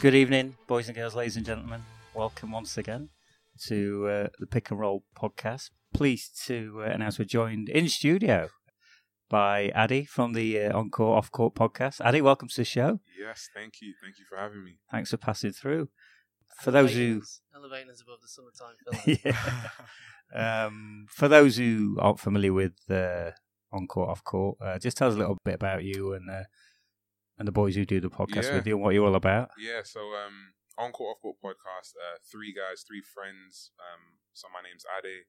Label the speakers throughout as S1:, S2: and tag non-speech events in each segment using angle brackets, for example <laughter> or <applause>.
S1: Good evening, boys and girls, ladies and gentlemen. Welcome once again to uh, the Pick and Roll podcast. Pleased to uh, announce we're joined in studio by Addy from the uh, On Court Off Court podcast. Addy, welcome to the show.
S2: Yes, thank you. Thank you for having me.
S1: Thanks for passing through. For those who,
S3: Elevators- elevators above the summertime film.
S1: <laughs> Yeah. um, for those who aren't familiar with uh, On Court Off Court, uh, just tell us a little bit about you and uh, and the boys who do the podcast
S2: Yeah.
S1: with you and what you're all about.
S2: Yeah, so um, on court, off court podcast, uh, three guys, three friends. Um, so my name's Ade.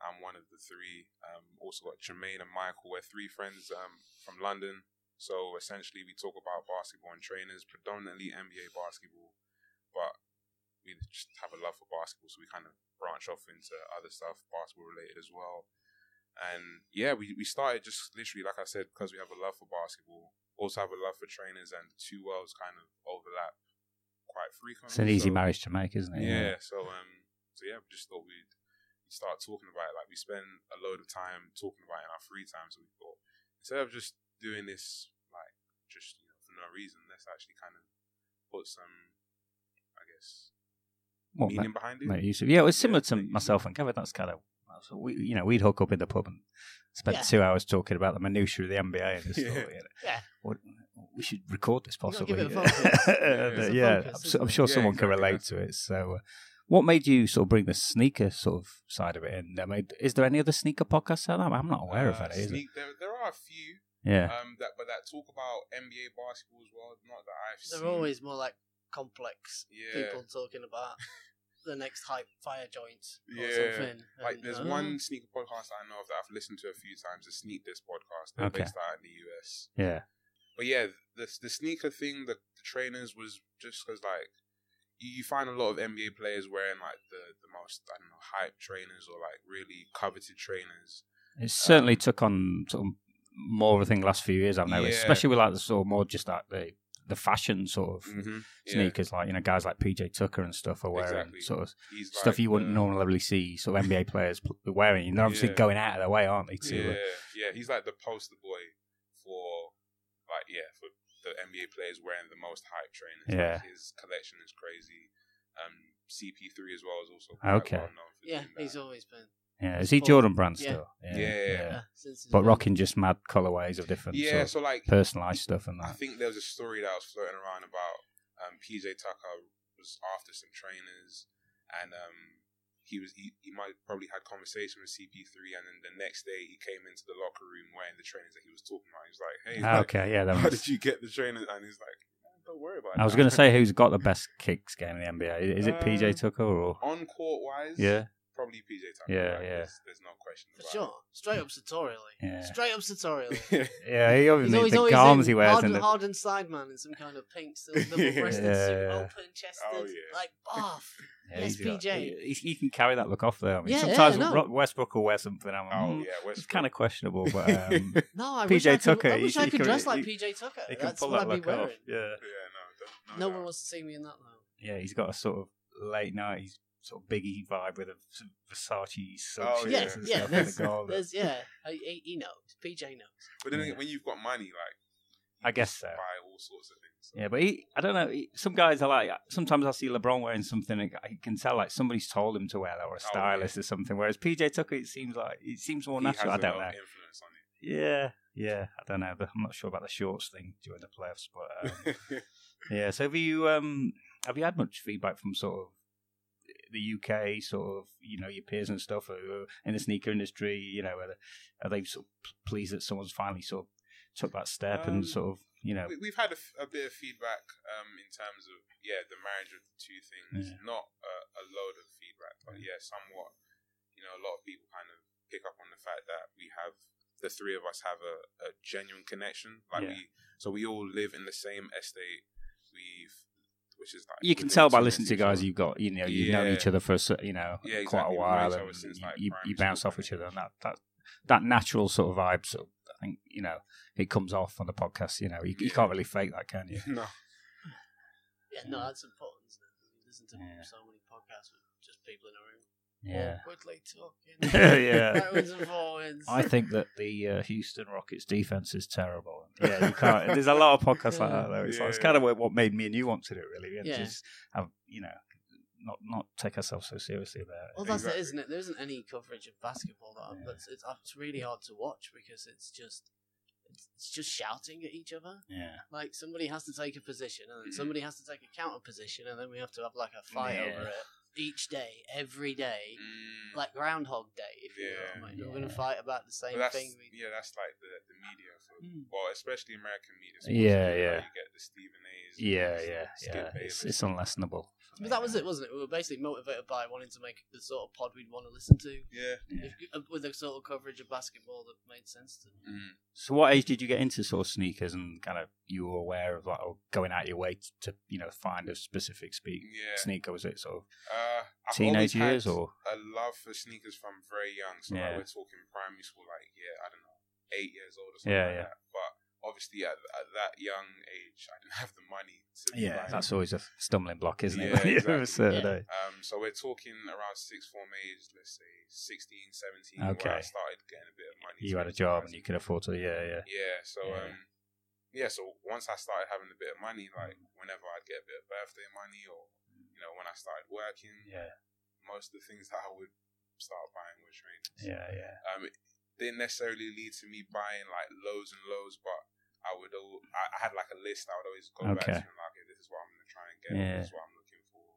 S2: I'm one of the three. Um, also got Jermaine and Michael. We're three friends um, from London. So essentially, we talk about basketball and trainers, predominantly NBA basketball, but we just have a love for basketball, so we kind of branch off into other stuff, basketball related as well. And yeah, we, we started just literally, like I said, because we have a love for basketball, also have a love for trainers, and the two worlds kind of overlap quite frequently.
S1: It's an easy
S2: so-
S1: marriage to make, isn't it?
S2: yeah. So um, so yeah, we just thought we'd we'd start talking about it. Like we spend a load of time talking about it in our free time. So we thought instead of just doing this like just you know for no reason, let's actually kind of put some, I guess,
S1: What,
S2: meaning behind it.
S1: Oh, Mate, you should- Yeah, it was similar to
S2: Mm-hmm. Yeah, mate, you should.
S1: myself and Kevin. That's kind of that's what we, you know, we'd hook up in the pub and spend
S3: Yeah.
S1: two hours talking about the minutiae of the NBA and just
S2: Yeah.
S1: thought, you know,
S3: Yeah.
S1: what, we should record this
S3: You gotta
S1: possibly. <laughs>
S3: give it a focus.
S1: yeah,
S2: It's
S3: a
S1: yeah,
S3: focus,
S1: I'm, su-
S3: isn't
S1: I'm
S3: it?
S1: sure
S2: Yeah,
S1: someone can
S2: exactly
S1: relate to it. So, uh, what made you sort of bring the sneaker sort of side of it in? I mean, is there any other sneaker podcasts out there? I'm not aware of
S2: Uh,
S1: that. Is it?
S2: sneak- there, there are a few
S1: Yeah,
S2: um that but that talk about NBA basketball as well. Not that I've
S3: They're
S2: seen.
S3: always more like complex
S2: yeah.
S3: people talking
S2: <laughs>
S3: about the next hype fire joint or
S2: Yeah.
S3: something.
S2: Like
S3: and,
S2: there's
S3: uh,
S2: one sneaker podcast I know of that I've listened to a few times. The Sneak This podcast. They're
S1: Okay.
S2: based out in the US.
S1: yeah,
S2: But yeah, the the sneaker thing, the, the trainers was just because like you, you find a lot of NBA players wearing like the the most I don't know hype trainers or like really coveted trainers.
S1: it certainly
S2: Um,
S1: took on sort of more of a thing last few years. I've noticed,
S2: Yeah.
S1: especially with like the sort of more just like the the fashion sort of.
S2: Yeah.
S1: sneakers, like you know, guys like PJ Tucker and stuff are wearing
S2: Exactly.
S1: sort of
S2: He's
S1: stuff
S2: like
S1: you wouldn't
S2: the-
S1: normally see sort of NBA players pl- wearing. And they're obviously
S2: Yeah.
S1: going out of their way, aren't they? To
S2: Yeah, yeah, he's like the poster boy for like yeah for the NBA players wearing the most hype trainers. Like, his collection is crazy. Um, CP3 as well is also quite
S1: Okay.
S2: well known for
S3: Yeah,
S2: doing that.
S3: he's always been.
S1: yeah. Is he
S3: Sport.
S1: Jordan Brand
S3: Yeah.
S1: still?
S2: Yeah.
S3: Yeah, since he's
S1: But
S3: been-
S1: rocking just mad colorways of different
S2: yeah.
S1: sort of
S2: so like
S1: personalized stuff and
S2: I
S1: that.
S2: think there was a story that was floating around about um, PJ Tucker was after some trainers, and um, he was he, he might have probably had conversation with CP3, and then the next day he came into the locker room wearing the trainers that he was talking about. He was like,
S1: Ah,
S2: "Hey, <laughs> like,
S1: okay, yeah. That
S2: how
S1: was,
S2: did you get the trainers?" And he's like, "Man, "Don't worry about it."
S1: I was going to say who's got the best kicks game in the NBA. Is it
S2: Um,
S1: PJ Tucker or?
S2: <laughs> on court wise,
S1: Yeah,
S2: probably PJ Tucker.
S1: Yeah,
S2: like,
S1: yeah.
S2: There's, there's no question
S3: For
S2: about
S3: sure. Straight up sartorially.
S1: Yeah.
S3: Straight up
S1: <laughs>
S3: sartorially.
S2: it.
S1: yeah. He
S3: He's
S1: obviously
S3: always,
S1: the
S3: always
S1: garms
S3: in
S1: he wears in
S3: hardened,
S1: the
S3: hardened sideman in some kind of
S2: <laughs>
S3: pink, silk, double-breasted
S1: Yeah.
S3: suit, open-chested,
S2: Oh, yeah.
S3: like, bath.
S2: <laughs>
S1: Yeah,
S3: Yes,
S1: he's got-
S3: PJ.
S1: He, he can carry that look off though. I mean,
S3: Yeah, yeah,
S1: sometimes
S3: I know.
S1: Ro- Westbrook will wear something. I'm,
S2: <laughs> oh
S1: mm,
S2: yeah,
S1: It's
S2: Westbrook.
S1: kind of questionable,
S2: <laughs>
S1: but um,
S3: No, I wish
S1: PJ
S3: I could,
S1: Tucker,
S3: I
S1: he-
S3: wish I
S1: he
S3: could
S1: can-
S3: dress like
S1: he-
S3: PJ Tucker.
S1: he can
S3: That's
S1: pull
S3: what
S1: that
S3: I'd be
S1: look
S3: wearing.
S1: off. Yeah,
S2: yeah, no,
S3: No
S2: doubt.
S3: one wants to see me in that though.
S1: yeah, he's got a sort of late nineties sort of biggie vibe with a s- Versace silk
S2: Oh,
S1: shirts
S2: yeah.
S3: Yeah,
S1: and stuff
S3: yeah,
S1: and
S3: there's,
S1: the gold.
S3: there's yeah. I, I- he knows. PJ knows.
S2: But then
S1: Yeah.
S2: again, when you've got money, like
S1: I guess so.
S2: buy all sorts of things. So.
S1: Yeah, but he, I don't know. He, some guys are like. Sometimes I see LeBron wearing something, and I can tell like somebody's told him to wear that, or a
S2: Oh, yeah.
S1: stylist or something. Whereas PJ Tucker, it seems like it seems more
S2: He has
S1: natural. I
S2: a
S1: don't
S2: lot
S1: know.
S2: of influence on it.
S1: Yeah, yeah, I don't know. But I'm not sure about the shorts thing during the playoffs, but. Um, Yeah. So have you um have you had much feedback from sort of the UK, sort of you know your peers and stuff who are in the sneaker industry? You know, are they, are they sort of p- pleased that someone's finally sort of took that step
S2: Um,
S1: and sort of you <laughs> know?
S2: we, we've had a, f- a bit of feedback um, in terms of yeah the marriage of the two things. Not a, a load of feedback, but yeah, somewhat. You know, a lot of people kind of pick up on the fact that we have the three of us have a, a genuine connection. Like
S1: Yeah.
S2: we, so we all live in the same estate. We've, which is like
S1: You can
S2: within
S1: tell by
S2: two
S1: listening to
S2: minutes
S1: guys
S2: of-
S1: you've got, you know, you've known
S2: Yeah.
S1: each other for a cer- you know
S2: Yeah,
S1: quite
S2: exactly.
S1: a
S2: We've known
S1: while,
S2: each other
S1: and
S2: since,
S1: you,
S2: like,
S1: you,
S2: primary
S1: you bounce
S2: school,
S1: off each
S2: kind
S1: other,
S2: of.
S1: and that that that natural sort of vibe. So I think you know it comes off on the podcast. You know, you, you
S2: Yeah.
S1: can't really fake that,
S2: <laughs>
S1: can you?
S2: no.
S3: Yeah, no, that's important. Isn't it? You listen to
S1: Yeah.
S3: so many podcasts with just people in a room.
S1: Yeah.
S3: awkwardly talking.
S1: <laughs> yeah.
S3: Backwards and forwards. <laughs>
S1: I think that the uh, Houston Rockets defense is terrible. Yeah, you can't. There's a lot of podcasts like that. Though. It's, like, it's
S2: Yeah.
S1: kind of what, what made me and you want to do it, really. And
S3: Yeah.
S1: Just have, you know, not not take ourselves so seriously about
S3: Well,
S1: it.
S3: that's
S2: Exactly.
S3: it, isn't it? There isn't any coverage of basketball that
S1: Yeah.
S3: that's it's, it's really hard to watch because it's just it's, it's just shouting at each other.
S1: yeah.
S3: Like somebody has to take a position, and then somebody has to take a counter position, and then we have to have like a fight
S1: Mm-hmm. Yeah.
S3: over it each day, every day,
S2: Mm.
S3: like Groundhog Day. If you know
S2: Yeah.
S3: what I mean, we're
S1: Yeah.
S3: gonna fight about the
S2: But
S3: same
S2: that's,
S3: thing. We,
S2: yeah, that's like the, the media for
S3: Mm.
S2: well, especially American media. sports
S1: Yeah,
S2: media, like
S1: yeah.
S2: You get the Stephen A's. and
S1: Yeah,
S2: the
S1: yeah,
S2: Skip
S1: yeah. It's,
S2: Bayless.
S1: it's unlistenable.
S3: but that was it, wasn't it? We were basically motivated by wanting to make the sort of pod we'd want to listen to,
S2: yeah.
S1: Yeah.
S3: if, uh, with a sort of coverage of basketball that made sense to me.
S2: Mm.
S1: So, what age did you get into sort of sneakers and kind of you were aware of like or going out your way t- to you know find a specific speak
S2: Yeah.
S1: sneaker? Was it sort of
S2: Uh, I've always
S1: teenage
S2: had
S1: years or
S2: a love for sneakers from very young. So
S1: Yeah.
S2: like, we're talking primary school, like yeah, I don't know, eight years old or something
S1: Yeah,
S2: like
S1: yeah.
S2: that. But obviously, at, at that young age, I didn't <laughs> have the money to
S1: yeah?
S2: buy
S1: That's always a stumbling block, isn't it?
S2: Yeah,
S1: When you're a
S2: exactly.
S1: certain
S3: Yeah.
S1: age?
S2: Um, so we're talking around six form age, let's say 16, 17, where
S1: Okay.
S2: I started getting a bit of money.
S1: you
S2: to
S1: had a
S2: make
S1: job
S2: some
S1: and you could afford to, yeah, yeah.
S2: plans. Yeah. So
S1: Yeah.
S2: um, yeah. So once I started having a bit of money, like whenever I'd get a bit of birthday money, or you know, when I started working,
S1: Yeah,
S2: most of the things that I would start buying were trainers.
S1: yeah, yeah.
S2: Um, it didn't necessarily lead to me buying like loads and loads, but I would. al- I, I had like a list. I would always go back
S1: Okay.
S2: to and like, okay, this is what I'm gonna try and get.
S1: Yeah.
S2: This is what I'm looking for.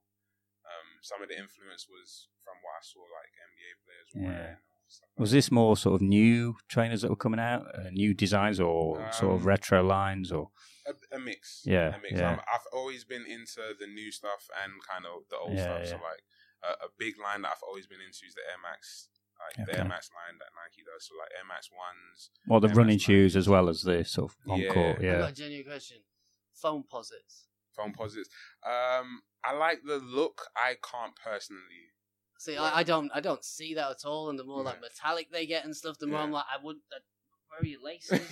S2: Um, some of the influence was from what I saw, like NBA players
S1: Yeah.
S2: wearing. or stuff like
S1: Was this more sort of new trainers that were coming out, uh, new designs, or sort of
S2: Um,
S1: retro lines, or
S2: a, a mix.
S1: Yeah,
S2: a mix.
S1: yeah.
S2: I'm, I've always been into the new stuff and kind of the old
S1: Yeah,
S2: stuff. So
S1: yeah.
S2: like a, a big line that I've always been into is the Air Max, like the Air
S1: Okay.
S2: Max line that Nike does. So like Air Max ones.
S1: well, the
S2: Yeah,
S1: running
S2: that's nice.
S1: shoes as well as the sort of on
S2: Yeah.
S1: court,
S3: I've
S1: yeah,
S3: got a genuine question. Phone posits.
S2: phone posits. Um, I like the look. I can't personally.
S3: See, I, I don't, I don't see that at all. And the more like
S2: Yeah.
S3: metallic they get and stuff, the more I'm
S2: Yeah.
S3: like, I would. not where are your laces?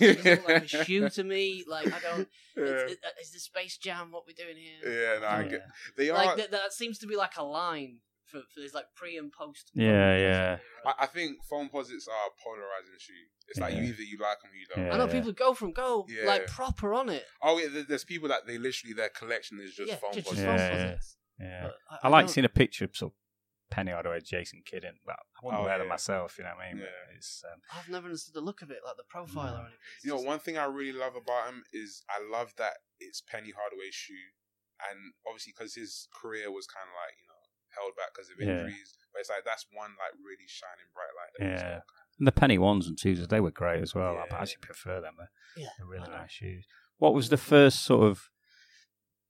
S2: <laughs>
S3: It doesn't look like a shoe to me. Like I don't. It's, it, uh, is the Space Jam what we're doing here?
S2: yeah, no, I
S1: Yeah.
S2: get. They are.
S3: Like that, that seems to be like a line for, for there's like pre and post.
S1: Yeah, yeah.
S2: I, I think phone posits are a polarizing shoe. It's like you
S1: Yeah.
S2: either you like them, or you don't.
S1: Yeah.
S3: I know people go from go
S2: Yeah.
S3: like proper on it.
S2: Oh yeah, there- there's people that they literally their collection is just
S3: yeah,
S2: phone
S3: just,
S2: posits.
S3: just
S1: Yeah,
S3: phone
S1: yeah.
S3: posits.
S1: yeah.
S3: But
S1: I, like
S3: don't-
S1: seeing a picture of sort of Penny Hardaway, Jason Kidd, and well, I wouldn't
S2: Oh,
S1: wear them
S2: yeah.
S1: myself, you know what I mean? But
S2: Yeah.
S1: It's um,
S3: I've never understood the look of it, like the profile
S1: No.
S3: or anything. It's
S2: Mm. You know,
S3: just-
S2: one thing I really love about him is I love that it's Penny Hardaway's shoe, and obviously because his career was kind of like you know held back because of
S1: Yeah.
S2: injuries, but it's like that's one like really shining bright light. that he's
S1: yeah.
S2: got.
S1: And the penny ones and twos, they were great as well.
S2: Yeah.
S1: I actually prefer them. They're,
S3: Yeah.
S1: they're really
S3: I know.
S1: nice shoes. What was the first sort of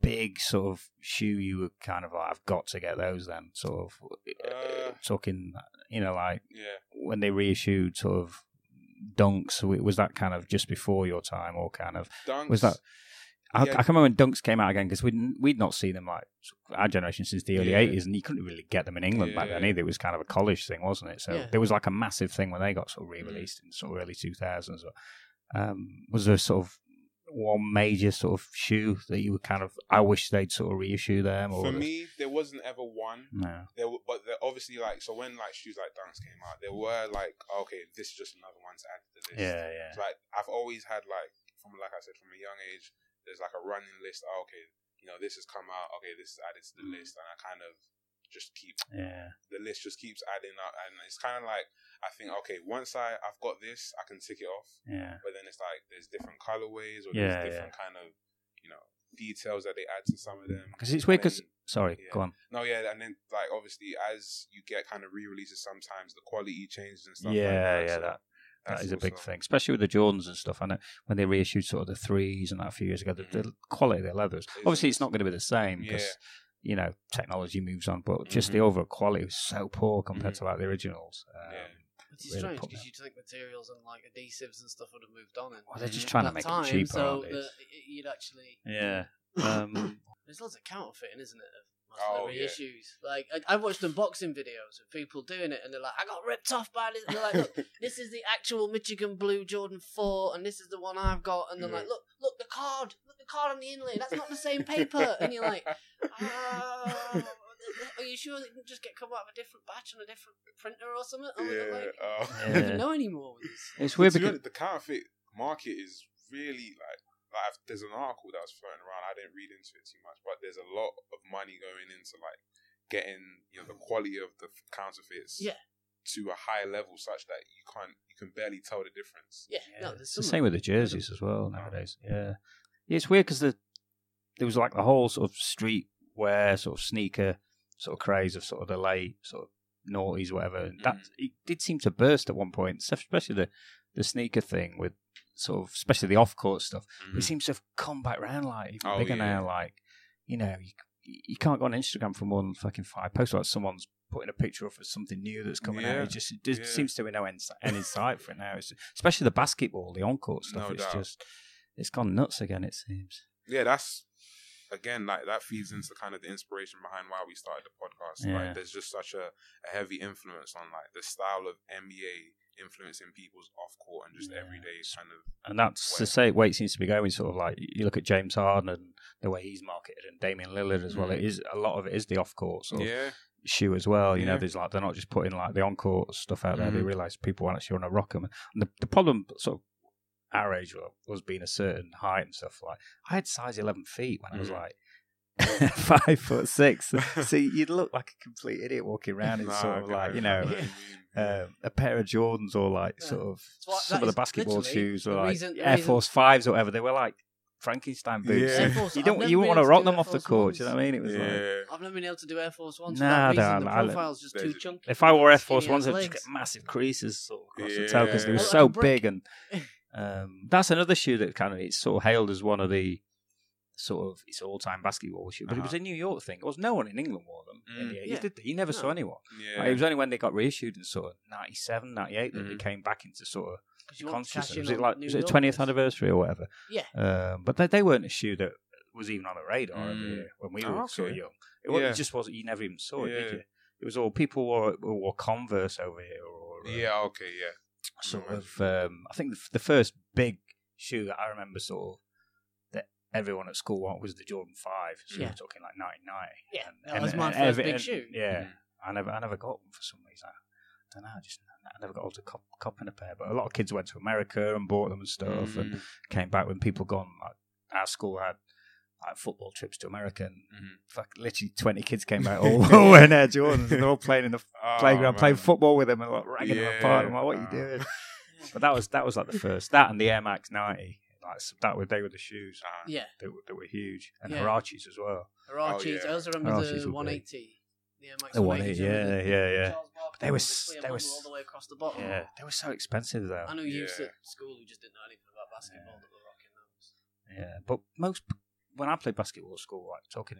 S1: big sort of shoe you were kind of like, I've got to get those then? Sort of uh,
S2: Uh.
S1: talking, you know, like
S2: yeah.
S1: when they reissued sort of dunks, w- was that kind of just before your time or kind of
S2: Dunks.
S1: was that? I,
S2: Yeah.
S1: I can remember when Dunks came out again because we'd we'd not seen them like our generation since the early
S2: Yeah.
S1: '80s, and you couldn't really get them in England back then
S2: Yeah.
S1: either. It was kind of a college thing, wasn't it? So
S3: Yeah.
S1: there was like a massive thing when they got sort of
S2: Mm.
S1: re-released in sort of early 2000s. Um, was there sort of one major sort of shoe that you were kind of I wish they'd sort of reissue them? Or
S2: For me, there wasn't ever one.
S1: no,
S2: There, were, but there, obviously, like so when like shoes like Dunks came out, there were like okay, this is just another one to add to the list.
S1: yeah, yeah,
S2: It's like I've always had like from like I said from a young age, there's like a running list. Oh, okay, you know this has come out. Okay, this is added to the list, and I kind of just keep
S1: yeah,
S2: the list just keeps adding up, and it's kind of like I think okay, once I I've got this, I can tick it off.
S1: yeah,
S2: But then it's like there's different colorways or
S1: Yeah,
S2: there's different kind of you know details that they add to some of them.
S1: 'Cause it's weird
S2: And
S1: 'cause-
S2: then-
S1: Sorry,
S2: Yeah.
S1: go on.
S2: no, yeah, and then like obviously as you get kind of re-releases, sometimes the quality changes and
S1: Yeah,
S2: stuff. like that,
S1: yeah, that
S2: so
S1: that
S2: that's
S1: is a big
S2: also-
S1: thing, especially with the Jordans and stuff. I know when they reissued sort of the threes and that a few years ago, the, the quality of their leathers.
S2: Mm-hmm. It's-
S1: Obviously, it's not going to be the same
S2: Yeah. Mm-hmm.
S1: because you know technology moves on, but just the overall quality was so poor compared to like the originals. Um,
S2: Yeah.
S3: Which is
S1: really
S3: strange
S1: put
S3: because
S1: that.
S3: you'd think materials and like adhesives and stuff would have moved on in
S1: Well, they're just
S2: Mhm.
S1: trying to
S3: that
S1: make
S3: time,
S1: it cheaper.
S3: so
S1: aren't they?
S3: that y- you'd actually.
S1: yeah.
S2: <coughs>
S3: <coughs>
S1: Um,
S3: There's lots of counterfeiting, isn't it? Of most
S2: Oh,
S3: of the
S2: yeah.
S3: reissues. Like I, I've watched unboxing videos of people doing it, and they're like, "I got ripped off by this." And they're like,
S2: <laughs>
S3: "Look, this is the actual Michigan Blue Jordan Four, and this is the one I've got." And they're
S2: Yeah.
S3: like, "Look,
S2: <laughs>
S3: look the card, look the card on the inlay. That's not the same paper." and you're like, "Ah, are you sure they can just get come out of a different batch on a different printer or something? I was
S2: <laughs> yeah,
S3: like,
S2: uh,
S3: I don't
S1: Yeah.
S3: even know anymore with this.
S1: It's
S2: But
S1: weird
S2: to be
S1: because
S2: honest, the counterfeit market is really like like I've- there's an article that was floating around. I didn't read into it too much, but there's a lot of money going into like getting you know the quality of the counterfeits
S3: Yeah.
S2: to a high level such that you can't you can barely tell the difference.
S3: Yeah,
S1: Yeah,
S3: no, there's
S1: It's the
S3: some
S1: same with the jerseys as well nowadays. Yeah, yeah it's weird because the there was like the whole sort of street wear, sort of sneaker, sort of craze of sort of the late sort of noughties, whatever. And That it did seem to burst at one point, especially the the sneaker thing with sort of especially the off court stuff. It seems to have come back round like even
S2: Mm. Oh,
S1: bigger
S2: yeah.
S1: now. Like you know, you, you can't go on Instagram for more than fucking five posts about someone's putting a picture up of something new that's coming
S2: Yeah.
S1: out. It just it just
S2: Yeah.
S1: seems to be no end, end in sight for it now. It's especially the basketball, the on-court stuff.
S2: No
S1: it's
S2: doubt.
S1: just it's gone nuts again. It seems.
S2: yeah, that's again like that feeds into kind of the inspiration behind why we started the podcast.
S1: Yeah.
S2: Like there's just such a, a heavy influence on like the style of NBA influencing people's off court and just
S1: Yeah.
S2: everyday kind of
S1: And that's the
S2: Way.
S1: same way it seems to be going. Sort of like you look at James Harden and the way he's marketed, and Damian Lillard as well.
S2: Mhm.
S1: It is a lot of it is the off-court sort of
S2: yeah.
S1: shoe as well. You
S2: Yeah.
S1: know, there's like they're not just putting like the encore stuff out there. They
S3: Mm-hmm.
S2: Mhm.
S1: realise people actually want to rock them. And the, the problem, sort of, our age wa- was being a certain height and stuff. Like I had size eleven feet when I was
S2: Mhm.
S3: Mm.
S1: like <laughs> five foot
S3: <laughs>
S1: six. so you'd look like a complete idiot walking around in
S2: Nah, I
S1: sort of
S2: can
S1: like you know.
S2: imagine
S1: <laughs>
S3: <laughs> Yeah.
S2: what you mean.
S1: um, a pair of Jordans or like
S3: Yeah.
S1: sort of
S3: That's why-
S1: some
S3: that
S1: of the
S3: is
S1: basketball
S3: literally
S1: shoes
S3: the
S1: or like
S3: reason- the
S1: Air
S3: reason-
S1: Force Fives or whatever. They were like Frankenstein boots.
S2: Yeah.
S3: Air
S1: <laughs>
S3: Force-
S1: You
S3: I've
S1: don't
S3: never
S1: you
S3: been
S1: want to
S3: able
S1: rock
S3: do
S1: them
S3: Air
S1: off the
S3: Force
S1: court.
S3: Ones.
S1: Do you know what I mean? It was like
S3: I've never been able to do Air Force One for
S1: Nah,
S3: that reason.
S1: damn,
S3: The
S1: I-
S3: profile's just
S2: There's
S3: too
S2: a-
S3: chunky.
S1: If I wore Air
S3: Skinny
S1: Force
S3: ass
S1: ones, I'd just
S3: legs.
S1: get massive creases sort of across
S2: Yeah.
S1: the toe because they were
S2: Look like
S1: so
S3: a brick.
S1: big. And um, that's another shoe that kind of it's sort of hailed as one of the sort of it's all time basketball shoe, but it was
S2: Uh-huh.
S1: a New York thing. There was no one in England wore them in
S2: Mm.
S1: the 80s,
S3: Yeah.
S1: did they? You never
S3: No.
S1: saw anyone.
S2: yeah.
S1: Like, it was only when they got reissued in sort of 97, 98 that they
S2: Mhm.
S1: came back into sort of
S3: 'Cause you want to
S1: consciousness.
S3: cash in
S1: Was it
S3: on
S1: like
S3: New
S1: was it
S3: Yorkers.
S1: 20th anniversary or whatever?
S3: Yeah.
S1: Um, but they, they weren't a shoe that was even on the radar over
S2: Mm.
S1: here when we
S2: Oh,
S1: were so
S2: okay.
S1: young. It, wa-
S2: Yeah.
S1: it just wasn't. You never even saw it, did
S2: Yeah.
S1: you? It was all people wore, wore Converse over here, or uh,
S2: Yeah, okay, yeah.
S1: sort
S2: Right.
S1: of. Um, I think the, f- the first big shoe that I remember sort of that everyone at school wanted was the Jordan Five. So
S3: Yeah.
S1: we're talking like 1990.
S3: Yeah,
S1: And-
S3: that
S1: and-
S3: was my
S1: and
S3: first
S1: every-
S3: big
S1: and-
S3: shoe.
S1: Yeah,
S2: Mhm.
S1: I never, I never got one for some reason. I don't know. I just I never got older cop, copping a pair. But a lot of kids went to America and bought them and stuff, and
S2: Mhm.
S1: came back when people gone. Like our school had like football trips to America, and
S2: Mhm.
S1: fuck, literally twenty kids came back all
S2: <laughs>
S1: wearing Air Jordans, and they're all playing in the
S2: Oh,
S1: playground, playing
S2: man.
S1: football with them, and like ragging them
S2: Yeah.
S1: apart. I'm like, what are you
S2: Ah. <laughs>
S1: doing? But that was that was like the first that and the Air Max ninety. Like so that were they were the shoes
S2: Ah,
S3: Yeah,
S1: that were, that were huge, and
S3: Yeah.
S1: Harachis as well.
S3: Harachis.
S2: Oh, yeah.
S3: I also remember
S1: Harachis were
S3: the
S1: great.
S3: 180. The Air Max
S1: The one, eight,
S3: 180.
S1: yeah, yeah, yeah. they were s- they were
S3: all
S1: s-
S3: the way across the bottom.
S1: Yeah, they were so expensive though.
S3: I knew youths
S2: Yeah.
S3: at school who just didn't know anything about basketball that were rocking those.
S1: Yeah, but most when I played basketball at school, like talking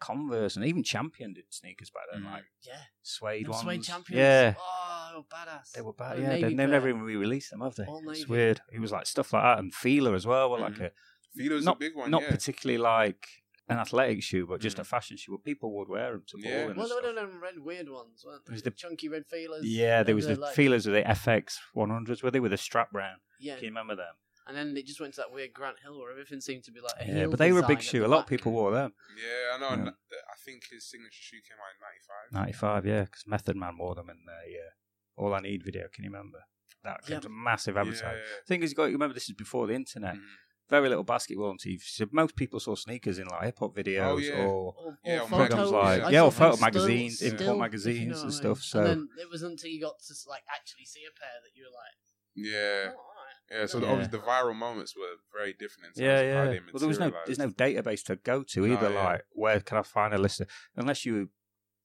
S1: Converse and even Champion did sneakers back then,
S2: Mhm.
S1: like
S3: Yeah,
S1: suede
S3: Mm. them
S1: ones.
S3: suede champions.
S1: Yeah,
S3: oh, badass.
S1: they were bad.
S3: Or
S1: Yeah,
S3: navy
S1: they, they
S3: pair.
S1: never even re-released them, have they?
S3: All navy. Mm-hmm.
S1: It's weird. It was like stuff like that and Fila as well. Were like
S2: Mhm.
S1: a
S2: Filo's
S1: not
S2: a
S3: Oh,
S2: big one,
S1: not
S2: yeah.
S1: particularly like an athletic shoe, but just
S2: Mhm.
S1: a fashion shoe. But people would wear them to ball
S2: Yeah.
S1: and
S3: Mm. Well,
S1: stuff.
S3: they were them red weird ones, weren't
S1: It
S3: they?
S1: was
S3: The
S1: the-
S3: chunky red feelers.
S1: Yeah, there was
S3: They
S1: the
S3: were like-
S1: feelers of the FX 100s, were they with a strap round?
S3: Yeah,
S1: Can you remember them?
S3: and then it just went to that weird Grant Hill where everything seemed to be like. A
S1: Yeah,
S3: heel
S1: but they were a big
S3: design at
S1: shoe.
S3: the
S1: A lot of
S3: back.
S1: people wore them.
S2: Yeah, I know.
S1: Yeah.
S2: and that- I think his signature shoe came out in 95.
S1: 95, yeah, because Method Man wore them in the uh, All I Need video. Can you remember? That
S3: Yep.
S1: was a massive advertising.
S2: Yeah.
S1: Thing is, you got to remember this is before the internet.
S2: Mhm.
S1: Very little basketball on TV. So most people saw sneakers in like hip hop videos
S2: Oh, yeah.
S1: or
S3: Or, or
S2: Yeah, or
S3: photos.
S1: programs
S2: photos, yeah.
S1: like
S3: I
S1: yeah,
S3: saw
S1: or photo
S3: still-
S1: magazines,
S2: still, if
S1: import
S2: you
S1: magazines
S3: know what I
S1: and
S3: mean.
S1: stuff. So
S3: and then it was until you got to like actually see a pair that you were like,
S2: Yeah,
S3: oh, all right.
S2: yeah. So the-
S1: Yeah.
S2: obviously the viral moments were very different in terms
S1: yeah,
S2: of how
S1: yeah.
S2: they
S1: Well, there was no there's no
S2: materialized.
S1: database to go to
S2: No,
S1: either.
S2: yeah.
S1: Like, where can I find a list? Of, unless you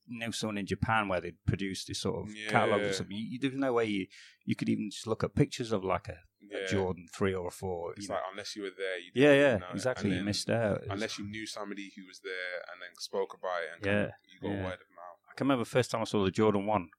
S1: knew someone in Japan where they'd produced this sort of catalog
S2: Yeah.
S1: or something. You, you, there's no way you you could even just look at pictures of like a, a
S2: Yeah.
S1: Jordan three or a four.
S2: It's
S1: you know.
S2: like unless you were there, you
S1: yeah,
S2: didn't
S1: yeah,
S2: really know it.
S1: exactly.
S2: And
S1: you
S2: then
S1: missed out. It was-
S2: Unless you knew somebody who was there and then spoke about it, and
S1: Yeah,
S2: kind of, you got
S1: yeah.
S2: word of mouth.
S1: I can remember the first time I saw the Jordan one.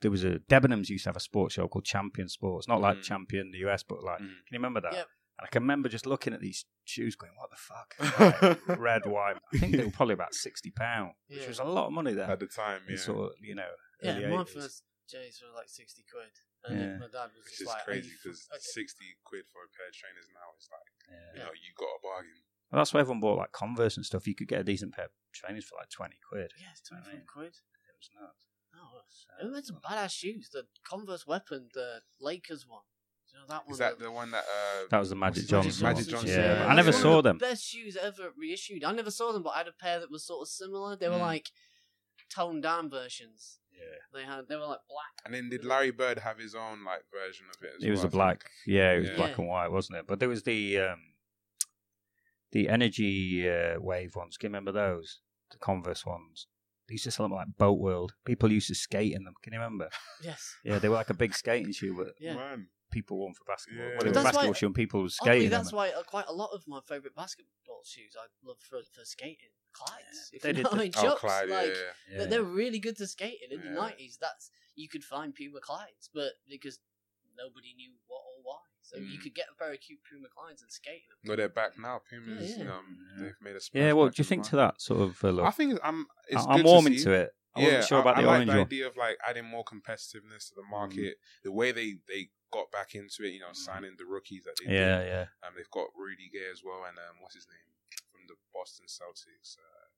S1: There was a Debenhams used to have a sports show called Champion Sports, not like
S2: Mm.
S1: Champion the US, but like
S2: Mm.
S1: can you remember that?
S3: Yep.
S1: And I can remember just looking at these shoes, going, "What the
S2: <laughs>
S1: fuck?"
S2: Mm.
S1: <laughs> Like, red, white. I think they were probably about sixty pound, which
S3: Yeah.
S1: was a lot of money then.
S2: At the time,
S1: in
S2: yeah.
S1: Sort of, you know, early
S3: yeah, my
S1: 80s.
S3: first J's were like sixty quid, and
S1: Yeah.
S3: my dad was
S2: Which
S3: just
S2: is
S3: like, are you
S2: crazy because
S3: fuck- okay.
S2: sixty quid for a pair of trainers now is like
S1: Yeah.
S2: you know you got a bargain.
S1: Well, that's why everyone bought like Converse and stuff. You could get a decent pair of trainers for like twenty quid.
S3: Yeah, it's
S1: I mean-
S3: 25 quid.
S1: It was nuts.
S3: Oh,
S1: So-
S3: who had some badass shoes? The Converse weapon, the Lakers one. Do you know that one?
S2: Is that the one that? Uh,
S1: That was the Magic
S2: Magic
S1: Johnson.
S2: Magic
S1: one.
S2: Johnson,
S1: Yeah,
S2: yeah.
S1: I never
S2: It's
S3: One of
S1: saw
S3: the
S1: them.
S3: Best shoes ever reissued. I never saw them, but I had a pair that was sort of similar. They were
S2: Mm.
S3: like toned down versions.
S1: Yeah,
S3: They had they were like black.
S2: and then did Larry Bird have his own like version of it? As
S1: it was
S2: well,
S1: a
S2: I
S1: black.
S2: think?
S1: Yeah, it was
S2: Yeah.
S1: black and white, wasn't it? But there was the um, the energy uh, wave ones. Can you remember those? The Converse ones. They used to sell them at, like Boat World. People used to skate in them. Can you remember?
S3: Yes.
S1: Yeah, they were like a big skating shoe, but
S3: Yeah.
S2: Man.
S1: people worn for basketball.
S2: Yeah.
S1: Well, it was
S3: That's why-
S1: basketball shoe, and people were
S3: Oddly,
S1: skating. in
S3: that's
S1: them.
S3: why uh, quite a lot of my favourite basketball shoes I love for, for skating. Clydes. If
S1: They
S3: you
S1: did
S3: know what
S1: the-
S3: I mean?
S2: Oh,
S3: Chucks,
S2: Clyde.
S3: like,
S2: yeah, yeah.
S1: Yeah.
S3: They- They're really good to skate in in
S2: Yeah.
S3: the nineties. That's you could find Puma Clydes, but because nobody knew what or why, so you
S2: Mm.
S3: could get a pair of cute Puma Clydes and skate in them.
S2: No, they're back now. Pumas,
S3: Yeah, yeah.
S2: Um,
S1: Yeah.
S2: they've made a splash.
S1: Yeah, what
S2: back
S1: do you
S2: as
S1: think
S2: well.
S1: to that sort of uh, look?
S2: I think I'm. It's
S1: I- I'm
S2: good
S1: warming
S2: see.
S1: to it. I
S2: yeah,
S1: wasn't sure about
S2: I,
S1: the
S2: I like
S1: orange
S2: the
S1: one.
S2: idea of like adding more competitiveness to the market. The way they they got back into it, you know,
S1: Mm.
S2: signing the rookies that they
S1: Yeah, yeah.
S2: did. Um, they've got Rudy Gay as well, and um, what's his name from the Boston Celtics, uh,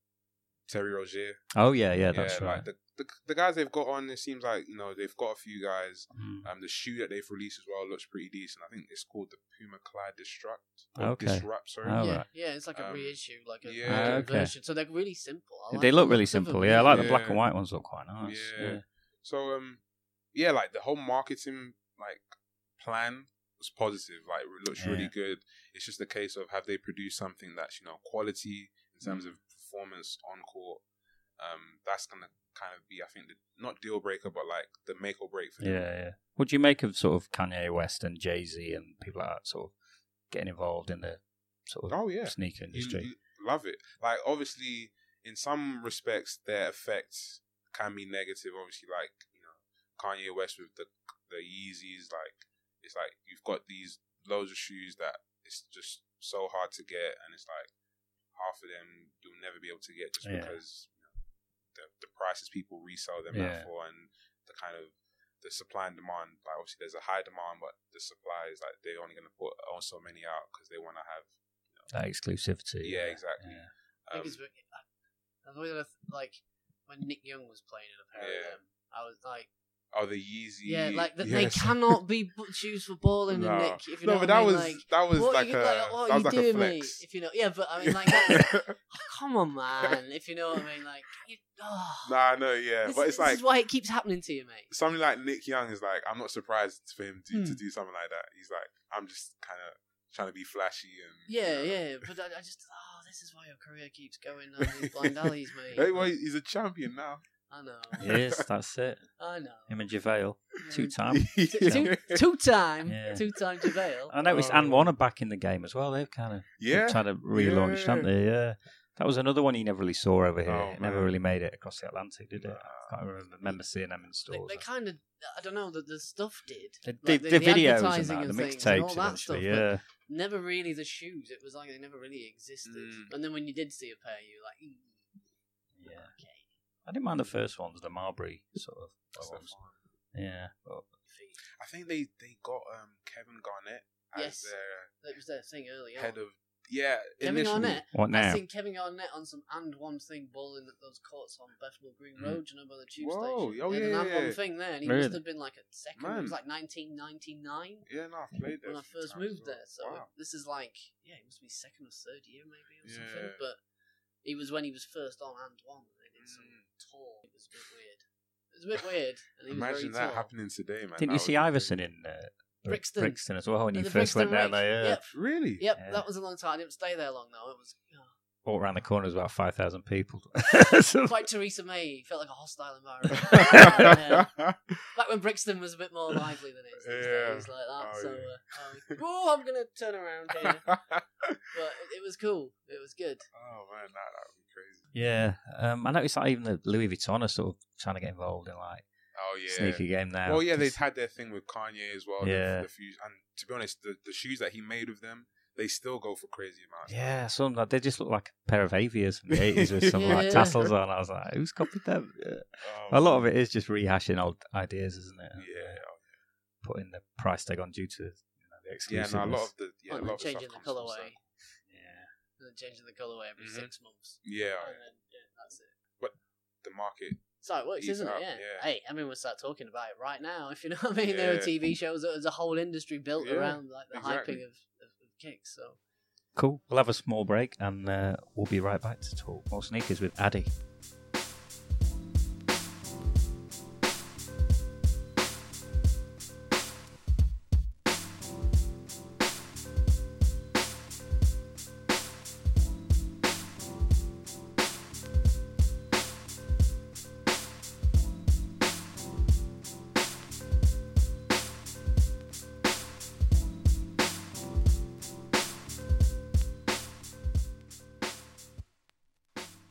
S2: Terry Rozier.
S1: Oh, yeah, yeah, that's right.
S2: Like the, the the guys they've got on, it seems like you know they've got a few guys.
S1: Mm.
S2: Um, the shoe that they've released as well looks pretty decent. I think it's called the Puma Clyde Destruct. or
S1: Okay.
S2: Disrupt, sorry.
S1: Oh,
S3: yeah,
S1: right.
S3: yeah, it's like a
S2: Um,
S3: reissue, like a
S2: yeah.
S3: different
S1: Okay.
S3: version. So they're really simple. I like
S1: they
S3: the
S1: look really
S3: looks of
S1: simple.
S3: them.
S1: Yeah, I like
S2: Yeah.
S1: the black and white ones look quite nice.
S2: Yeah.
S1: Yeah,
S2: So um, yeah, like the whole marketing like plan was positive. Like it looks really
S1: Yeah.
S2: good. It's just a case of have they produced something that's you know quality in terms
S1: Mm.
S2: of performance on court. Um, that's gonna kind of be I think the, not deal breaker, but like the make or break for
S1: yeah,
S2: them.
S1: yeah. What do you make of sort of Kanye West and Jay Z and people like that sort of getting involved in the sort of
S2: Oh yeah,
S1: sneaker
S2: you,
S1: industry?
S2: you love it. Like obviously, in some respects, their effects can be negative. Obviously, like you know Kanye West with the the Yeezys, like it's like you've got these loads of shoes that it's just so hard to get, and it's like half of them you'll never be able to get just
S1: Yeah.
S2: because you know, the the prices people resell them
S1: Yeah.
S2: at for, and the kind of the supply and demand. Like obviously, there's a high demand, but the supply is like they're only going to put oh, so many out because they want to have
S1: that exclusivity.
S2: yeah, exactly.
S1: Yeah.
S3: I think
S2: Um,
S3: it's re- I- I've always had a th- like when Nick Young was playing in a pair
S2: Yeah.
S3: of them. I was like,
S2: oh, the Yeezy.
S3: yeah, like that
S2: yes.
S3: they
S2: <laughs>
S3: cannot be b- shoes for balling
S2: No.
S3: and Nick. If you
S2: no,
S3: know
S2: but
S3: what I
S2: that
S3: mean,
S2: was
S3: like,
S2: that was
S3: what
S2: like a
S3: you, like, what
S2: that
S3: are
S2: was
S3: you
S2: like
S3: doing,
S2: a flex.
S3: mate? If you know, yeah, but I
S2: <laughs>
S3: mean, like, that's, come on, man. If you know what I mean, like, you, oh,
S2: nah, no, yeah,
S3: this,
S2: but
S3: is-
S2: it's
S3: this
S2: like
S3: is why it keeps happening to you, mate.
S2: something like Nick Young is like I'm not surprised for him to, to
S3: Hmm.
S2: do something like that. He's like I'm just kind of trying to be flashy and you
S3: Yeah,
S2: know.
S3: yeah, but I, I just, oh, this is why your career keeps going down these
S2: <laughs>
S3: blind alleys, mate.
S2: Hey, well, he's a champion now.
S3: I know,
S1: Yes, that's it.
S3: I know.
S1: Him and JaVale.
S2: <laughs>
S1: Two
S3: Mm.
S1: time.
S3: Two, two time,
S1: Yeah.
S3: two time Javale.
S1: <laughs> I noticed
S2: Oh.
S1: and Warner back in the game as well. They've kind of
S2: yeah,
S1: tried to relaunch,
S2: Yeah.
S1: haven't they? Yeah. That was another one you never really saw over here.
S2: Oh,
S1: it never
S2: man.
S1: really made it across the Atlantic, did it?
S2: Nah.
S1: I can't remember, remember seeing them in
S3: They,
S1: stores.
S3: they kind of, I don't know, that the stuff did.
S1: The, the,
S3: Like,
S1: the,
S3: the- the
S1: videos and
S3: advertising
S1: that, the
S3: and things and all
S1: mixtapes
S3: that
S1: eventually,
S3: stuff,
S1: yeah.
S3: Never really the shoes. It was like they never really existed.
S2: Mm.
S3: And then when you did see a pair, you were like, "Mm,
S1: yeah.
S3: okay,
S1: I didn't mind the first ones, the Marbury sort of
S2: So
S1: ones. Yeah. But
S3: feet.
S2: I think they they got um Kevin Garnett as
S3: Yes.
S2: their
S3: That was their thing earlier.
S2: head of yeah.
S3: Kevin
S2: initially.
S3: Garnett.
S1: what
S3: I
S1: now?
S3: seen Kevin Garnett on some and one thing bowling at those courts on Bethnal Green
S1: Mm.
S3: Road, you know, by the tube
S2: Whoa,
S3: station.
S2: oh,
S3: He had an
S2: yeah,
S3: and
S2: yeah, yeah.
S3: one thing there, and he
S1: Really?
S3: must have been like a second. It
S2: Man.
S3: was like 1999
S2: Yeah, no, I've played there
S3: when
S2: a
S3: I
S2: few
S3: first
S2: times as
S3: moved
S2: well.
S3: there. So
S2: Wow.
S3: this is like, yeah, it must be second or third year maybe or something.
S2: Yeah.
S3: But it was when he was first on and one. and They did some
S2: Mm.
S3: tour. It was a bit weird. It was a bit weird. And he was
S2: Imagine
S3: very
S2: that
S3: tall.
S2: happening today, man.
S1: Didn't you
S2: That
S1: see
S2: would be
S1: Iverson in uh, Bri-
S3: Brixton.
S1: Brixton as well when you
S3: At the
S1: first went
S3: Brixton
S1: down
S3: Race.
S1: there? Yeah.
S3: Yep.
S2: Really? <laughs>
S3: Yep,
S1: Yeah.
S3: that was a long time. I didn't stay there long though. It was oh.
S1: Walked around the corner, there's about 5,000 people. <laughs> So-
S3: quite Theresa May. Felt like
S2: <laughs>
S3: a hostile environment. <laughs> <laughs> Yeah. Back when Brixton was a bit more lively than it is. these
S2: Yeah.
S3: days, like that.
S2: Oh,
S3: so,
S2: yeah.
S3: uh, I was, oh, I'm gonna turn around
S2: oh man, <laughs>
S3: here. but it, it was cool. It was good.
S2: that, Oh, that would be crazy.
S1: yeah. Um, I noticed that even the Louis Vuitton are sort of trying to get involved in like
S2: Oh yeah.
S1: sneaker game now.
S2: Well, yeah, they
S1: Just-
S2: had their thing with Kanye as well.
S1: Yeah.
S2: The, the few, and to be honest, the, the shoes that he made with them, they still go for crazy amounts.
S1: Yeah, some like, they just look like a pair of avias
S2: <laughs>
S1: from the eighties with some like
S3: Yeah.
S1: tassels on. I was like, who's copied them? Yeah.
S2: Oh,
S1: A lot of it is just rehashing old ideas, isn't it?
S2: Yeah.
S1: Putting the price tag on due to you know, the
S2: Yeah.
S1: exclusiveness.
S2: No, a lot of the yeah,
S3: Oh,
S2: a lot
S3: and then
S2: of the stuff
S3: changing the
S2: comes from
S3: colorway.
S2: Sony.
S1: yeah.
S3: And then changing the colorway every
S2: Mhm.
S3: six months.
S2: Yeah.
S3: And then, yeah,
S2: the market.
S3: It's how it works,
S2: Ease
S3: isn't it?
S2: up,
S3: Yeah.
S2: yeah.
S3: Hey, I mean, we'll start talking about it right now. <laughs> If you know what I mean, there
S2: Yeah.
S3: are TV shows. There's a whole industry built
S2: Yeah,
S3: around like the
S2: exactly.
S3: hyping of, of, of kicks. So
S1: Cool. We'll have a small break and uh, we'll be right back to talk more sneakers with Addy.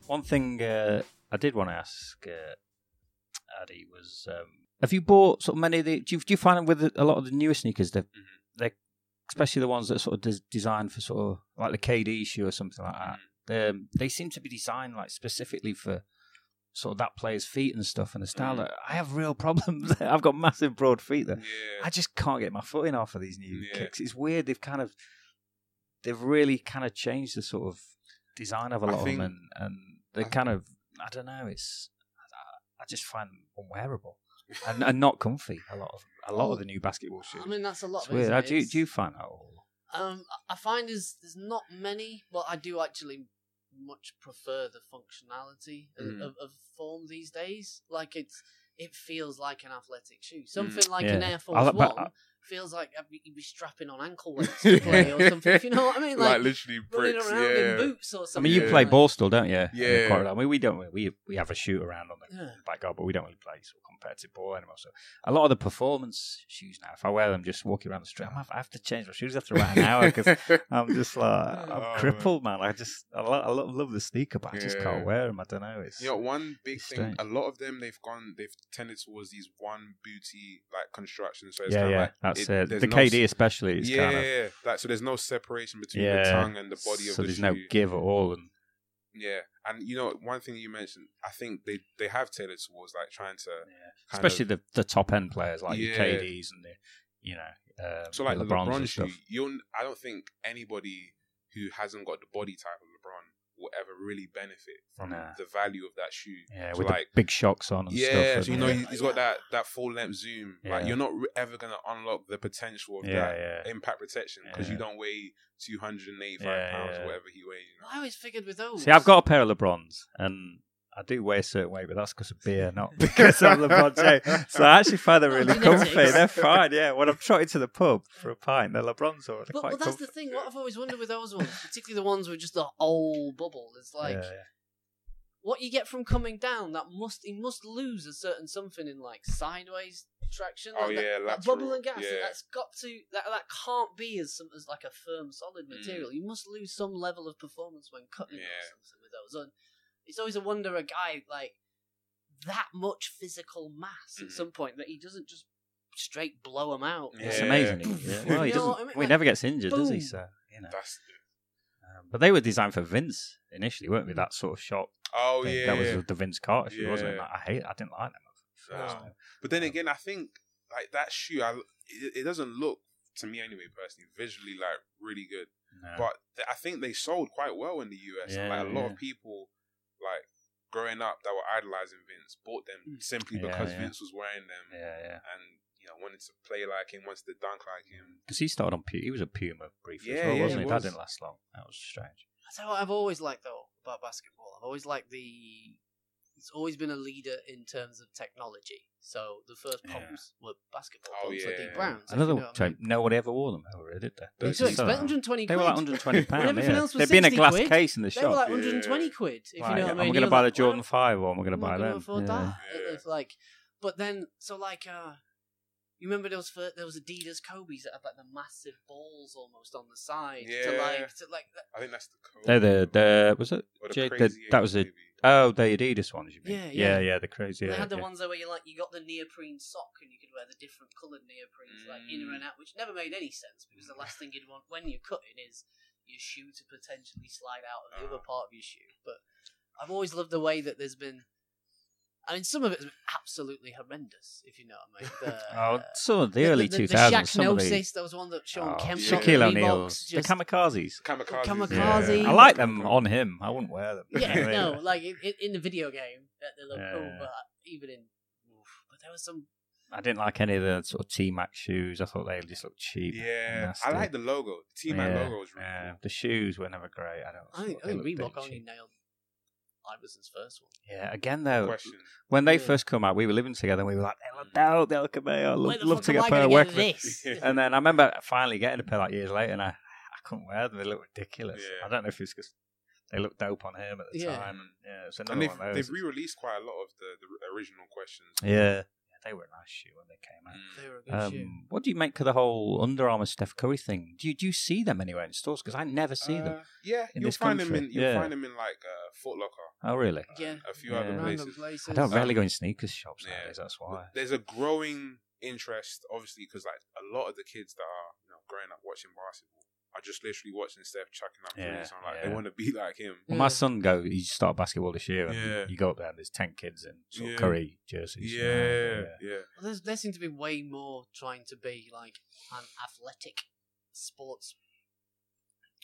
S1: One thing uh, I did want to ask uh, Addy was, um, have you bought sort of many of the? Do you, do you find with a lot of the newer sneakers, they
S2: Mhm.
S1: they especially the ones that are sort of des- designed for sort of like the KD shoe or something like that.
S2: Mm.
S1: Um, they seem to be designed like specifically for sort of that player's feet and stuff and the style.
S2: Mhm.
S1: that I have real <laughs> problems. I've got massive broad feet there.
S2: Yeah.
S1: I just can't get my foot in off of these new
S2: Yeah.
S1: kicks. It's weird. They've kind of, they've really kind of changed the sort of design of a
S2: I
S1: lot of
S2: think-
S1: them, and, and they
S2: I-
S1: kind of, I don't know. It's, I, I just find them unwearable and, and not comfy. A lot of a lot of the new basketball shoes.
S3: I mean, that's a lot.
S1: it's
S3: of it,
S1: weird.
S3: isn't
S1: How
S3: it?
S1: do you,
S3: It's-
S1: do you find that? all?
S3: Um, I- I find there's there's not many, but I do actually much prefer the functionality of,
S2: Mm.
S3: of, of form these days. Like it's it feels like an athletic
S2: Mm.
S3: shoe. Something like an
S1: Yeah.
S3: Air
S1: I
S3: Force
S1: like- but
S3: One feels like I'd be, you'd be strapping on ankle
S2: <laughs>
S3: weights to play or something. If you know what I mean?
S2: like,
S3: Like,
S2: literally
S3: running
S2: bricks.
S3: around in
S2: Yeah.
S3: boots or
S1: I
S3: something.
S1: mean, you
S2: Yeah.
S1: play
S3: like-
S1: ball still, don't you?
S2: Yeah.
S1: Quite, I mean, we don't. We we have a shoot around on the
S3: Yeah.
S1: the back up, but we don't really play sort of competitive ball anymore. So a lot of the performance shoes now, if I wear them just walking around the street, I'm have, I have to change my shoes after about an hour because
S2: <laughs>
S1: I'm just like I'm
S2: Oh,
S1: crippled, man. I just I, lo- I lo- love the sneaker, but I just
S2: Yeah.
S1: can't wear them. I don't know. It's
S2: You know, one big
S1: It's
S2: thing.
S1: strange.
S2: A lot of them they've gone, they've tended towards these one booty like constructions. So it's
S1: yeah,
S2: kind
S1: yeah,
S2: of like
S1: that's
S2: it-
S1: it.
S2: there's
S1: The
S2: no
S1: KD especially is
S2: yeah,
S1: kind of
S2: yeah, like so. There's no separation between
S1: yeah.
S2: the tongue and the body of
S1: so
S2: the
S1: there's
S2: shoe.
S1: no give at all, and
S2: yeah, and you know one thing you mentioned, I think they they have tailored towards like trying to kind
S1: especially the the top end players like
S2: Yeah.
S1: your KDs and the you know um,
S2: so like the
S1: LeBrons
S2: LeBron
S1: and
S2: shoe.
S1: stuff.
S2: You'll I don't think anybody who hasn't got the body type of LeBron will ever really benefit from
S1: Nah.
S2: the value of that shoe.
S1: Yeah,
S2: So,
S1: with
S2: like-
S1: the big shocks on and
S2: Yeah,
S1: stuff.
S2: so you
S1: and
S2: know
S1: yeah.
S2: he- he's got that that full length zoom. Like
S1: Yeah.
S2: you're not re- ever gonna unlock the potential of
S1: yeah,
S2: that
S1: yeah.
S2: impact protection because you
S1: Yeah.
S2: don't weigh 285
S1: Yeah,
S2: pounds
S1: yeah.
S2: or whatever he weighs. You know? <laughs>
S3: I always figured with those.
S1: See, I've got a pair of LeBrons, and I do weigh a certain way, but that's because of beer, not <laughs> because I'm LeBron James. So I actually find them
S3: Not
S1: really
S3: genetics.
S1: comfy. They're fine, yeah. When I'm trotting to the pub for a pint, they're LeBrons are they're
S3: But well,
S1: quite
S3: that's
S1: comfy.
S3: the thing. What I've always wondered with those ones, particularly the ones with just the whole bubble, it's like
S1: Yeah, yeah.
S3: what you get from coming down, that must he must lose a certain something in like sideways traction.
S2: Oh,
S3: like that,
S2: yeah,
S3: that
S2: lateral,
S3: bubble and gas.
S2: yeah.
S3: That's got to that that can't be as some as like a firm solid
S2: Mm.
S3: material. You must lose some level of performance when cutting or
S2: Yeah.
S3: something with those. And it's always a wonder a guy like that much physical mass at
S2: Mhm.
S3: some point that he doesn't just straight blow them out.
S2: Yeah.
S1: It's amazing. Yeah. Well, he
S3: You know
S1: doesn't.
S3: what I mean?
S1: well, he never gets injured, does he?
S3: Boom.
S1: So you know.
S2: That's
S1: Um, but they were designed for Vince initially, weren't they? That sort of shot.
S2: oh
S1: thing.
S2: yeah.
S1: that was the Vince Carter shoe, wasn't it?
S2: Yeah.
S1: Like, I hate. I didn't like them. at first.
S2: No. But then
S1: Um,
S2: again, I think like that shoe, I it, it doesn't look to me anyway personally visually like really good.
S1: No.
S2: But th- I think they sold quite well in the US.
S1: Yeah,
S2: like a lot
S1: yeah.
S2: of people like growing up that were idolizing Vince bought them
S3: Mm.
S2: simply
S1: Yeah,
S2: because
S1: yeah.
S2: Vince was wearing them
S1: yeah, yeah.
S2: and you know wanted to play like him, wanted to dunk like him.
S1: Because he started on. Pu- He was a Puma briefly
S2: Yeah,
S1: as well,
S2: yeah,
S1: wasn't
S2: he
S1: he?
S2: was.
S1: That didn't last long. That was strange.
S3: That's how I've always liked though about basketball. I've always liked the. It's always been a leader in terms of technology. So the first
S1: Yeah.
S3: pumps were basketball
S2: Oh,
S3: pumps, like
S2: yeah.
S3: the Browns. if
S1: Another
S3: you know what I
S1: time, nobody ever wore them over, did they?
S2: They're
S3: mean.
S2: too
S3: So
S1: They
S3: expensive,
S1: were
S3: 120
S1: they
S3: quid.
S1: were like 120
S3: When
S1: pounds.
S3: everything
S1: Yeah.
S3: else was
S1: They'd been a
S3: 60
S1: glass
S3: quid,
S1: case in the
S3: They were
S1: shop.
S3: like
S2: Yeah.
S3: 120 quid,
S1: Like,
S3: if you know what I
S1: I'm
S3: mean.
S1: gonna
S3: You're
S1: buy the
S3: like,
S1: Jordan
S3: "Well,
S1: Five, or I'm gonna
S3: I'm not
S1: buy
S3: gonna
S1: them. Yeah.
S3: afford that.
S2: Yeah.
S3: It's like, but then, so like, uh, you remember those first, there was Adidas Kobe's that had like the massive balls almost on the side to
S2: Yeah.
S3: like, to like,
S2: I think that's the code.
S1: They're the the was it?
S2: or the
S1: Jake, the-
S2: Crazy
S1: that
S2: Eight,
S1: was a-
S2: maybe.
S1: Oh, the Adidas ones. You mean?
S3: Yeah,
S1: yeah,
S3: yeah.
S1: the crazy.
S3: they
S1: Yeah,
S3: had the
S1: yeah.
S3: ones there where you like you got the neoprene sock and you could wear the different coloured neoprenes like inner
S2: Mm.
S3: and out, which never made any sense because the last thing you'd want when you're cutting is your shoe to potentially slide out of the
S1: Ah.
S3: other part of your shoe. But I've always loved the way that there's been. I mean, some of it's absolutely horrendous, if you know what I mean. The,
S1: <laughs> Oh, some of the,
S3: uh, the-
S1: early
S3: the, the,
S1: two
S3: the
S1: thousands.
S3: Shaq
S1: some of the
S3: Gnosis, there was one that Sean
S1: oh,
S3: Kemp got
S1: Shaquille
S3: the
S1: O'Neal,
S3: Reeboks
S1: the
S3: just-
S1: kamikazes.
S2: Kamikaze.
S3: Kamikaze.
S1: Yeah. I like them on him. I wouldn't wear them. <laughs>
S3: yeah,
S1: Yeah.
S3: no, like in, in the video game, that they look
S1: Yeah.
S3: cool, but even in, oof, but there was some.
S1: I didn't like any of the sort of T Mac shoes. I thought they just looked cheap. and
S2: Yeah,
S1: nasty.
S2: I like the logo. The T Mac
S1: Yeah,
S2: logo is really
S1: yeah.
S2: cool.
S1: Um, The shoes were never great. I don't.
S3: I think,
S1: thought they
S3: I
S1: looked
S3: think Reebok
S1: dirty.
S3: only nailed Iverson's first one.
S1: Yeah. Again, though,
S2: Question.
S1: when they
S3: Yeah.
S1: first come out, we were living together. and We were like, "They look dope. They look amazing. I
S3: Where
S1: love,
S3: the
S1: love
S3: fuck
S1: to
S3: am
S1: get
S3: I
S1: a pair
S3: gonna
S1: of work."
S3: get <laughs> this?
S2: Yeah.
S1: <laughs> And then I remember finally getting a pair like years later, and I, I couldn't wear them. They looked ridiculous.
S2: Yeah.
S1: I don't know if it's because they looked dope on him at the
S3: Yeah.
S1: time. And, yeah, it's another
S2: Um, And they've,
S1: one of those.
S2: they've re-released quite a lot of the, the original questions.
S1: yeah. yeah, they were a nice shoe when they came out.
S2: Mm.
S3: They were a good shoe.
S1: Um, what do you make of the whole Under Armour Steph Curry thing? Do you, do you see them anywhere in stores? Because I never see them.
S2: Uh, yeah,
S1: in
S2: you'll
S1: this
S2: find them
S1: country.
S2: in you'll
S1: Yeah.
S2: find them in like uh, Foot Locker,
S1: Oh, really?
S3: Yeah,
S2: a few
S1: Yeah.
S2: other
S1: Random
S2: places.
S3: random places.
S1: I don't
S2: Um,
S1: rarely go in sneakers shops
S2: yeah.
S1: nowadays. That's why.
S2: There's a growing interest, obviously, because like a lot of the kids that are you know growing up watching basketball are just literally watching Steph chucking up
S1: Yeah,
S2: threes. I'm like, they
S1: yeah.
S2: want to be like him.
S1: Well, my
S3: Yeah.
S1: son go. He started basketball this year, and
S2: Yeah.
S1: you go up there, and there's ten kids in sort
S2: Yeah.
S1: of Curry jerseys. you know, uh,
S2: Yeah, yeah.
S3: Well, there's, there seems to be way more trying to be like an athletic sports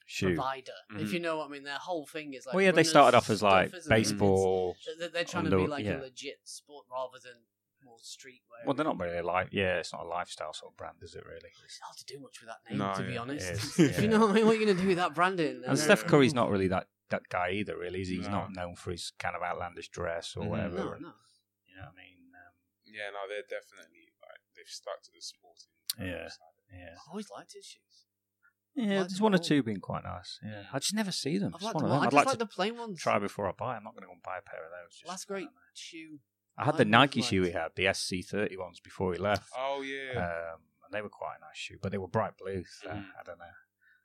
S1: shoe.
S3: provider,
S2: Mhm.
S3: if you know what I mean. Their whole thing is like.
S1: well, yeah, they
S3: runners
S1: started off as like
S3: stuff, isn't it?
S1: baseball.
S3: It's- They're, they're trying to
S1: under-
S3: be like
S1: yeah.
S3: a legit sport rather than more street wear.
S1: Well, they're not really like. Yeah, it's not a lifestyle sort of brand, is it really?
S3: It's hard to do much with that name,
S2: No,
S3: to be
S2: yeah,
S3: honest.
S1: it is,
S3: <laughs> If you know what I mean, what are you going to do with that branding?
S1: And
S2: Yeah.
S1: Steph Curry's not really that that guy either. Really, is he? he's
S2: No.
S1: not known for his kind of outlandish dress or
S2: Mhm.
S1: whatever.
S3: No,
S1: and-
S3: no.
S1: You know what I mean? Um,
S2: Yeah, no, they're definitely like they've stuck to the sporting.
S1: Yeah.
S2: side.
S1: yeah.
S3: I always liked his shoes.
S1: Yeah,
S3: Like
S1: there's
S3: the
S1: one or
S3: ball.
S1: two being quite nice. Yeah, I just never see them.
S3: I've
S1: It's
S3: liked
S1: one
S3: them.
S1: of
S3: all.
S1: them. I'd
S3: I just
S1: like
S3: like
S1: to
S3: the plain ones.
S1: try before I buy. I'm not going to go and buy a pair of those. just-
S3: Last great shoe.
S1: I had the
S3: I've
S1: Nike
S3: liked-
S1: shoe he had, the SC thirty ones before he left.
S2: Oh yeah,
S1: Um, and they were quite a nice shoe, but they were bright blue. So
S2: Mhm.
S1: I don't know.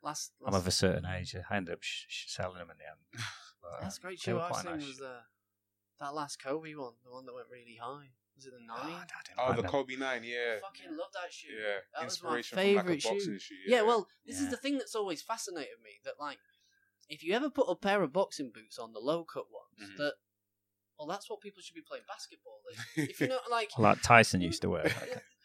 S3: Last,
S1: I'm of
S3: last,
S1: a certain age. I ended up sh- sh- selling them in the
S2: <laughs>
S1: end. But,
S3: last great
S1: they
S3: shoe
S1: were
S3: I've
S1: quite
S3: seen
S1: nice.
S3: was uh, that last Kobe one, the one that went really high. Was it the
S1: Oh, I
S3: nine?
S1: didn't
S2: oh
S1: like
S2: the
S1: them.
S2: Kobe Nine, yeah,
S3: I fucking love that shoe.
S2: yeah.
S3: That was my
S2: Inspiration from like a
S3: favourite shoe.
S2: boxing shoe. <laughs>
S3: Yeah, well, this
S1: Yeah.
S3: is the thing that's always fascinated me that like if you ever put a pair of boxing boots on the low cut ones
S1: Mm-hmm.
S2: Mhm.
S3: that well that's what people should be playing basketball in.
S1: <laughs>
S3: if you know like
S1: like Tyson used to
S3: <laughs>
S1: wear.
S3: Yeah,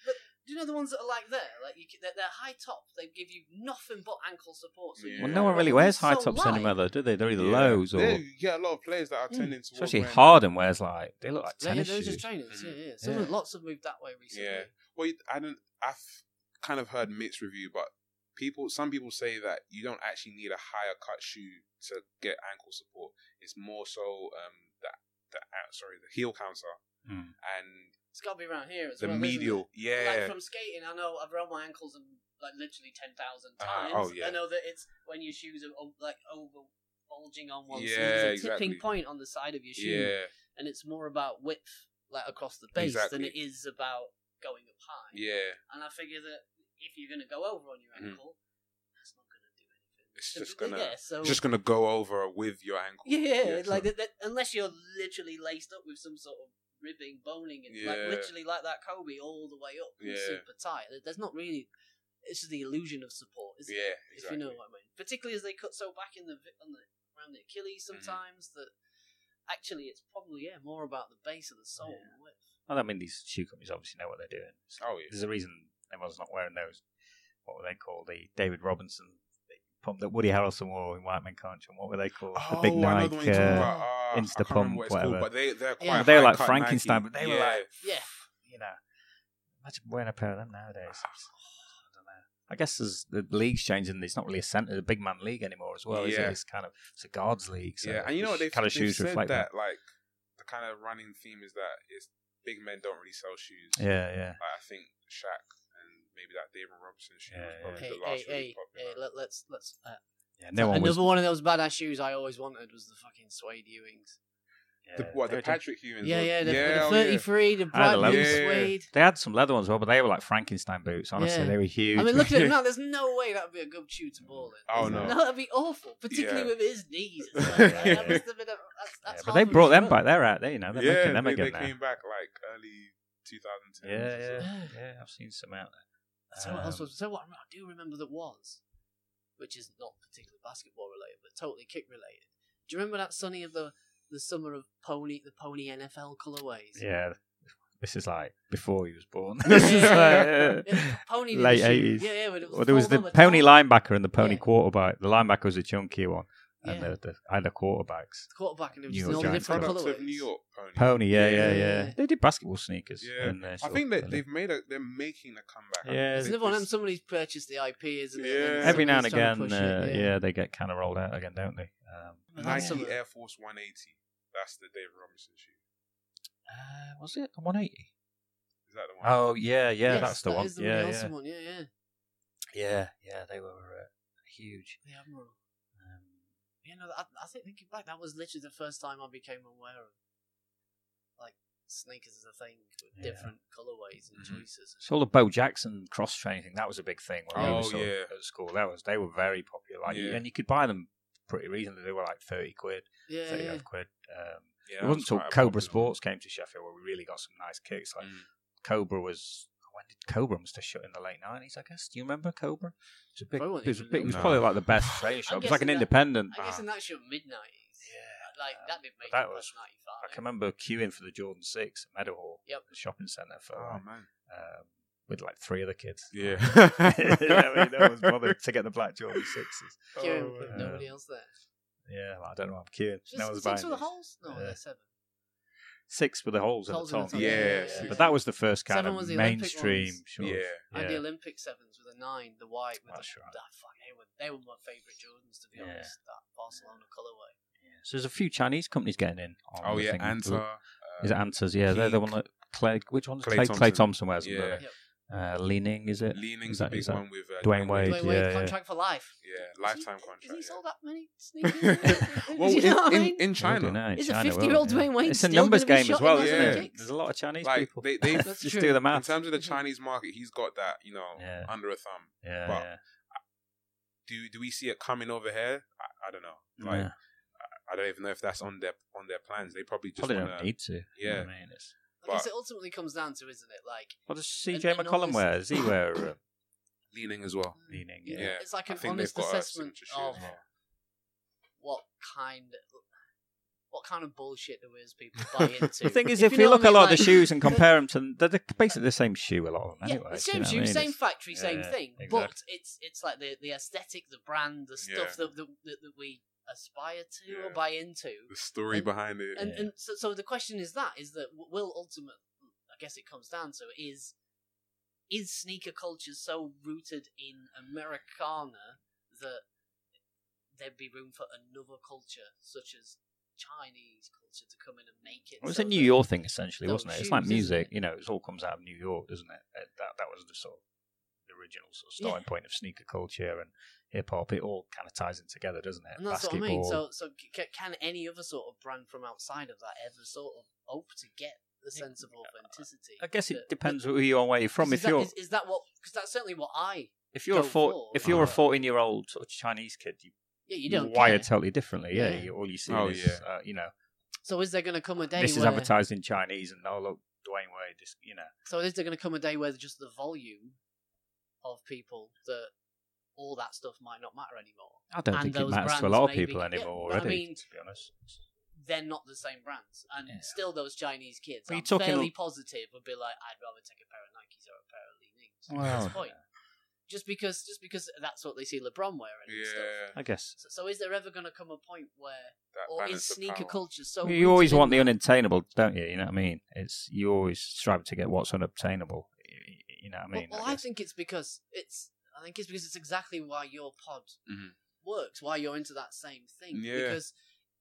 S3: but do you know the ones that are like there like you c- they're, they're high top they give you nothing but ankle support so you
S2: <laughs> Yeah.
S1: Well,
S3: can
S1: no one
S3: walk
S1: really
S3: in
S1: wears
S3: so
S1: high tops
S3: light.
S1: anymore, though, do they? They're either
S2: Yeah.
S1: lows or Hmm.
S2: There, you get a lot of players that are
S3: Mm.
S2: tending to
S1: especially
S2: wearing-
S1: Harden wears like they look like
S3: yeah, yeah,
S1: tennis
S3: those are
S1: shoes. Mm.
S3: trainers yeah
S2: Mhm.
S3: yeah Some
S1: Yeah.
S3: of- lots have moved that way recently
S2: Yeah. Well, you- I don't. I've kind of heard mixed review, but people, some people say that you don't actually need a higher cut shoe to get ankle support. It's more so um that the uh, sorry the heel counter
S1: Mm.
S2: and
S3: it's got to be around here as
S2: the
S3: well isn't it?
S2: medial.
S3: Like
S2: Yeah,
S3: from skating, I know I've rolled my ankles and like literally ten thousand
S2: Ah,
S3: times.
S2: oh, yeah.
S3: I know that it's when your shoes are o- like over bulging on one side.
S2: Yeah,
S3: There's a
S2: exactly.
S3: tipping point on the side of your shoe,
S2: yeah,
S3: and it's more about width like across the base than it is about going up high.
S2: yeah.
S3: And I figure that if you're going to go over on your
S2: Mhm.
S3: ankle, that's not going to do anything.
S2: It's
S3: So-
S2: just gonna
S3: yeah, so
S2: just gonna go over with your ankle.
S3: yeah,
S2: Yeah,
S3: like
S2: so-
S3: that, that- unless you're literally laced up with some sort of ribbing, boning, and like
S2: Yeah.
S3: literally like that Kobe all the way up, and
S2: Yeah.
S3: super tight. There- There's not really. It's just the illusion of support, isn't it?
S2: Yeah,
S3: If you
S2: exactly.
S3: know what I mean. Particularly as they cut so back in the, vi- on the around the Achilles
S2: Mm-hmm.
S3: sometimes that actually it's probably yeah more about the base of the sole.
S1: Yeah.
S3: than the width.
S1: I don't mean these shoe companies obviously know what they're doing. So
S2: Oh yeah.
S1: There's a reason everyone's not wearing those. What were they called? The David Robinson pump that Woody Harrelson wore in White Man Can't Jump. What were they called? the big
S2: Oh,
S1: Nike.
S2: I know the one you're talking
S1: uh,
S2: about. Ah, I
S1: Insta
S2: can't remember
S1: pump,
S2: what it's
S1: whatever.
S2: but they they're quite
S3: Yeah,
S1: they were like
S2: high-cut
S1: Frankenstein,
S2: Nike.
S1: but they were
S2: Yeah.
S1: like,
S3: Yeah.
S1: you know, imagine wearing a pair of them nowadays. It's- I don't know. I guess as the league's changing, it's not really a center, the big man league anymore as well. Is it?
S2: Yeah.
S1: It's kind of it's a guards league. So
S2: yeah, and you know what they've,
S1: kind of
S2: they've
S1: shoes
S2: said
S1: reflect that.
S2: that, like the kind of running theme is that it's big men don't really sell shoes.
S1: Yeah, yeah.
S2: Like, I think Shaq and maybe that David Robinson shoe
S1: Yeah,
S2: was
S1: yeah.
S2: probably
S3: Hey,
S2: the last
S3: hey,
S2: really
S3: hey, hey,
S2: popular.
S3: let, let's let's. Uh,
S1: yeah no one
S3: another
S1: was.
S3: one of those badass shoes I always wanted was the fucking suede Ewings.
S1: Yeah,
S2: the, what
S1: they
S2: the
S1: were
S2: Patrick Ewing?
S3: Yeah, yeah, the,
S2: yeah,
S3: the
S2: oh,
S3: 33, the
S1: I had the
S3: bright blue
S1: leather.
S2: Yeah, yeah, yeah.
S3: suede.
S1: just- They had some leather ones as well, but they were like Frankenstein boots. Honestly,
S3: Yeah.
S1: they were huge.
S3: I
S1: <laughs>
S3: mean, look at him now. There's no way that would be a good shoe to ball in. <laughs>
S2: Oh,
S1: no.
S3: no, that'd be awful, particularly
S2: Yeah.
S3: with his knees.
S1: <laughs>
S3: It's like, that
S1: Yeah.
S3: must have been a- that's-
S1: Yeah,
S3: that's
S1: but they
S3: half of
S1: brought
S3: his
S1: them
S3: run.
S1: back. They're out there, you know. They're
S2: yeah,
S1: making them
S2: they,
S1: again
S2: they
S1: now.
S2: came back like early 2010s.
S1: Yeah, yeah,
S3: Yeah.
S1: yeah. I've seen some out there.
S3: So what else
S1: Um,
S3: was? So what I remember- I do remember that was, which is not particularly basketball related, but totally kick related. Do you remember that Sunny of the the summer of pony the pony NFL colorways?
S1: Yeah, this is like before he was born.
S3: <laughs>
S1: <laughs>
S3: Yeah,
S1: This is <laughs>
S3: yeah,
S1: like,
S3: yeah. Yeah, Pony did
S1: late
S3: the shoe.
S1: 80s.
S3: Yeah, yeah. But it was
S1: Well, there was
S3: full
S1: the
S3: on with
S1: pony
S3: top.
S1: linebacker and the pony
S3: Yeah.
S1: quarterback. The linebacker was a chunkier one. and
S3: Yeah.
S1: the, the and the quarterbacks.
S3: The quarterback and it was
S1: New
S3: just in all
S1: York
S3: the
S1: Giants
S3: different
S2: Product
S3: colours.
S2: of New York pony.
S1: Pony, yeah, yeah,
S3: Yeah.
S1: yeah. They did basketball sneakers.
S2: Yeah.
S1: and, uh,
S2: I
S1: sort
S2: think
S1: of-
S2: that they've made a. They're making a comeback.
S1: Yeah.
S2: I
S1: It's
S3: It's
S2: think
S3: another one,
S2: this-
S3: and somebody's purchased the IP, isn't it?
S2: Yeah.
S3: And
S1: every now and
S3: somebody's trying
S1: again,
S3: to push
S1: uh,
S3: it,
S1: yeah. they get kind of rolled out again, don't they? Um,
S3: I've had
S2: Nike
S3: some-
S2: Air Force 180. That's the Dave Robinson shoe.
S1: uh, was it the 180?
S2: Is that the one?
S1: Oh yeah, yeah,
S3: Yes,
S1: that's the
S3: that
S1: one.
S3: is the
S1: yeah,
S3: really
S1: yeah.
S3: awesome one. Yeah, yeah.
S1: yeah, yeah, they were uh, huge.
S3: The Admiral.
S1: Um,
S3: You know, I, I think thinking back, that was literally the first time I became aware of like sneakers as a thing with
S1: Yeah. Mm-hmm.
S3: different colorways and
S2: Mhm.
S3: choices.
S1: so all the Bo Jackson cross training thing that was a big thing. When we
S2: Oh,
S1: were sort of
S2: yeah.
S1: at school, that was they were very popular, like,
S2: Yeah.
S1: and you could buy them pretty reasonably. They were like thirty quid,
S3: Yeah,
S1: thirty
S3: yeah.
S1: odd quid. Um,
S2: yeah,
S1: it wasn't
S2: that's
S1: until
S2: quite a
S1: Cobra
S2: popular one.
S1: Sports came to Sheffield where we really got some nice kicks. Like
S2: Mm.
S1: Cobra was when did Cobra must have shut in the late nineties, I guess. Do you remember Cobra? It's a big,
S3: Probably
S1: it was, a
S3: even
S1: big, it was
S2: know.
S1: probably like the best trade shop. It was like
S3: guessing
S1: an
S3: that-
S1: independent.
S3: I guess
S1: Ah,
S3: in that's your mid nineties.
S1: yeah. Oh,
S3: Like that didn't make
S1: that
S3: it
S1: was-
S3: past ninety five.
S1: I can remember queuing for the Jordan Six at Meadowhall,
S3: Yep.
S1: the shopping centre for
S2: Oh
S1: like,
S2: man.
S1: um, with like three other kids. <laughs>
S2: <laughs>
S1: I
S2: Yeah. <laughs>
S1: mean, no one's
S3: <laughs>
S1: bothered to get the black Jordan Sixes.
S3: Queuing
S2: Oh,
S3: with
S1: man.
S3: nobody else there.
S1: Yeah, like, I don't know. I'm queuing.
S3: Just
S1: no one's buying
S3: six with the
S1: these.
S3: holes? No,
S1: Yeah.
S3: there's seven.
S1: Six with the holes,
S3: Holes
S1: at
S3: in
S1: the
S3: the
S1: top.
S3: top,
S2: yeah, Yeah, yeah, yeah.
S1: but that was the first kind
S3: Seven
S1: of
S3: was the Olympic
S1: mainstream.
S3: ones.
S1: sort of-
S2: Yeah.
S3: I had the Olympic sevens with a nine, the white with
S1: That's
S3: the
S1: right.
S3: that fuck, they were they were my favourite Jordans to be
S1: Yeah.
S3: honest. That Barcelona colourway.
S1: So there's a few Chinese companies getting in. on
S2: Oh
S1: the
S2: yeah,
S1: thing.
S2: Anta. Uh,
S1: Is it Antas? Yeah, they're the
S2: Peak.
S1: one that Clay. Which one's
S2: Clay
S1: Clay, Clay, Thompson
S2: Thompson.
S1: wears?
S2: Yeah.
S1: them, Uh, Leaning is it?
S2: Leaning's
S1: Is that-
S2: a big
S1: is that-
S2: one with uh,
S1: Dwayne Wade.
S3: Wait, wait,
S1: yeah, yeah.
S3: contract for life.
S2: Yeah,
S3: Has he-
S2: lifetime
S3: Has he
S2: contract.
S3: sold that many
S2: <laughs>
S3: sneakers? <laughs>
S2: yeah.
S3: Do
S2: well,
S3: you know what I
S2: in, in,
S3: mean?
S2: in China,
S1: Bloody hell, in
S3: Is a
S1: China,
S3: 50-year-old
S1: well, yeah.
S3: Dwayne Wayne
S1: It's a
S3: still
S1: numbers
S3: gonna be
S1: game as
S3: shot
S1: well.
S3: in
S2: those
S1: Yeah,
S3: Olympics?
S1: there's a lot of Chinese
S2: like
S1: people.
S2: they, they
S1: <laughs>
S3: That's
S1: Just
S3: true.
S1: do the
S2: in
S1: math.
S2: terms of
S3: <laughs>
S2: the Chinese market, he's got that you know
S1: Yeah.
S2: under a thumb.
S1: Yeah,
S2: Well,
S1: yeah.
S2: Do do we see it coming over here? I, I don't know. Like
S1: Yeah.
S2: I don't even know if that's on their on their plans. They probably just
S1: Probably
S2: wanna,
S1: don't need to. you know
S2: yeah.
S1: what I mean, it's,
S3: I guess
S2: but-
S3: it ultimately comes down to, isn't it? Like
S1: what does
S3: An-
S1: CJ
S3: an
S1: McCollum
S3: honest-
S1: wear? Does he wear uh,
S2: leaning as well.
S1: leaning?
S3: you
S1: Yeah.
S3: know,
S2: Yeah.
S3: it's like
S2: I
S3: an
S2: think they've
S3: honest
S2: got a
S3: assessment
S2: signature shoe
S3: of
S2: as well.
S3: what kind what kind of bullshit there is people
S2: <laughs>
S3: buy into.
S1: The thing is,
S3: If
S1: if you,
S3: you know
S1: look
S3: what I
S1: at a lot
S3: mean,
S1: of the
S3: like-
S1: shoes
S3: <laughs>
S1: and compare them to, they're the- basically the same shoe. A lot of them, anyway.
S3: yeah, the
S1: do you know
S3: same
S1: what I
S3: shoe,
S1: mean?
S3: same
S1: It's-
S3: factory,
S1: yeah,
S3: same
S1: yeah,
S3: thing. But it's it's like the the aesthetic, the brand, the stuff
S2: Yeah.
S3: that, that that that we aspire to or
S2: Yeah.
S3: buy into.
S2: The story
S3: And-
S2: behind it.
S3: And
S1: Yeah.
S3: and so, so the question is that is that w- will ultimately, I guess it comes down to is is sneaker culture so rooted in Americana that there'd be room for another culture such as Chinese culture to come in and make it.
S1: It was
S3: so
S1: a New
S3: that-
S1: York thing, essentially,
S3: No,
S1: wasn't it? It's like
S3: shoes, isn't
S1: music,
S3: it?
S1: you know, it all comes out of New York, doesn't it? Uh, That that was the sort of the original sort of starting point of sneaker culture and hip hop. It all kind of ties in together, doesn't it?
S3: And that's what I mean. So, so c- c- can any other sort of brand from outside of that ever sort of hope to get the
S1: Yeah.
S3: sense of authenticity?
S1: uh, I guess
S3: that-
S1: it
S3: that-
S1: depends who you are, and where you're from.
S3: is
S1: If
S3: that-
S1: you're
S3: is, is that what? Because that's certainly what I.
S1: if you're a
S3: go
S1: four,
S3: for,
S1: if you're a
S3: uh,
S1: fourteen year old sort of Chinese kid, you,
S3: Yeah, you
S1: you
S3: don't.
S1: wired
S3: care.
S1: totally differently. Yeah,
S3: Yeah.
S1: You, all you see
S2: Oh,
S1: is
S2: yeah.
S1: uh, you know
S3: So is there going to come a day?
S1: this is
S3: where,
S1: advertised in Chinese, and oh look, Dwayne Wade, just you know,
S3: So is there going to come a day where just the volume of people that all that stuff might not matter anymore?
S1: I don't
S3: And
S1: think it
S3: those
S1: matters to a
S3: brands
S1: lot of
S3: maybe-
S1: people
S3: yeah,
S1: anymore.
S3: but I
S1: already,
S3: mean,
S1: to be honest,
S3: They're not the same brands, and
S1: Yeah.
S3: still those Chinese kids.
S1: But you're
S3: I'm
S1: talking-
S3: fairly positive would be like, I'd rather take a pair of Nikes or a pair of Leanings. at
S1: Well,
S3: this <laughs> point. Just because, just because that's what they see LeBron wearing. And stuff.
S2: yeah,
S1: I guess
S3: So, so is there ever going to come a point where,
S2: that
S3: or is
S2: balance of
S3: sneaker
S2: power.
S3: culture so?
S1: you always
S3: rooted in
S1: want the
S3: that?
S1: unattainable, don't you? You know what I mean? It's you always strive to get what's unobtainable. y- y- You know what I mean?
S3: Well, well,
S1: I
S3: I,
S1: guess.
S3: think it's because it's. I think it's because it's exactly why your pod
S2: Mhm.
S3: works. Why you're into that same thing.
S2: Yeah.
S3: Because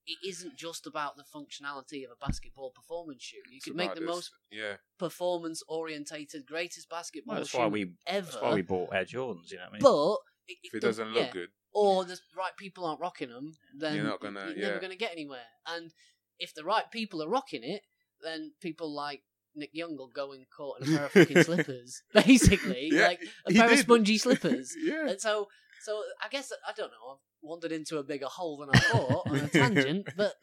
S3: it isn't just about the functionality of a basketball performance shoe. You
S2: It's
S3: could make
S2: about
S3: the
S2: this-
S3: most
S2: Yeah,
S3: performance orientated, greatest basketball
S1: Well, that's
S3: shoe
S1: why we
S3: ever.
S1: that's why we bought Air Jordans. You know what I mean?
S3: but it,
S2: if it doesn't look
S3: yeah.
S2: good, <laughs>
S3: or the right people aren't rocking them, then
S2: You're
S3: you're,
S2: not gonna- yeah.
S3: never going to get anywhere. And if the right people are rocking it, then people like Nick Young will go and caught in a pair of
S2: <laughs>
S3: fucking slippers, <laughs> basically,
S2: Yeah,
S3: like a
S2: he
S3: pair of
S2: did.
S3: spongy slippers.
S2: <laughs> yeah,
S3: and so, so I guess I don't know. I've wandered into a bigger hole than I
S2: <laughs>
S3: thought on a tangent, but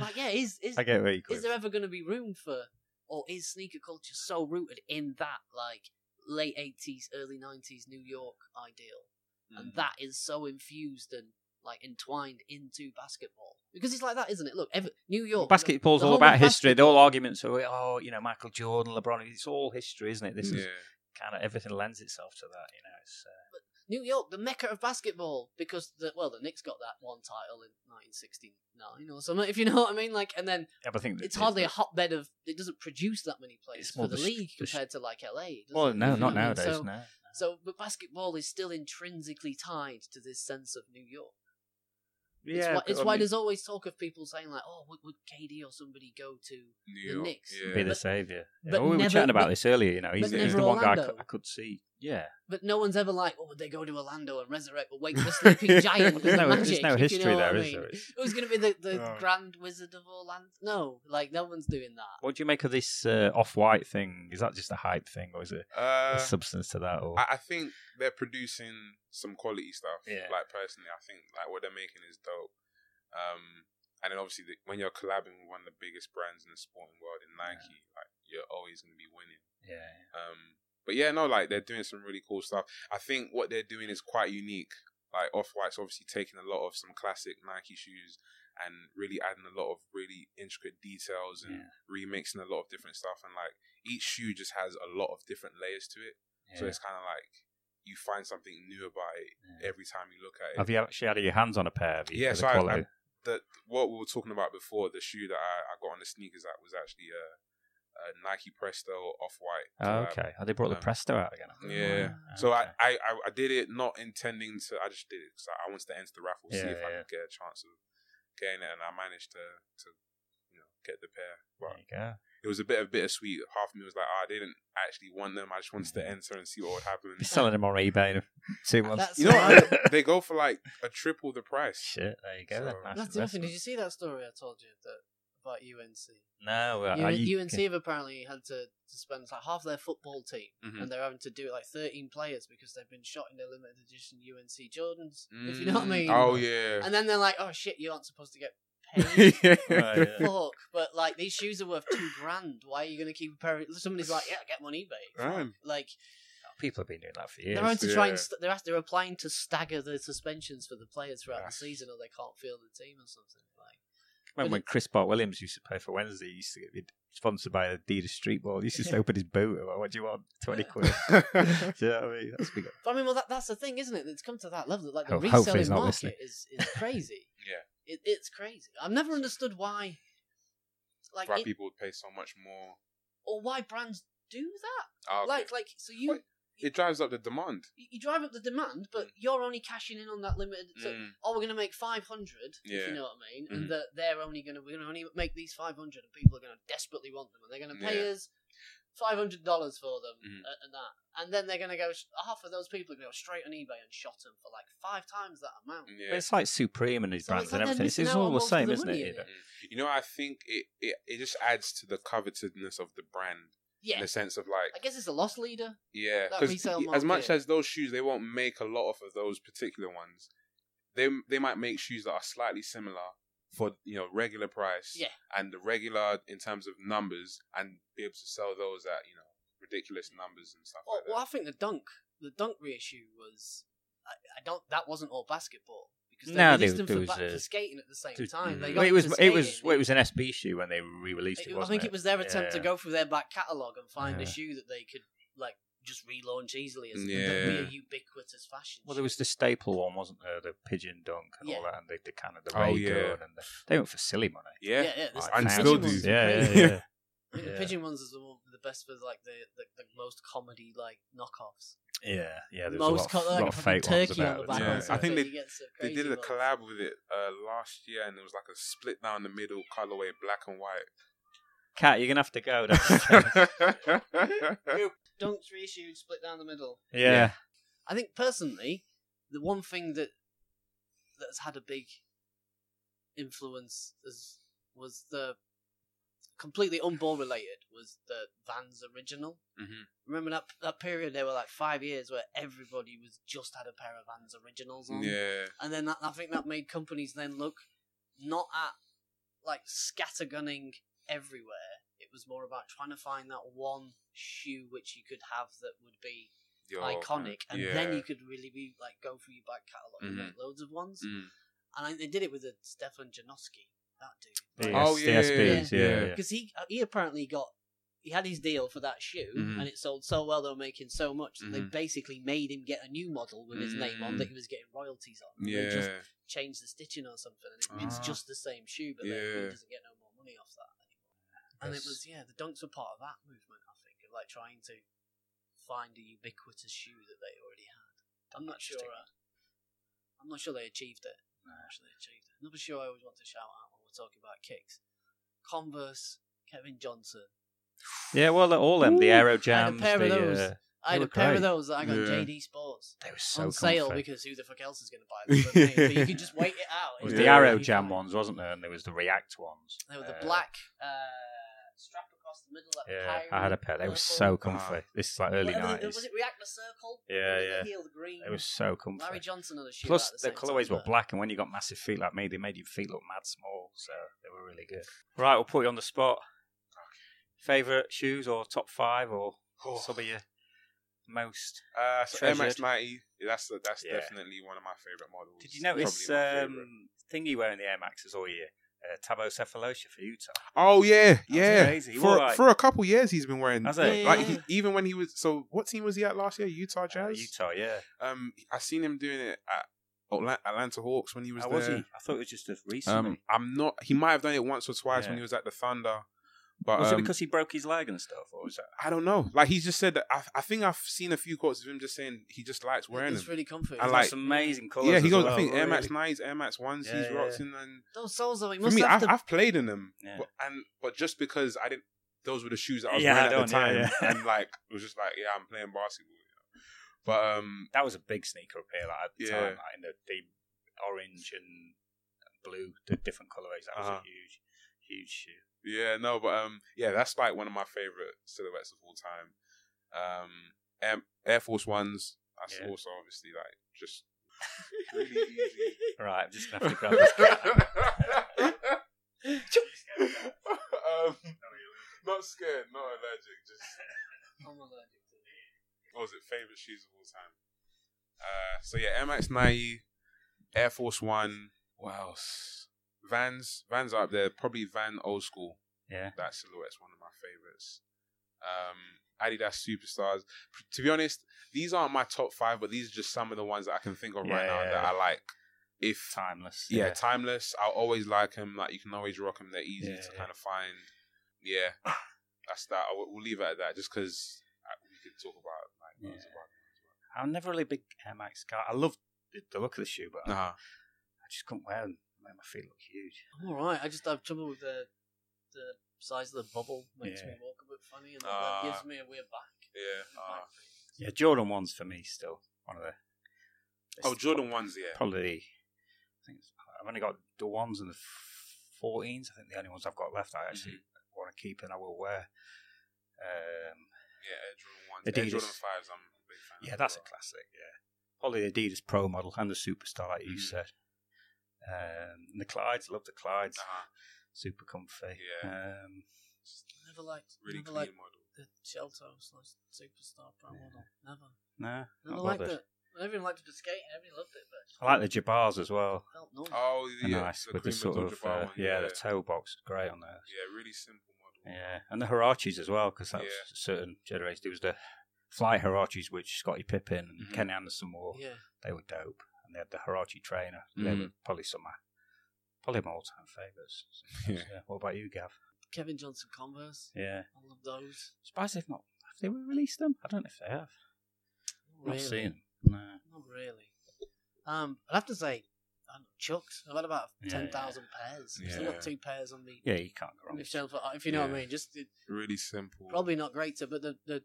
S3: like, yeah, is is
S1: I get where you
S3: is there ever going to be room for, or is sneaker culture so rooted in that like late eighties, early nineties New York ideal?
S1: Mm.
S3: and that is so infused and like entwined into basketball because it's like that, isn't it? Look, ever, New York
S1: Basketball's
S3: the
S1: all
S3: whole
S1: about
S3: of
S1: history. They're all arguments are, oh, you know, Michael Jordan, LeBron. It's all history, isn't it? This
S2: yeah.
S1: is kind of everything lends itself to that. You know, it's uh,
S3: New York, the mecca of basketball, because the well, the Knicks got that one title in 1969 or something. <laughs> If you know what I mean, like, and then
S1: Yeah, but I think
S3: it's hardly a hotbed of. It doesn't produce that many players
S1: It's
S3: for
S1: more
S3: the,
S1: the sh-
S3: league
S1: the sh-
S3: compared to like LA. doesn't
S1: Well,
S3: it?
S1: no,
S3: You know
S1: not
S3: what I mean?
S1: nowadays.
S3: So,
S1: no.
S3: so, but basketball is still intrinsically tied to this sense of New York. it's why, it's
S1: I
S3: why
S1: mean,
S3: there's always talk of people saying like, "Oh, would, would KD or somebody go to?"
S2: New
S3: The
S2: York.
S3: Knicks.
S1: be
S2: Yeah.
S1: the
S3: but-
S1: savior. Yeah,
S3: but
S1: well, we were
S3: never-
S1: chatting about
S3: but-
S1: this earlier. You know, he's,
S2: but
S1: he's
S2: never
S1: the one guy I
S3: Orlando.
S1: could, I could see.
S3: <laughs>
S1: Yeah,
S3: But no one's ever like, "Oh, would they go to Orlando and resurrect or wake the
S1: <laughs>
S3: sleeping giant?" with
S1: there's
S3: the
S1: no,
S3: magic,
S1: there's no
S3: if you
S1: history
S3: know what
S1: there,
S3: I
S1: is
S3: mean.
S1: there? It's-
S3: It was going to be the, the
S2: Oh.
S3: Grand Wizard of Orlando. No, like no one's doing that.
S1: <laughs> What do you make of this uh, off-white thing? Is that just a hype thing, or is it a
S2: Uh,
S1: substance to that? Or
S2: I, I think they're producing some quality stuff.
S1: Yeah.
S2: Like personally, I think like what they're making is dope. Um, and then obviously the, when you're collabing with one of the biggest brands in the sporting world in Nike, like you're always going to be winning.
S1: yeah,
S2: Um, but yeah, no, like they're doing some really cool stuff. I think what they're doing is quite unique. Like Off White's obviously taking a lot of some classic Nike shoes and really adding a lot of really intricate details and
S1: Yeah.
S2: remixing a lot of different stuff. And like each shoe just has a lot of different layers to it.
S1: yeah.
S2: So it's kind of like you find something new about it
S1: yeah.
S2: every time you look at it.
S1: Have you actually had your hands on a pair? Have you,
S2: Yeah,
S1: for the
S2: so I-
S1: quality?
S2: I- the, what we were talking about before, the shoe that I, I got on the sneakers at was actually a, a Nike Presto Off White.
S1: Oh, okay. Oh, they brought the
S2: um,
S1: Presto out again.
S2: Yeah.
S1: Oh,
S2: So I,
S1: okay.
S2: I, I- I did it not intending to. I just did it because I, I wanted to enter the raffle, see
S1: Yeah,
S2: if I
S1: yeah.
S2: could get a chance of getting it, and I managed to, to you know, get the pair.
S1: There you go.
S2: It was a bit of bittersweet. Half of me was like, "Ah, I didn't actually want them. I just wanted
S1: Mm.
S2: to enter and see what would happen.
S1: Be
S3: <laughs>
S1: selling them on eBay in <laughs> two months.
S3: That's-
S2: You know, what? they go for like a triple the price.
S1: <laughs> Shit, there you go. then.
S2: So-
S1: Nice
S3: That's the other thing. Did
S1: investment.
S3: you see that story I told you that about UNC?
S1: No, uh,
S3: U-
S1: are you,
S3: UNC have apparently had to, to spend like half their football team,
S1: Mm-hmm.
S2: Mhm.
S3: and they're having to do it like 13 players because they've been shot in their limited edition UNC Jordans. If you know what I
S2: Mm.
S3: mean.
S2: Oh yeah.
S3: And then they're like, "Oh shit, you aren't supposed to
S1: <laughs>
S3: get
S2: <laughs>
S3: paid."
S2: Oh,
S1: Right, yeah.
S3: Fuck, but like these shoes are worth two grand. Why are you going to keep a pair? Of... Somebody's like, "Yeah, get one eBay."
S2: Damn.
S3: Like
S1: uh, People have been doing that for years.
S3: they're having to try
S2: yeah.
S3: and st- they're they're applying to stagger the suspensions for the players throughout
S2: Ah.
S3: the season, or they can't field the team or something. Like
S1: Remember when Chris Bart Williams used to play for Wednesday, he used to get sponsored by Adidas Street Ball. He used to just open his boot. and, Like, what do you want? 20 <laughs> quid.
S2: <laughs>
S1: do you know what I mean? That's big.
S3: But I mean, well, that, that's the thing, isn't it? It's come to that level. Like
S1: Ho-
S3: the
S1: hopefully
S3: reselling
S1: he's not
S3: market
S1: listening.
S3: is,
S1: <laughs>
S3: is crazy.
S2: Yeah.
S3: it, it's crazy. I've never understood why, <laughs> like,
S2: Why
S3: it-
S2: people would pay so much more?
S3: or why brands do that.
S2: Ah, okay.
S3: Like, like, so you
S2: Wait. it drives up the demand.
S3: you you drive up the demand, but you're only cashing in on that limited. So,
S2: Mm.
S3: oh, we're going to make five hundred. If
S2: Yeah.
S3: you know what I mean,
S1: Mm-hmm.
S2: Mhm.
S3: and that they're only going to we're going to only make these five hundred, and people are going to desperately want them, and they're going to pay us five hundred dollars for them
S2: Mhm.
S1: Mm-hmm.
S3: a- and that. And then they're going to go. Half of those people are going to go straight on eBay and shot them for like five times that
S1: Mm.
S3: amount.
S2: Yeah.
S1: <laughs> It's like Supreme and his
S3: So
S1: brands
S3: it's like
S1: and
S3: they're
S1: everything. It's,
S3: missing
S1: it's
S3: out on
S1: all the
S3: most of
S1: same,
S3: the
S1: isn't
S3: money
S1: it?
S3: in it.
S2: Mm. You know, I think it, it it just adds to the covetousness of the brand
S3: Yeah,
S2: in the sense of like
S3: I guess it's a loss leader.
S2: Yeah,
S3: That
S2: because
S3: resale
S2: as much
S3: market.
S2: as those shoes, they won't make a lot of those particular ones. They they might make shoes that are slightly similar for you know regular price,
S3: Yeah.
S2: and the regular in terms of numbers, and be able to sell those at you know ridiculous numbers and stuff
S3: Well,
S2: like that.
S3: well, I think the dunk, the dunk reissue was. I, I don't. That wasn't all basketball because they
S1: No,
S3: released
S1: they-
S3: them
S1: there
S3: for,
S1: was
S3: ba-
S1: a-
S3: for skating at the same
S1: Dude,
S3: time. They
S1: mm.
S3: got
S1: Well, it was
S3: into
S1: it was
S3: skating.
S1: well, it was an SB shoe when they re-released it.
S3: It- I
S1: wasn't
S3: think it? was their attempt to
S1: Yeah.
S3: go through their back catalogue and find a
S1: Yeah.
S3: shoe that they could like just relaunch easily as
S2: Yeah.
S3: be a ubiquitous fashion.
S1: Well, there was the staple one, wasn't there? The pigeon dunk and all
S3: Yeah.
S1: that, and the, the kind of the
S2: Oh,
S1: ray
S2: yeah.
S1: gun, and the, they went for silly money.
S2: yeah,
S3: yeah, yeah,
S1: Like,
S3: this-
S2: I
S3: the
S2: and
S1: thousands.
S2: still do.
S3: pigeon ones are
S1: Yeah, yeah,
S3: crazy.
S1: <laughs> yeah.
S3: I think
S1: Yeah.
S3: <laughs> the pigeon ones is the, one, the best for like the, the, the most comedy like knockoffs.
S1: yeah, yeah. There's
S3: most
S1: a lot of,
S3: co-
S1: lot
S3: like a
S1: of fake
S3: fucking
S1: ones
S3: turkey
S1: about
S3: on
S1: at
S3: the back.
S1: time.
S2: Yeah. I
S3: or something,
S2: think
S3: so
S2: they-
S3: you get some
S2: They did
S3: crazy
S2: a
S3: ones.
S2: collab with it uh, last year, and it was like a split down the middle colorway, black and
S3: <laughs>
S2: <laughs>
S1: Cat, you're gonna have to go. <laughs> That's
S2: white.
S3: Dunks reissued, split down the middle.
S1: yeah.
S3: I think personally, the one thing that that's had a big influence is, was the completely unball related was the Vans original.
S2: Mhm.
S3: Remember that that period? There were like five years where everybody was just had a pair of Vans originals on,
S2: yeah,
S3: and then that, I think that made companies then look not at like scattergunning everywhere. It was more about trying to find that one shoe which you could have that would be
S2: Yo,
S3: iconic, and
S2: yeah.
S3: then you could really be like go through your back catalog and
S2: Mhm.
S3: make loads of ones.
S2: Mm.
S3: And I, they did it with a Stefan Janoski, that dude,
S1: The
S2: Oh,
S1: uh, S-
S2: yeah,
S1: the SBs,
S2: yeah,
S1: yeah,
S2: Oh, yeah.
S1: yeah.
S3: because he he uh, apparently got he had his deal for that shoe,
S2: Mhm.
S3: and it sold so well they were making so much that they
S2: Mhm.
S3: basically made him get a new model with his name on
S2: Mm.
S3: that he was getting royalties on.
S2: Yeah.
S3: They just changed the stitching or something, and it, it's
S2: Ah.
S3: just the same shoe, but then
S2: Yeah.
S3: he doesn't get no more money off that anymore. And it
S2: That's-
S3: was yeah, the dunks were part of that movement, I think, of like trying to find a ubiquitous shoe that they already had. I'm not sure. Uh, I'm not sure they achieved it. Actually, achieved it. Another shoe I always want to shout out when we're talking about kicks: Converse, Kevin Johnson.
S1: Yeah, well, all them, the
S3: Ooh,
S1: Aero Jams,
S3: pair
S1: the,
S3: of those.
S1: uh,
S3: I
S1: They
S3: had
S1: were
S3: a pair
S1: great.
S3: of those that I got
S2: Yeah.
S3: JD Sports
S1: they were so
S3: on sale
S1: comfy.
S3: because who the fuck else is going to buy them? but me? but you could just wait it out.
S1: <laughs> It was
S3: It's
S1: the
S2: Yeah.
S1: Arrow
S3: really
S1: Jam
S3: fun.
S1: ones, wasn't there? And there was the React ones.
S3: They were the
S1: Uh,
S3: black uh, strap across the middle. That
S1: Yeah,
S3: pirate
S1: I had a pair. They were
S3: purple.
S1: so comfy. This is like early
S3: Whatever the-
S1: nineties.
S3: Was it React the Circle?
S1: Yeah,
S3: Or was
S1: yeah.
S3: The heel, the green.
S1: They were so comfy.
S3: Larry Johnson on the shoe.
S1: Plus,
S3: at
S1: the
S3: same time,
S1: colorways were
S3: but-
S1: black, and when you got massive feet like me, they made your feet look mad small. So they were really good. Right, we'll put you on the spot. Favorite shoes or top five or
S2: Oh.
S1: some of your most?
S2: Uh, so Air Max
S1: Treasured.
S2: ninety. That's that's
S1: Yeah.
S2: definitely one of my favorite models.
S1: Did you notice
S2: Probably my favorite.
S1: um, thing you wear in the Air Maxes all year? Uh, Tabo Cephalosia for Utah.
S2: Oh yeah, yeah.
S1: crazy. He
S2: For
S1: wore, like-
S2: for a couple years, he's been wearing.
S1: Has
S2: Like
S1: he? Yeah,
S3: yeah,
S2: he,
S3: yeah.
S2: even when he was so, what team was he at last year? Utah
S1: Uh,
S2: Jazz.
S1: Utah, yeah.
S2: Um, I seen him doing it at Atla- Atlanta Hawks when he was
S1: How
S2: there.
S1: was he? I thought it was just as recently.
S2: Um, I'm not. He might have done it once or twice when
S1: Yeah.
S2: he was at the Thunder, but
S1: was
S2: um,
S1: it because he broke his leg and stuff, or was that?
S2: I don't know. Like he just said that. I, I think I've seen a few quotes of him just saying he just likes wearing them.
S3: It's really comfy.
S2: I
S1: He's got
S2: like-
S1: some amazing colours.
S2: yeah, he
S1: as
S2: goes.
S1: well, Oh,
S2: I think Air Max
S1: really.
S2: Nines, Air Max Ones.
S1: Yeah,
S2: he's
S1: yeah.
S2: rocks in and
S3: Those soles though. He
S2: for
S3: must
S2: me,
S3: have
S2: I've,
S3: to.
S2: I've played in them,
S1: Yeah.
S2: but, and but just because I didn't, those were the shoes that I was
S1: Yeah, I
S2: wearing at the
S1: don't,
S2: time,
S1: yeah, yeah. <laughs>
S2: and like it was just like, yeah, I'm playing basketball. you know. But um,
S1: That was a big sneaker appeal like, at the
S2: Yeah.
S1: time, like, in the, the orange and blue, the different colourways. That was
S2: Uh-huh.
S1: a huge, huge shoe.
S2: yeah, no, but um, yeah, that's like one of my favorite silhouettes of all time. Um, Air, Air Force Ones. That's
S1: Yeah.
S2: also obviously like just
S1: <laughs>
S2: <laughs> really easy.
S3: <laughs>
S1: Right, I'm just gonna have to grab this.
S2: <laughs>
S1: guy.
S2: um, not scared, not allergic. Just
S3: I'm allergic to it.
S2: what was it? Favorite shoes of all time. Uh, so yeah, Air Max ninety, Air Force One. What else? Vans, Vans are up there. Probably Van Old School.
S1: yeah,
S2: That silhouette's one of my favorites. Um, Adidas Superstars. P- To be honest, these aren't my top five, but these are just some of the ones that I can think of right now
S1: Yeah.
S2: that I like. If
S1: timeless.
S2: yeah, timeless. I always like them. Like you can always rock them. They're easy
S1: Yeah,
S2: to
S1: yeah.
S2: kind of find.
S1: <laughs>
S2: Yeah, that's that. I will, we'll leave it at that, just because we could talk about like
S1: Yeah.
S2: loads of other-
S1: I'm never really a big Air Max guy. I love the, the look of the shoe, but I,
S2: Nah.
S1: I just couldn't wear them. They Made my feet look huge.
S3: I'm all right. I just have trouble with the the size of the bubble. Makes
S1: Yeah.
S3: me walk a bit funny, and
S2: Ah.
S3: that gives me a weird back.
S2: Yeah. Uh,
S1: Yeah, Jordan ones for me still one of the. it's
S2: oh, Jordan ones. Yeah.
S1: probably I think it's, I've only got the ones and the fourteens. I think the only ones I've got left I actually
S2: Mm-hmm.
S1: want to keep and I will wear. Um,
S2: Yeah, Air Jordan ones. Air
S1: Adidas.
S2: Jordan fives. I'm a big fan.
S1: yeah,
S2: of
S1: that's
S2: as
S1: a classic. Yeah, probably the Adidas Pro model and the Superstar, like you
S2: Mhm.
S1: said. Um, and the Clydes, love the Clydes,
S2: well. Uh-huh.
S1: super comfy. Um,
S3: Never liked.
S2: Really
S3: never
S2: clean
S3: liked
S2: model.
S3: the Shelto slash Superstar Pro
S1: Yeah.
S3: model. Never.
S1: no,
S3: Never
S1: Not
S3: liked
S1: bothered.
S3: it. Everyone liked it for skating. Everyone loved it, but it
S1: I like the Jabars as well.
S3: felt numb.
S2: Oh,
S1: They're
S2: yeah.
S1: nice with the
S2: cream
S1: sort
S2: Abdul
S1: of
S2: Jabbar
S1: uh,
S2: one,
S1: yeah,
S2: yeah.
S1: the toe box, is great on there.
S2: Yeah, really simple model.
S1: Yeah, and the Hirachis as well, because that was
S2: Yeah.
S1: a certain generation. There was the fly Hirachis, which Scottie Pippen and
S2: Mhm.
S1: Kenny Anderson wore.
S3: Yeah.
S1: They were dope. And they had the Hirachi trainer.
S2: Mm.
S1: They were probably some of my, probably my all time favourites.
S2: <laughs> Yeah.
S1: What about you, Gav?
S3: Kevin Johnson Converse.
S1: Yeah.
S3: I love those.
S1: Surprised they've not, have they released them? I don't know if they have.
S3: Not really.
S1: Not seen them. No.
S3: Not really. Um, I'd have to say, I don't know, Chucks. I've had about
S1: Yeah.
S3: ten thousand pairs. I've Still
S2: Yeah.
S3: got two pairs on me.
S1: Yeah, you can't go wrong.
S3: If, so- if you know what
S2: Yeah.
S3: I mean, just it,
S2: Really simple.
S3: probably not greater, but the the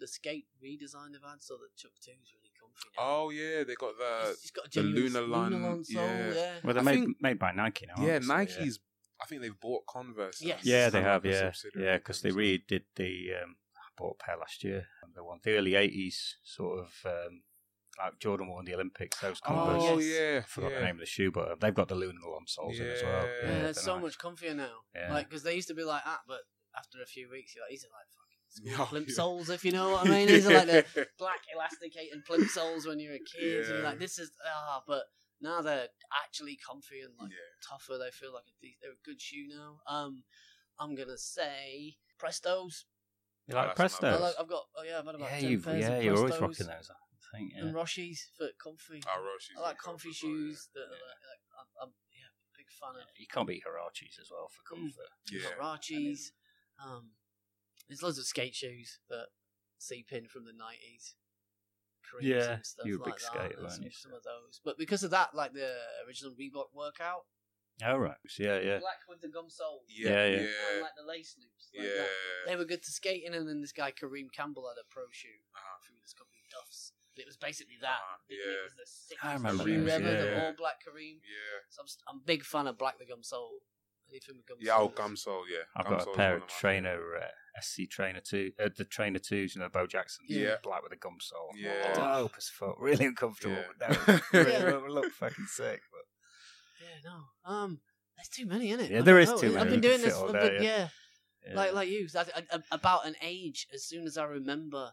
S3: the skate redesign they've had, so the Chuck Two is really comfy. Now.
S2: Oh yeah, they got the
S3: it's, it's got a
S2: the
S3: genuine
S2: Lunar
S3: Lunalon
S2: Lun-
S3: sole.
S2: yeah.
S3: Yeah,
S1: Well, they're
S2: I
S1: made,
S2: think-
S1: made by Nike now. aren't
S2: Yeah,
S1: they? So,
S2: Nike's. I think they've bought Converse.
S3: Yes.
S1: Yeah, they
S2: Kinda
S1: have.
S2: like a
S1: Yeah,
S2: subsidiary
S1: yeah,
S2: of
S1: because they
S2: them, so-
S1: redid the. Um, I bought a pair last year. The one, the early '80s sort of um, like Jordan wore in the Olympics. Those Converse.
S2: Oh
S3: Yes.
S2: yeah,
S1: I forgot
S2: yeah.
S1: the name
S3: <laughs>
S1: of the shoe, but uh, they've got the Lunar on soles in as well.
S2: Yeah.
S3: yeah,
S2: Yeah,
S3: they're so
S1: nice.
S3: much comfier now.
S1: Yeah.
S3: Like because they used to be like that, but after a few weeks, you're like, these are like fucking school
S2: Yeah,
S3: plimp
S2: yeah.
S3: soles, if you know what Oh, I mean. These
S2: <laughs>
S3: are like the
S1: <laughs>
S3: black elasticating plimp soles when you're a kid. And you're
S2: Yeah.
S3: like, this is ah, but now they're actually comfy and like
S2: Yeah.
S3: tougher. They feel like a de- they're a good shoe now. Um, I'm gonna say Prestos.
S1: You
S2: Oh,
S1: like
S2: that's
S1: Prestos?
S2: another-
S3: I like, I've got oh yeah, I've had about
S1: yeah,
S3: ten
S1: you,
S3: pairs
S1: yeah,
S3: of
S1: you're always
S3: Prestos
S1: rocking those. I think. Yeah.
S3: and Roshis for comfy.
S2: Oh, raw shoes
S3: I like
S2: and stuff
S3: comfy
S2: as well, yeah.
S3: shoes that are like, like I'm, I'm yeah, big fan
S1: Yeah,
S3: of.
S1: You can't beat Hirachis as well for
S3: Mm.
S1: comfort.
S2: Yeah.
S3: Harachis. Um, there's loads of skate shoes that seep in from the nineties.
S1: Yeah,
S3: and stuff
S1: you were a
S3: like
S1: big
S3: that.
S1: skater,
S3: There's
S1: weren't
S3: some,
S1: you?
S3: some of those, but because of that, like the original Reebok workout,
S1: All right. Yeah, yeah.
S3: black with the gum sole,
S1: Yeah,
S2: yeah,
S1: yeah.
S3: and,
S2: yeah,
S3: like the lace loops, like
S2: yeah.
S3: that. They were good to skate in, and then this guy Kareem Campbell had a pro shoe
S2: Uh-huh.
S3: through this company Duffs. And It was basically that.
S2: Uh-huh,
S3: It-
S2: yeah.
S3: It was the sickest
S1: I remember
S3: shoe
S1: those,
S3: ever,
S1: yeah.
S3: the all black Kareem.
S2: yeah.
S3: So I'm, s- I'm a big fan of Black the Gum Sole. Anything with gum
S2: Yeah, oh,
S3: soles.
S2: gum sole, yeah.
S1: I've
S2: Gum
S1: got a
S2: sole's
S1: pair of
S2: one my <laughs>
S1: trainer uh, SC trainer two, uh, the trainer twos, you know, Bo Jackson,
S2: Yeah.
S1: black with a gum sole,
S2: Yeah.
S1: dope as fuck, really uncomfortable.
S2: Yeah.
S1: but
S2: <laughs>
S1: no, really,
S3: Yeah.
S1: really look fucking sick. But
S3: Yeah, no. Um, there's too many, isn't it?
S1: Yeah, there is too
S3: I've
S1: many.
S3: been
S1: You
S3: doing
S1: can fit
S3: this.
S1: all
S3: I've
S1: day,
S3: been, yeah.
S1: yeah.
S3: like like you, I, I, about an age. As soon as I remember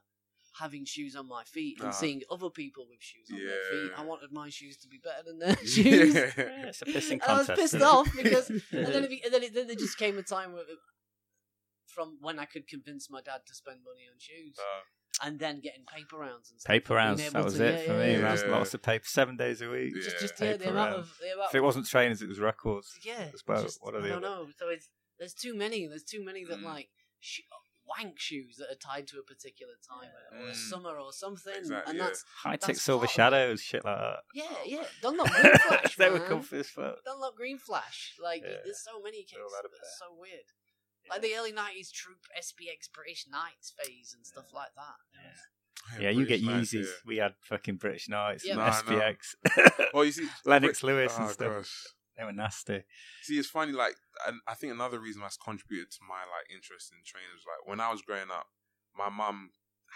S3: having shoes on my feet and
S2: Ah.
S3: seeing other people with shoes on their feet,
S2: Yeah.
S3: I wanted my shoes to be better than
S2: favorite.
S3: their
S2: <laughs>
S3: shoes. <laughs>
S1: yeah, it's a pissing
S3: And
S1: contest.
S3: I was pissed
S1: isn't it?
S3: off
S1: <laughs>
S3: because, and
S1: Yeah.
S3: then, if you- and then, it, then there just came a time where, uh, from when I could convince my dad to spend money on shoes,
S2: Uh,
S3: and then getting paper rounds and stuff.
S1: Paper rounds,
S3: Being
S1: that
S3: able
S1: was
S3: to-
S1: it
S3: yeah,
S1: for
S3: yeah,
S1: me.
S2: yeah.
S1: man. That's
S2: Yeah.
S1: Lots of paper, seven days a week.
S2: Yeah.
S3: Just, just yeah, the
S1: Paper
S3: amount
S1: rounds.
S3: of the amount
S1: If it wasn't trainers, it was records.
S3: Yeah,
S1: It's about
S3: just-
S1: one or
S3: I
S1: the
S3: don't
S1: other.
S3: know. So it's there's too many. There's too many that
S2: Mm.
S3: like sh- wank shoes that are tied to a particular time or a
S2: Mm.
S3: summer or something,
S2: Exactly,
S3: and
S2: yeah.
S3: that's
S1: High tech
S3: That's
S1: silver
S3: hard.
S1: shadows, shit like that.
S3: yeah,
S1: <laughs>
S3: yeah. Dunlop Green Flash,
S1: they
S3: man.
S1: were comfy as fuck.
S3: Dunlop Green Flash. Like
S1: Yeah.
S3: there's so many
S1: They're all
S3: cases.
S1: out of
S3: That's so weird.
S1: Yeah.
S3: Like the early '90s troop SPX British Knights phase and stuff like that.
S1: Yeah.
S2: yeah,
S1: Yeah, you get
S2: British man,
S1: Yeezys.
S2: yeah.
S1: We had fucking British Knights,
S3: Yeah.
S1: and
S2: Nah, I know.
S1: SPX,
S2: Well, you see,
S1: Lennox Lewis, and
S2: Oh,
S1: stuff.
S2: gosh.
S1: <laughs> They were nasty.
S2: See, it's funny. Like, and I think another reason that's contributed to my like interest in trainers, like when I was growing up, my mum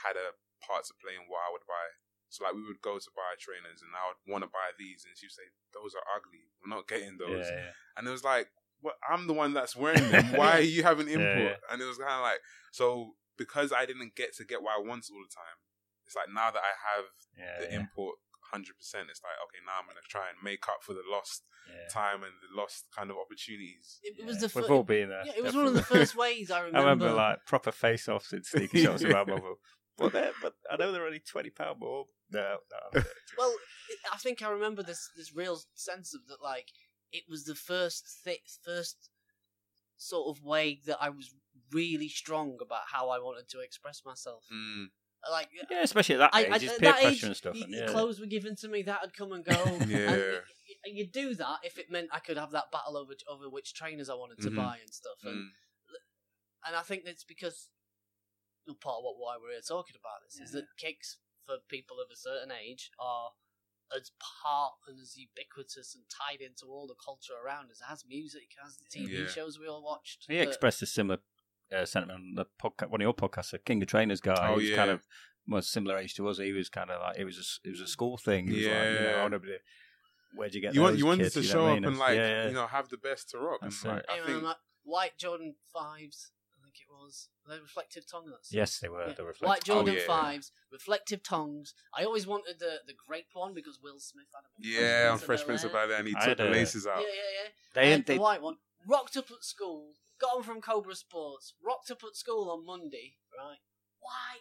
S2: had a part to play in what I would buy. So like, we would go to buy trainers, and I would want to buy these, and she'd say, "Those are ugly. We're not getting those."
S1: Yeah,
S2: And it was like, well, I'm the one that's wearing them. Why are you having
S1: <laughs>
S2: input?
S1: yeah.
S2: And it was kind of like, so because I didn't get to get what I wanted all the time, it's like now that I have
S1: yeah,
S2: the
S1: yeah,
S2: input 100%, it's like, okay, now I'm going to try and make up for the lost
S1: yeah.
S2: time and the lost kind of opportunities.
S3: It, it
S1: Yeah.
S3: was the fir-
S1: We've all been there.
S3: yeah, it was one of the
S2: definitely.
S3: first ways I
S1: <laughs>
S3: remember.
S1: I remember like proper face offs and sneaker <laughs> shots
S2: Yeah.
S1: around Marvel. But they're- but I know they're only twenty pound more. No, no.
S3: Well, it- I think I remember this this real sense of that, like it was the first thi- first sort of way that I was really strong about how I wanted to express myself.
S2: Mm,
S1: <laughs>
S3: Like
S1: yeah, especially at that
S3: I,
S1: age,
S3: I,
S1: it's
S3: at
S1: peer
S3: that
S1: pressure
S3: age,
S1: and stuff.
S3: y-
S1: and
S3: y-
S1: yeah.
S3: clothes were given to me that had come and go.
S1: <laughs>
S3: and
S2: Yeah.
S3: <laughs> y- y- and you do that if it meant I could have that battle over over which trainers I wanted to
S1: Mm-hmm.
S2: Mhm.
S3: buy and stuff. And
S2: mm,
S3: and I think that's because well, part of what why we're here talking about this is
S1: Yeah.
S3: that kicks for people of a certain age are as part and as ubiquitous and tied into all the culture around us as music, as the TV
S2: Yeah.
S3: shows we all watched.
S1: He
S3: that-
S1: expressed a similar uh, sentiment on the podcast, one of your podcasts, the King of Trainers guy.
S2: Oh,
S1: who's
S2: yeah.
S1: kind of was similar age to us. He was kind of like it was a, s- it was a school thing. He was like, you know,
S2: Yeah.
S1: I wanna be- where'd you get?
S2: you want
S1: those
S2: you wanted
S1: kids?
S2: to
S1: You know
S2: show
S1: what I
S2: up
S1: mean?
S2: and
S1: It's-
S2: like
S1: yeah, yeah.
S2: you know have the best to rock. And,
S1: That's
S2: like,
S1: it.
S2: I
S3: Anyway,
S2: think
S3: like, white Jordan fives, I think it was. Were they reflective tongues?
S1: yes, they were.
S3: Yeah.
S1: They were
S3: White
S1: flexible.
S3: Jordan
S2: Oh, yeah.
S3: fives, reflective tongues. I always wanted the the grape one because Will Smith had a
S2: yeah, on Fresh Prince
S3: Prince
S2: of
S3: Bel-Air.
S2: Bel Air, and he
S1: I
S2: took the
S1: had a-
S2: laces out. <laughs>
S3: Yeah, yeah, yeah.
S1: Oh, They,
S3: and
S1: they
S3: the white one rocked up at school. Got him from Cobra Sports. Rocked up at school on Monday. Right? Why?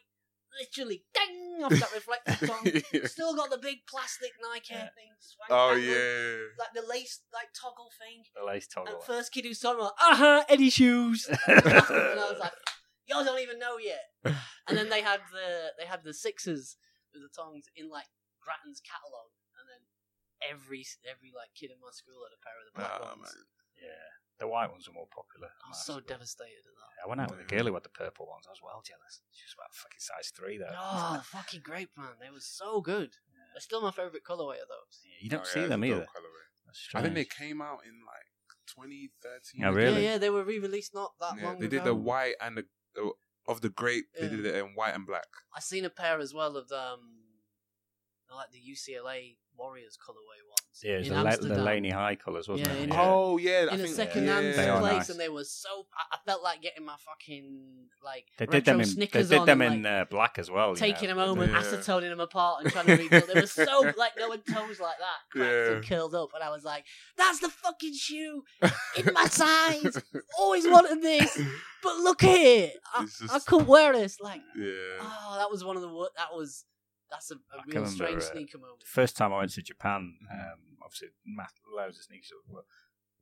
S3: Literally, ding off
S2: <laughs>
S3: that reflective tongue. Still got the big plastic Nike
S1: Yeah.
S3: thing. swank
S2: Oh
S3: dangling,
S2: yeah,
S3: Like the lace, like toggle thing.
S1: the lace
S3: And
S1: toggle.
S3: first kid who saw him, like, uh huh,
S2: <laughs>
S3: Eddie shoes. and I was like, y'all don't even know yet. And then they had the they had the sixes with the tongs in like Grattan's catalog, and then every every like kid in my school had a pair of the black
S2: Nah,
S3: ones.
S2: man.
S1: Yeah, the white ones are more popular.
S3: I was Oh, so Mm. devastated at that.
S1: I went out with a
S2: Mhm.
S1: girl who had the purple ones. I was well jealous. She was about fucking size three though. <laughs>
S3: Oh, fucking grape, man. They were so good. They're still my favourite colourway of those.
S1: You don't
S2: Oh, yeah,
S1: see
S2: that's
S1: them
S2: a dope
S1: either.
S2: colourway.
S1: That's
S2: I
S1: strange.
S2: think they came out in like 2013.
S1: Oh, Really?
S3: Yeah, yeah, they were re released not that
S2: Yeah,
S3: long
S2: they
S3: ago.
S2: did the white and the uh, of the grape.
S3: Yeah.
S2: They did it in white and black.
S3: I seen a pair as well of um They're like the UCLA Warriors colorway ones.
S1: Yeah, it's
S3: in
S1: the, La- the
S3: Amsterdam.
S1: Laney High colours, wasn't
S3: Yeah,
S1: it?
S3: in-
S2: Oh yeah, I
S3: in a
S2: think
S3: second-hand
S1: They are
S3: place,
S1: nice.
S3: and they were so. I, I felt like getting my fucking like
S1: They
S3: retro
S1: did them in, they
S3: Snickers
S1: did
S3: on
S1: them
S3: and,
S1: in
S3: like,
S1: uh, black as well. you
S3: taking
S1: know.
S3: them home and
S2: Yeah.
S3: acetoning them apart and trying to rebuild. They were so
S2: <laughs>
S3: like no one toes like that, cracked and curled up, and I was like, "That's the fucking shoe
S2: <laughs>
S3: in my size. Always wanted this, but look
S1: <laughs>
S3: at it. <laughs> I,
S2: It's just-
S3: I could wear this. Like,
S2: yeah.
S3: oh, that was one of the wo- that was that's a, a
S1: I can
S3: real
S1: remember,
S3: strange
S1: uh,
S3: sneaker moment.
S1: First time I went to Japan, um, obviously, Matt loads of sneakers. But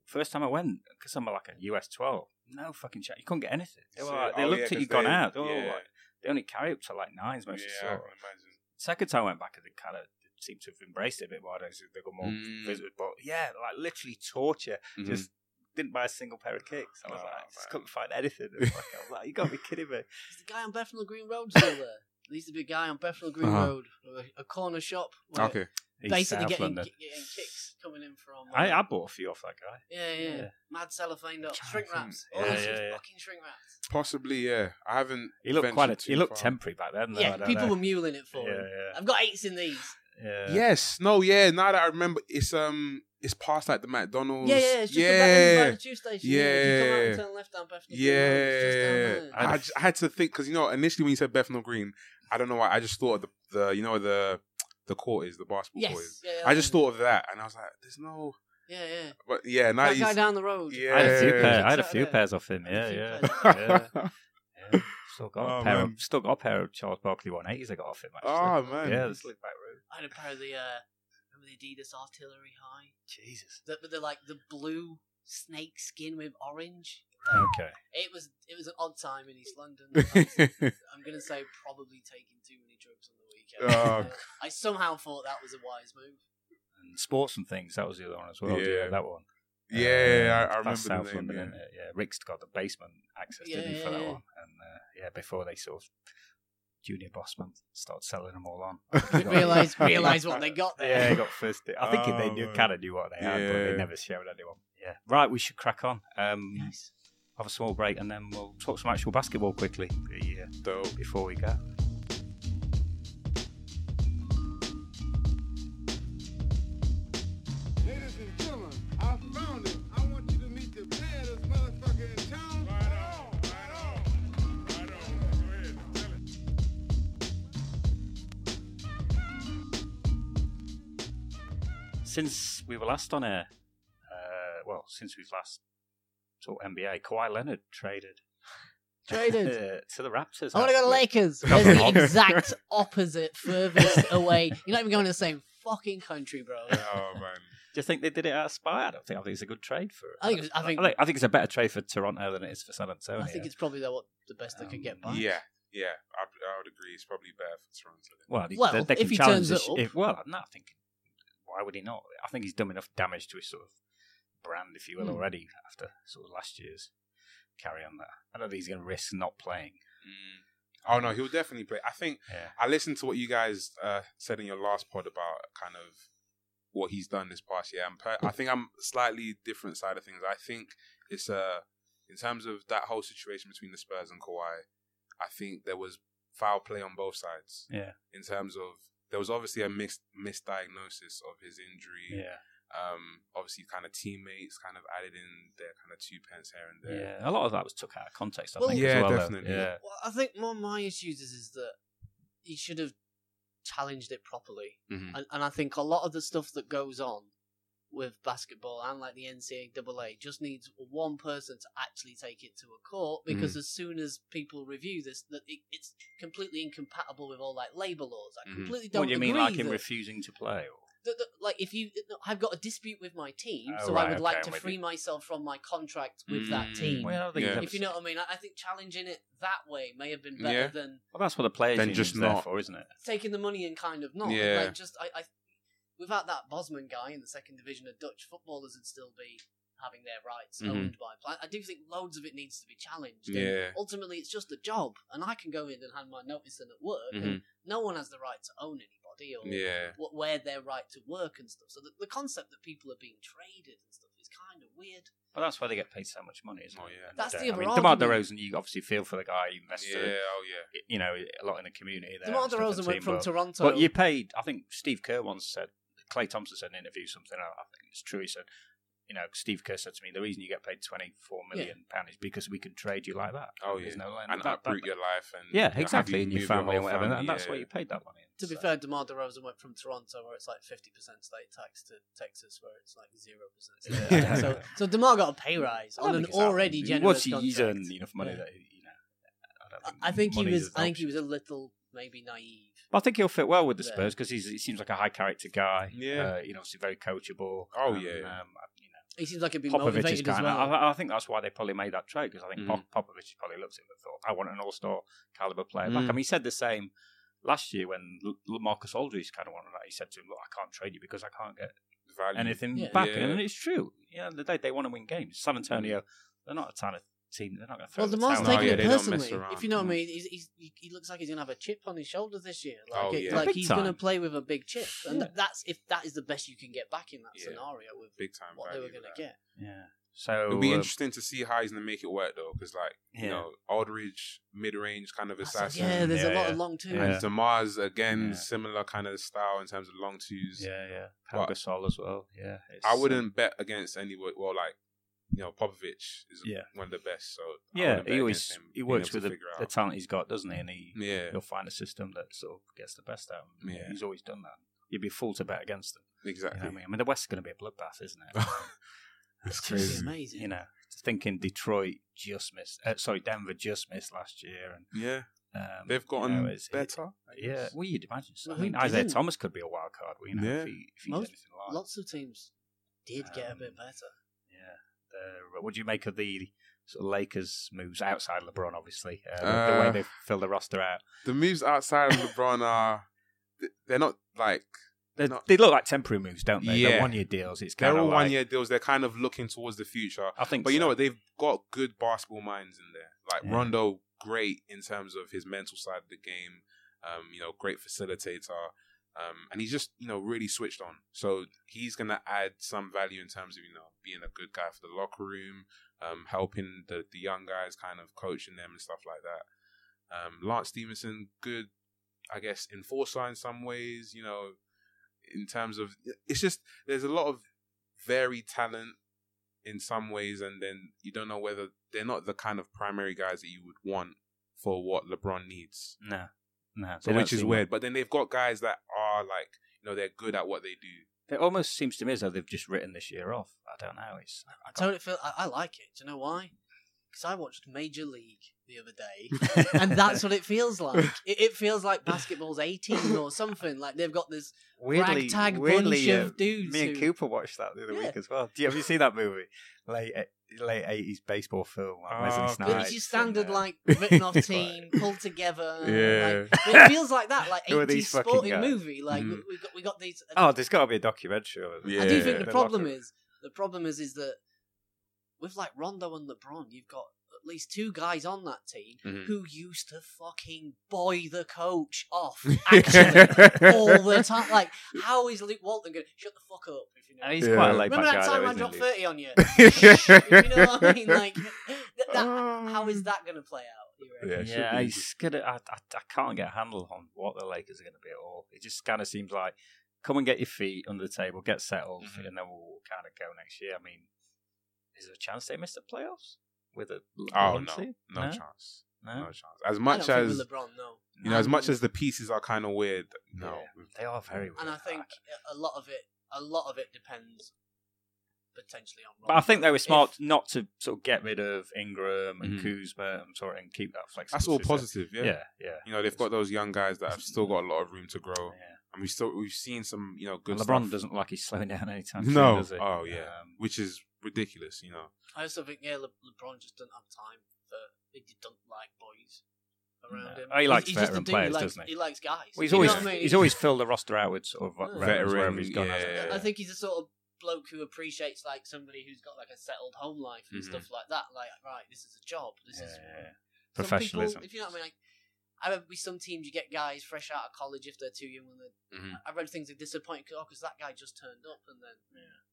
S1: first time I went, because I'm like a US 12, no fucking chat. You couldn't get anything. They, were
S2: So-
S1: like, they
S2: oh,
S1: looked
S2: yeah,
S1: at you
S2: 'cause
S1: gone
S2: they-
S1: out. They, were all
S2: yeah.
S1: like, they only carry up to like nines most
S2: yeah, I
S1: of the
S2: can imagine.
S1: Second time I went back, they kind of seemed to have embraced it a bit more. I don't think they got more
S2: Mm.
S1: visited, but yeah, like literally torture.
S2: Mhm.
S1: Just didn't buy a single pair of kicks. I was
S2: Oh,
S1: like, I just
S2: man.
S1: couldn't find anything. I was like, I was like, you got to be kidding
S2: <laughs>
S1: me.
S3: Is the guy on Bethnal Green
S1: <laughs>
S3: Road still there? There used to be a guy on Bethnal Green
S2: Uh-huh.
S3: Road, a, a corner shop. where
S2: okay.
S1: He's
S3: Basically,
S1: South
S3: getting,
S1: London.
S3: ki- getting kicks coming in from.
S1: I,
S3: uh,
S1: I bought a few off that guy.
S3: Yeah, yeah.
S1: Yeah.
S3: Mad cellophane dot
S2: Trying
S3: shrink
S2: to think.
S3: wraps.
S1: Yeah,
S3: oh,
S1: yeah, yeah.
S3: fucking shrink wraps.
S2: Possibly, yeah. I haven't.
S1: He looked quite. A,
S2: ventured
S1: he
S2: too
S1: looked
S2: far.
S1: temporary back then. Though, I
S3: yeah,
S1: don't
S3: people
S1: know.
S3: were muling it for
S1: Yeah,
S3: him. I've got eights in these.
S1: yeah, yeah.
S2: Yes. No. Yeah. Now that I remember, it's um, it's past like the McDonald's.
S3: Yeah, yeah, it's just yeah.
S2: yeah.
S3: by the tube station. Yeah, if you come out
S2: Yeah.
S3: and turn left down Bethnal Green Road, it's just down
S2: Yeah,
S3: there.
S1: I-
S2: I, j- I had to think because you know initially when you said Bethnal Green, I don't know why I just thought of the, the you know the the court is the basketball
S3: yes,
S2: court is.
S3: yeah, yeah,
S2: I just
S3: yeah.
S2: thought of that and I was like, there's no,
S3: Yeah, yeah.
S2: but yeah, now
S3: That
S2: you <laughs>
S3: guy down the road.
S2: Yeah.
S1: I had a few
S2: Yeah.
S1: pairs. I had a
S3: Sat
S1: few
S3: there.
S1: pairs off him.
S3: Had a
S1: Yeah,
S3: few
S1: yeah.
S3: pairs.
S1: yeah, yeah. Still got
S2: Oh,
S1: a pair.
S2: man.
S1: Of, still got a pair of Charles Barkley 180s. I got off him. Actually.
S2: oh man,
S1: yeah, this look back room.
S3: I had a pair of the uh, remember the Adidas Artillery High.
S1: Jesus.
S3: The, but they're like the blue snake skin with orange.
S1: Okay.
S3: It was it was an odd time in East London.
S2: <laughs>
S3: I'm gonna say probably taking too many drugs on the weekend.
S2: Oh.
S3: I somehow thought that was a wise
S2: <laughs>
S3: move.
S1: And sports and things. That was the other one as well. Yeah,
S2: Yeah.
S1: that one.
S2: yeah,
S1: Um,
S2: I, I
S1: that's
S2: remember
S1: South
S2: the name.
S1: London,
S2: yeah.
S1: isn't it? Yeah, Rick's got the basement access,
S3: Yeah,
S1: didn't he, for that
S3: yeah, yeah.
S1: one? And uh, yeah, before they sort of junior bossman started selling them all
S2: <laughs>
S1: on,
S3: Realize realize what they got there.
S1: Yeah, he got first. I think
S2: Oh,
S1: they knew,
S2: man.
S1: kind of knew what they had, but
S2: Yeah.
S1: they never showed anyone. Yeah. Right, we should crack on. Um,
S3: Nice.
S1: Have a small break, and then we'll talk some actual basketball quickly yeah,
S2: Dope.
S1: before we go.
S4: Ladies and gentlemen, I found him. I want you to meet the baddest motherfucker in town. Right on, right on, right on. Go ahead, tell it.
S1: Since we were last on air, uh, well, since we've last talked NBA, Kawhi Leonard traded <laughs>
S3: Traded.
S1: uh, to the Raptors.
S3: I want to go to
S1: actually.
S3: Lakers.
S1: Come
S3: There's the
S1: on.
S3: exact
S1: <laughs>
S3: opposite, furthest away. You're not even going to the same fucking country, bro.
S2: <laughs> Oh man,
S1: Do you think they did it out of spite? I don't think. I think it's a good trade for.
S3: I think it was- I think-
S1: I think, it's a better trade for Toronto than it is for San Antonio.
S3: I think it's probably the, what, the best they
S1: Um,
S3: could get back.
S2: yeah, yeah, I, I would agree. It's probably better for Toronto. than-
S1: well, they,
S3: Well,
S1: they, they
S3: if
S1: can
S3: he
S1: challenge
S3: turns
S1: this-
S3: up-
S1: if- well, no, I think why would he not? I think he's done enough damage to his sort of brand, if you will,
S3: Hmm.
S1: already after sort of last year's carry on. That I don't think he's going to risk not playing.
S2: Oh no, he'll definitely play. I think
S1: Yeah.
S2: I listened to what you guys uh, said in your last pod about kind of what he's done this past year. And per- I think I'm slightly different side of things. I think it's uh in terms of that whole situation between the Spurs and Kawhi. I think there was foul play on both sides.
S1: Yeah.
S2: In terms of there was obviously a mis- misdiagnosis of his injury. Um, obviously, kind of teammates kind of added in their kind of two pence here and
S1: yeah,
S2: there.
S1: A lot of that was took out of context. I
S3: Well-
S1: think.
S2: Yeah,
S1: as well, though.
S2: definitely.
S1: Yeah,
S3: Well, I think one of my issues is, is that he should have challenged it properly.
S2: Mhm.
S3: And, and I think a lot of the stuff that goes on with basketball and like the NCAA just needs one person to actually take it to a court
S1: Mm.
S3: because as soon as people review this, that it, it's completely incompatible with all like labor laws. I
S2: Mhm.
S3: completely don't.
S1: Mm-hmm. What do you mean,
S3: agree
S1: like him
S3: that-
S1: refusing to play? Or?
S3: that- that- like if you, uh, I've got a dispute with my team,
S1: Oh,
S3: so
S1: right,
S3: I would
S1: okay,
S3: like
S1: I'm
S3: to
S1: with
S3: free
S1: you.
S3: myself from my contract with
S2: Mm.
S3: that team.
S1: Well, I don't think
S2: Yeah.
S1: he's ever-
S3: If you know what I mean, I, I think challenging it that way may have been better
S2: Yeah.
S3: than
S1: well, that's what the players
S2: Then
S1: union's
S2: just
S1: there
S2: not.
S1: for, isn't it?
S3: taking the money and kind of not.
S2: Yeah.
S3: Like just I, I without that Bosman guy in the second division of Dutch footballers would still be having their rights
S1: Mm-hmm.
S2: Mhm.
S3: owned by plan. I do think loads of it needs to be challenged. and
S2: Yeah.
S3: Ultimately it's just a job and I can go in and hand my notice in at work and
S1: Mm-hmm.
S3: no one has the right to own anybody or
S2: Yeah.
S3: what where their right to work and stuff. So the, the concept that people are being traded and stuff is kind kind of weird.
S1: But that's why they get paid so much money, isn't
S2: Oh,
S1: it?
S2: yeah.
S3: That's
S1: I
S3: the
S1: mean,
S3: other
S1: DeMar
S3: argument.
S1: DeRozan, you obviously feel for the guy. He invested,
S2: Yeah, oh yeah.
S1: you know, a lot in the community there.
S3: DeMar
S1: and stuff in the
S3: DeRozan went
S1: team,
S3: from
S1: but-
S3: Toronto.
S1: But you paid. I think Steve Kerr once said, Clay Thompson said in an interview something. I I think it's true. He said, you know, Steve Kerr said to me, the reason you get paid twenty four million pound is because we can trade you like that.
S2: Oh,
S1: There's
S2: yeah.
S1: no line.
S2: And
S1: That- that-
S2: uproot your life and you know,
S1: yeah,
S2: have
S1: exactly,
S2: you
S1: in your
S2: move
S1: family
S2: whole
S1: and whatever. and
S2: family,
S1: that's why
S2: yeah.
S1: you paid that money.
S3: to be
S1: So-
S3: fair, DeMar DeRozan went from Toronto, where it's like 50% state tax, to Texas, where it's like 0%. state tax. so, so DeMar got a pay rise
S1: I don't
S3: on an
S1: think it's that
S3: already
S1: much.
S3: generous
S1: What's he,
S3: contract.
S1: he's earned enough money
S3: Yeah.
S1: that he- you know. I don't
S3: I- I think he
S1: money's
S3: was.
S1: an
S3: I think he
S1: option.
S3: was a little maybe naive.
S1: But I think he'll fit well with the
S3: Yeah.
S1: Spurs because he's he seems like a high character guy.
S2: Yeah.
S1: uh, you know, obviously very coachable.
S2: Oh,
S1: and,
S2: yeah.
S1: um, you know,
S3: He seems like he'd be
S1: Popovich is
S3: motivated as
S1: kind
S3: well.
S1: of. I, I think that's why they probably made that trade because I think
S2: Mm.
S1: Pop Popovich has probably looked at him and thought, "I want an all-star caliber player." Like,
S5: Mm.
S1: I mean, he said the same last year when L- Marcus Aldridge kind of wanted that. He said to him, "Look, I can't trade you because I can't get
S2: Value.
S1: anything
S3: Yeah.
S1: back."
S2: Yeah.
S1: And it's true. Yeah, the day they want to win games. San Antonio, they're not a talented team. They're not going to throw
S3: well,
S1: the
S3: DeMar's
S1: towel.
S2: No,
S3: taking
S2: yeah,
S3: it
S2: they don't mess
S3: personally.
S2: around.
S3: If you know
S1: Mm.
S3: what I mean, he's, he's, he he looks like he's gonna have a chip on his shoulder this year. Like,
S2: Oh,
S3: it-
S2: yeah.
S3: like
S1: Big
S3: he's
S1: time.
S3: gonna play with a big chip, and
S1: Yeah.
S3: that's if that is the best you can get back in that
S2: Yeah.
S3: scenario with
S2: big time.
S3: what they were
S2: value,
S3: gonna
S2: like.
S3: get.
S1: Yeah. So
S2: It'll be
S1: um,
S2: interesting to see how he's gonna make it work though, because like you
S1: Yeah.
S2: know, Aldridge mid range kind of
S3: I said,
S2: assassin.
S3: yeah, there's a
S1: Yeah,
S3: lot
S1: yeah.
S3: of long twos.
S1: Yeah.
S2: And Demar's again
S1: Yeah.
S2: similar kind of style in terms of long twos.
S1: Yeah, yeah. Pau
S2: But-
S1: Gasol as well. Yeah, it's,
S2: I
S1: uh,
S2: wouldn't bet against anyone. Well, like you know, Popovich is
S1: Yeah.
S2: one of the best. So I
S1: Yeah,
S2: wouldn't bet
S1: he always
S2: against him
S1: he
S2: being
S1: works
S2: able
S1: with
S2: to
S1: the,
S2: figure
S1: the
S2: out.
S1: talent he's got, doesn't he? And he
S2: yeah,
S1: he'll find a system that sort of gets the best out. of him.
S2: Yeah.
S1: he's always done that. You'd be a fool to bet against him. You know
S2: exactly.
S1: what I mean, I mean, the West's going to be a bloodbath, isn't
S2: <laughs>
S1: it?
S3: It's
S1: It's
S3: crazy,
S1: crazy.
S3: amazing.
S1: you know, thinking Detroit just missed. Uh, sorry, Denver just missed last year, and
S2: yeah,
S1: um,
S2: they've
S1: you
S2: gotten
S1: know, it's- it-
S2: better. I
S1: yeah,
S2: guess.
S1: well, you'd imagine. So.
S3: Well,
S1: I mean,
S3: who
S1: Isaiah
S3: didn't?
S1: Thomas could be a wild card. You know,
S2: Yeah.
S1: if, he, if he's
S3: Most-
S1: anything like
S3: Lots of teams did get a
S1: Um,
S3: bit better.
S1: Yeah. The, what do you make of the sort of Lakers moves outside LeBron? Obviously, uh, the- the
S2: Uh,
S1: way they fill the roster out.
S2: The moves outside of LeBron are th- they're not like
S1: They,
S2: not-
S1: they look like temporary moves, don't they?
S2: Yeah.
S1: They're one year deals. It's
S2: they're
S1: kind
S2: all
S1: of like,
S2: one year deals. They're kind of looking towards the future.
S1: I think,
S2: But
S1: so.
S2: you know what? They've got good basketball minds in there. Like
S1: Yeah.
S2: Rondo, great in terms of his mental side of the game. Um, you know, great facilitator. Um, and he's just you know really switched on. So he's gonna add some value in terms of you know being a good guy for the locker room, um, helping the the young guys, kind of coaching them and stuff like that. Um, Lance Stevenson, good, I guess, enforcer in some ways. You know, in terms of it's just there's a lot of varied talent in some ways, and then you don't know whether they're not the kind of primary guys that you would want for what LeBron needs.
S1: no, no,
S2: So
S1: they
S2: which
S1: don't
S2: is
S1: seem-
S2: weird. But then they've got guys that are like, you know, they're good at what they do.
S1: It almost seems to me as though they've just written this year off. I don't know. It's
S3: I totally feel I, I like it. Do you know why? Because I watched Major League the other
S1: <laughs>
S3: day. and that's what it feels like. It, it feels like basketball's 18 or something. Like they've got this ragtag bunch
S1: uh,
S3: of dudes.
S1: Me and
S3: who-
S1: Cooper watched that the other
S3: Yeah.
S1: week as well. Do you, have you seen that movie? Late eh, late eighties baseball film. Like Wesley
S2: Oh,
S1: Snipes.
S3: But it's your standard,
S1: and, uh, <laughs>
S3: like, written off
S1: Right.
S3: team,
S1: <laughs>
S3: pulled together. Uh,
S2: <laughs> Like,
S3: like- but it feels like that, like
S1: Who are
S3: 80s
S1: these fucking
S3: sporting
S1: guys? Mm-hmm.
S3: movie. Like, we,
S2: Mhm.
S3: we, got, we got these. uh,
S1: Oh, there's got to be a documentary. Of it.
S2: Yeah.
S3: I do think the
S1: They're
S3: problem
S1: locker-
S3: is the problem is is that with like Rondo and LeBron, you've got at least two guys on that team
S1: Mm.
S2: Mhm.
S3: who used to fucking boy the coach
S1: <laughs>
S3: off actually
S2: <laughs>
S3: all the time. Like, how is Luke Walton going to shut the fuck up? If you know.
S1: And he's
S2: Yeah.
S1: quite a laid
S3: Remember that
S1: back guy,
S3: time
S1: though,
S3: I
S1: isn't
S3: dropped
S1: he? <laughs>
S3: thirty on you? <laughs> you know what I mean? Like, <laughs> th- that,
S1: <laughs>
S3: how is that going to play out? you reckon?
S2: Yeah, it should
S1: Yeah,
S2: be.
S1: he's gonna. I, I, I can't get a handle on what the Lakers are going to be at all. It just kind of seems like come and get your feet under the table, get settled,
S2: Mhm.
S1: and then we'll kind of go next year. I mean, is there a chance they miss the playoffs with a?
S2: Oh
S1: LeBron
S2: no,
S1: team?
S2: no,
S1: no,
S2: chance, no
S1: no.
S2: chance. As
S3: I don't
S2: much
S3: think
S2: as
S3: with LeBron, no.
S2: you know, as much as the pieces are kind of weird. No,
S1: They are very. Weird.
S3: and I think a lot of it, a lot of it depends potentially on.
S1: But I think they were
S3: If-
S1: smart not to sort of get rid of Ingram and
S2: Mhm.
S1: Kuzma and sort of and keep that flexible.
S2: that's all
S1: system.
S2: positive. Yeah.
S1: Yeah, yeah.
S2: you know, they've got those young guys that have still got a lot of room to grow,
S1: yeah.
S2: and we still we've seen some you know good
S1: And LeBron
S2: stuff,
S1: doesn't like he's slowing <laughs> down anytime.
S2: No.
S1: soon, does he?
S2: Oh, yeah.
S1: Um,
S2: which is ridiculous. You know,
S3: I also think yeah, Le- LeBron just doesn't have time for. He just don't like boys around
S1: No.
S3: him.
S1: Oh, he likes
S3: he's just a
S1: veteran
S3: dude,
S1: players,
S3: likes,
S1: doesn't he?
S3: likes guys.
S1: Well, he's
S3: You know
S1: always
S3: what I mean?
S1: he's always filled the roster out with sort of
S3: Yeah.
S1: veterans
S2: Veteran,
S1: wherever he's gone. hasn't he?
S2: yeah.
S3: I think he's a sort of bloke who appreciates like somebody who's got like a settled home life and
S2: Mhm.
S3: stuff like that. Like, right, this is a job. This is
S1: Mm-hmm. Yeah.
S3: Some
S1: Professionalism.
S3: People, if you know what I mean. Like, I remember with some teams you get guys fresh out of college if they're too young. When they're,
S2: Mhm.
S3: oh, I read things are disappointed because that guy just turned up and then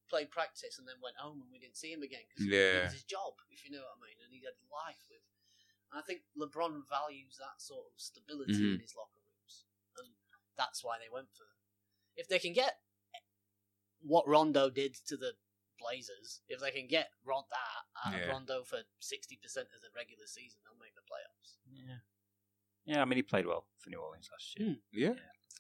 S3: played practice and then went home and we didn't see him again because
S2: Yeah.
S3: it was his job, if you know what I mean, and he had life with. And I think LeBron values that sort of stability
S2: Mm-hmm.
S3: in his locker rooms, and that's why they went for. Them. If they can get what Rondo did to the Blazers, if they can get Ron that out of
S2: Yeah.
S3: Rondo for sixty percent of the regular season, they'll make the playoffs.
S1: Yeah. Yeah, I mean, he played well for New Orleans last year.
S3: Hmm.
S2: Yeah.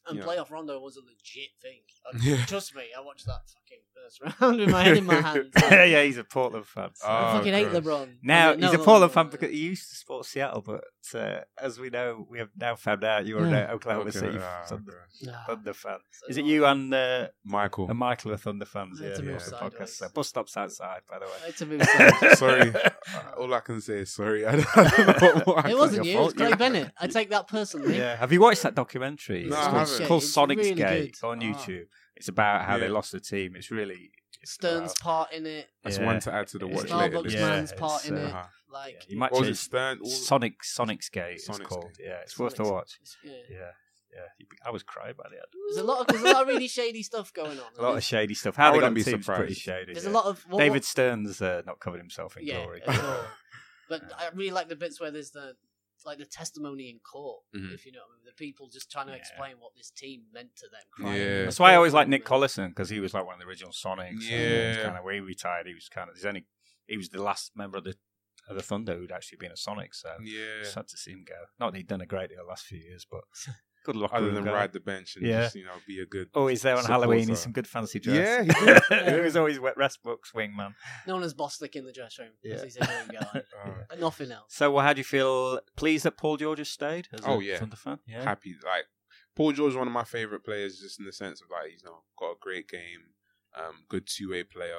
S3: And
S2: Yeah.
S3: playoff Rondo was a legit thing.
S2: <laughs>
S3: Like,
S2: Yeah.
S3: Trust me, I watched that fucking first <laughs> round with my head
S1: <laughs>
S3: in my hand.
S1: Yeah, he's a Portland fan. so-
S3: I
S2: Oh,
S3: fucking hate
S2: gross.
S3: LeBron.
S1: Now
S3: I mean,
S1: he's a
S3: no,
S1: Portland
S3: no,
S1: fan
S3: no.
S1: because he used to support Seattle, but uh, as we know, we have now found out you are an Oklahoma
S2: Okay,
S1: City
S2: ah,
S1: Thunder,
S2: gross.
S3: Nah.
S1: Thunder fan.
S3: So
S1: Is it
S3: not-
S1: you and uh,
S2: Michael.
S1: and Michael are Thunder fans?
S3: I had to
S1: yeah,
S2: move
S1: yeah,
S3: sideways.
S1: podcast. Uh, bus stops outside, by the
S3: I
S1: way.
S3: had to move
S1: <laughs>
S3: <laughs> sideways.
S2: sorry. <laughs> Uh, All I can say is sorry. <laughs> I don't, I don't know what more I
S3: It
S2: can-
S3: wasn't you.
S1: your
S3: It was
S1: fault,
S3: Clay
S1: yeah.
S3: Bennett. I take that personally.
S1: Yeah, have you watched that documentary? it's
S2: No, I
S1: called,
S2: haven't.
S1: it's called
S3: It's
S1: Sonic's
S3: really
S1: Gate
S3: good.
S1: on
S2: Ah.
S1: YouTube. It's about how they
S2: Yeah.
S1: lost the team. It's really it's-
S3: Stern's
S1: wow.
S3: part in it.
S2: That's
S1: Yeah.
S2: one to add to the
S1: It's
S2: watch
S1: not
S2: later.
S3: Starbucks
S2: list.
S1: Yeah,
S3: man's part
S1: it's,
S3: in
S1: uh,
S3: it.
S2: Uh-huh.
S3: Like,
S1: You might
S2: What was
S1: say
S2: it? Stern. all-
S1: Sonic Sonic's Gate. It's
S2: Sonic's
S1: called.
S2: Gate.
S1: Yeah, it's worth a
S3: Sonic's-
S1: watch.
S3: it's- yeah.
S1: Yeah, yeah. You'd be- I was crying by the end.
S3: There's a lot of there's a lot of really shady stuff going on.
S1: <laughs> A lot of
S3: There's-
S1: shady stuff.
S2: I
S1: How they got
S2: wouldn't
S1: the
S2: be
S1: team's pretty
S2: surprised.
S1: shady.
S3: There's
S1: yeah.
S3: a lot of what-
S1: David
S3: what-
S1: Stern's uh, not covered himself in
S3: yeah,
S1: glory.
S3: at all.
S1: <laughs>
S3: But I really like the bits where there's the like the testimony in court,
S2: Mhm.
S3: if you know what I mean. The people just trying to
S1: Mm-hmm. Yeah.
S3: explain what this team meant to them.
S2: Yeah.
S3: Crying in the
S1: That's why I always like
S3: courtroom.
S1: Nick Collison because he was like one of the original Sonics.
S2: Yeah.
S1: kind of when he retired, he was kind of he's only he was the last member of the of the Thunder who'd actually been a Sonic. So
S2: Yeah.
S1: it's sad to see him go. Not that he'd done a great deal the last few years,
S2: <laughs>
S1: but good luck.
S2: Other than ride the bench and
S1: Yeah.
S2: just you know be a good.
S1: Oh, he's there on Halloween.
S2: supporter.
S1: He's some good fancy dress. <laughs>
S2: Yeah, he did.
S1: he was always wet Westbrook's wingman.
S3: Known as Bostic in the dressing room because
S1: Yeah.
S3: he's a
S2: <laughs>
S3: young guy.
S2: Uh,
S3: and nothing else.
S1: So, well, how do you feel? Pleased that Paul George has stayed? As
S2: Oh,
S1: a
S2: yeah.
S1: Thunder fan. Yeah,
S2: happy. Like Paul George is one of my favorite players, just in the sense of like he's you know, got a great game, um, good two way player.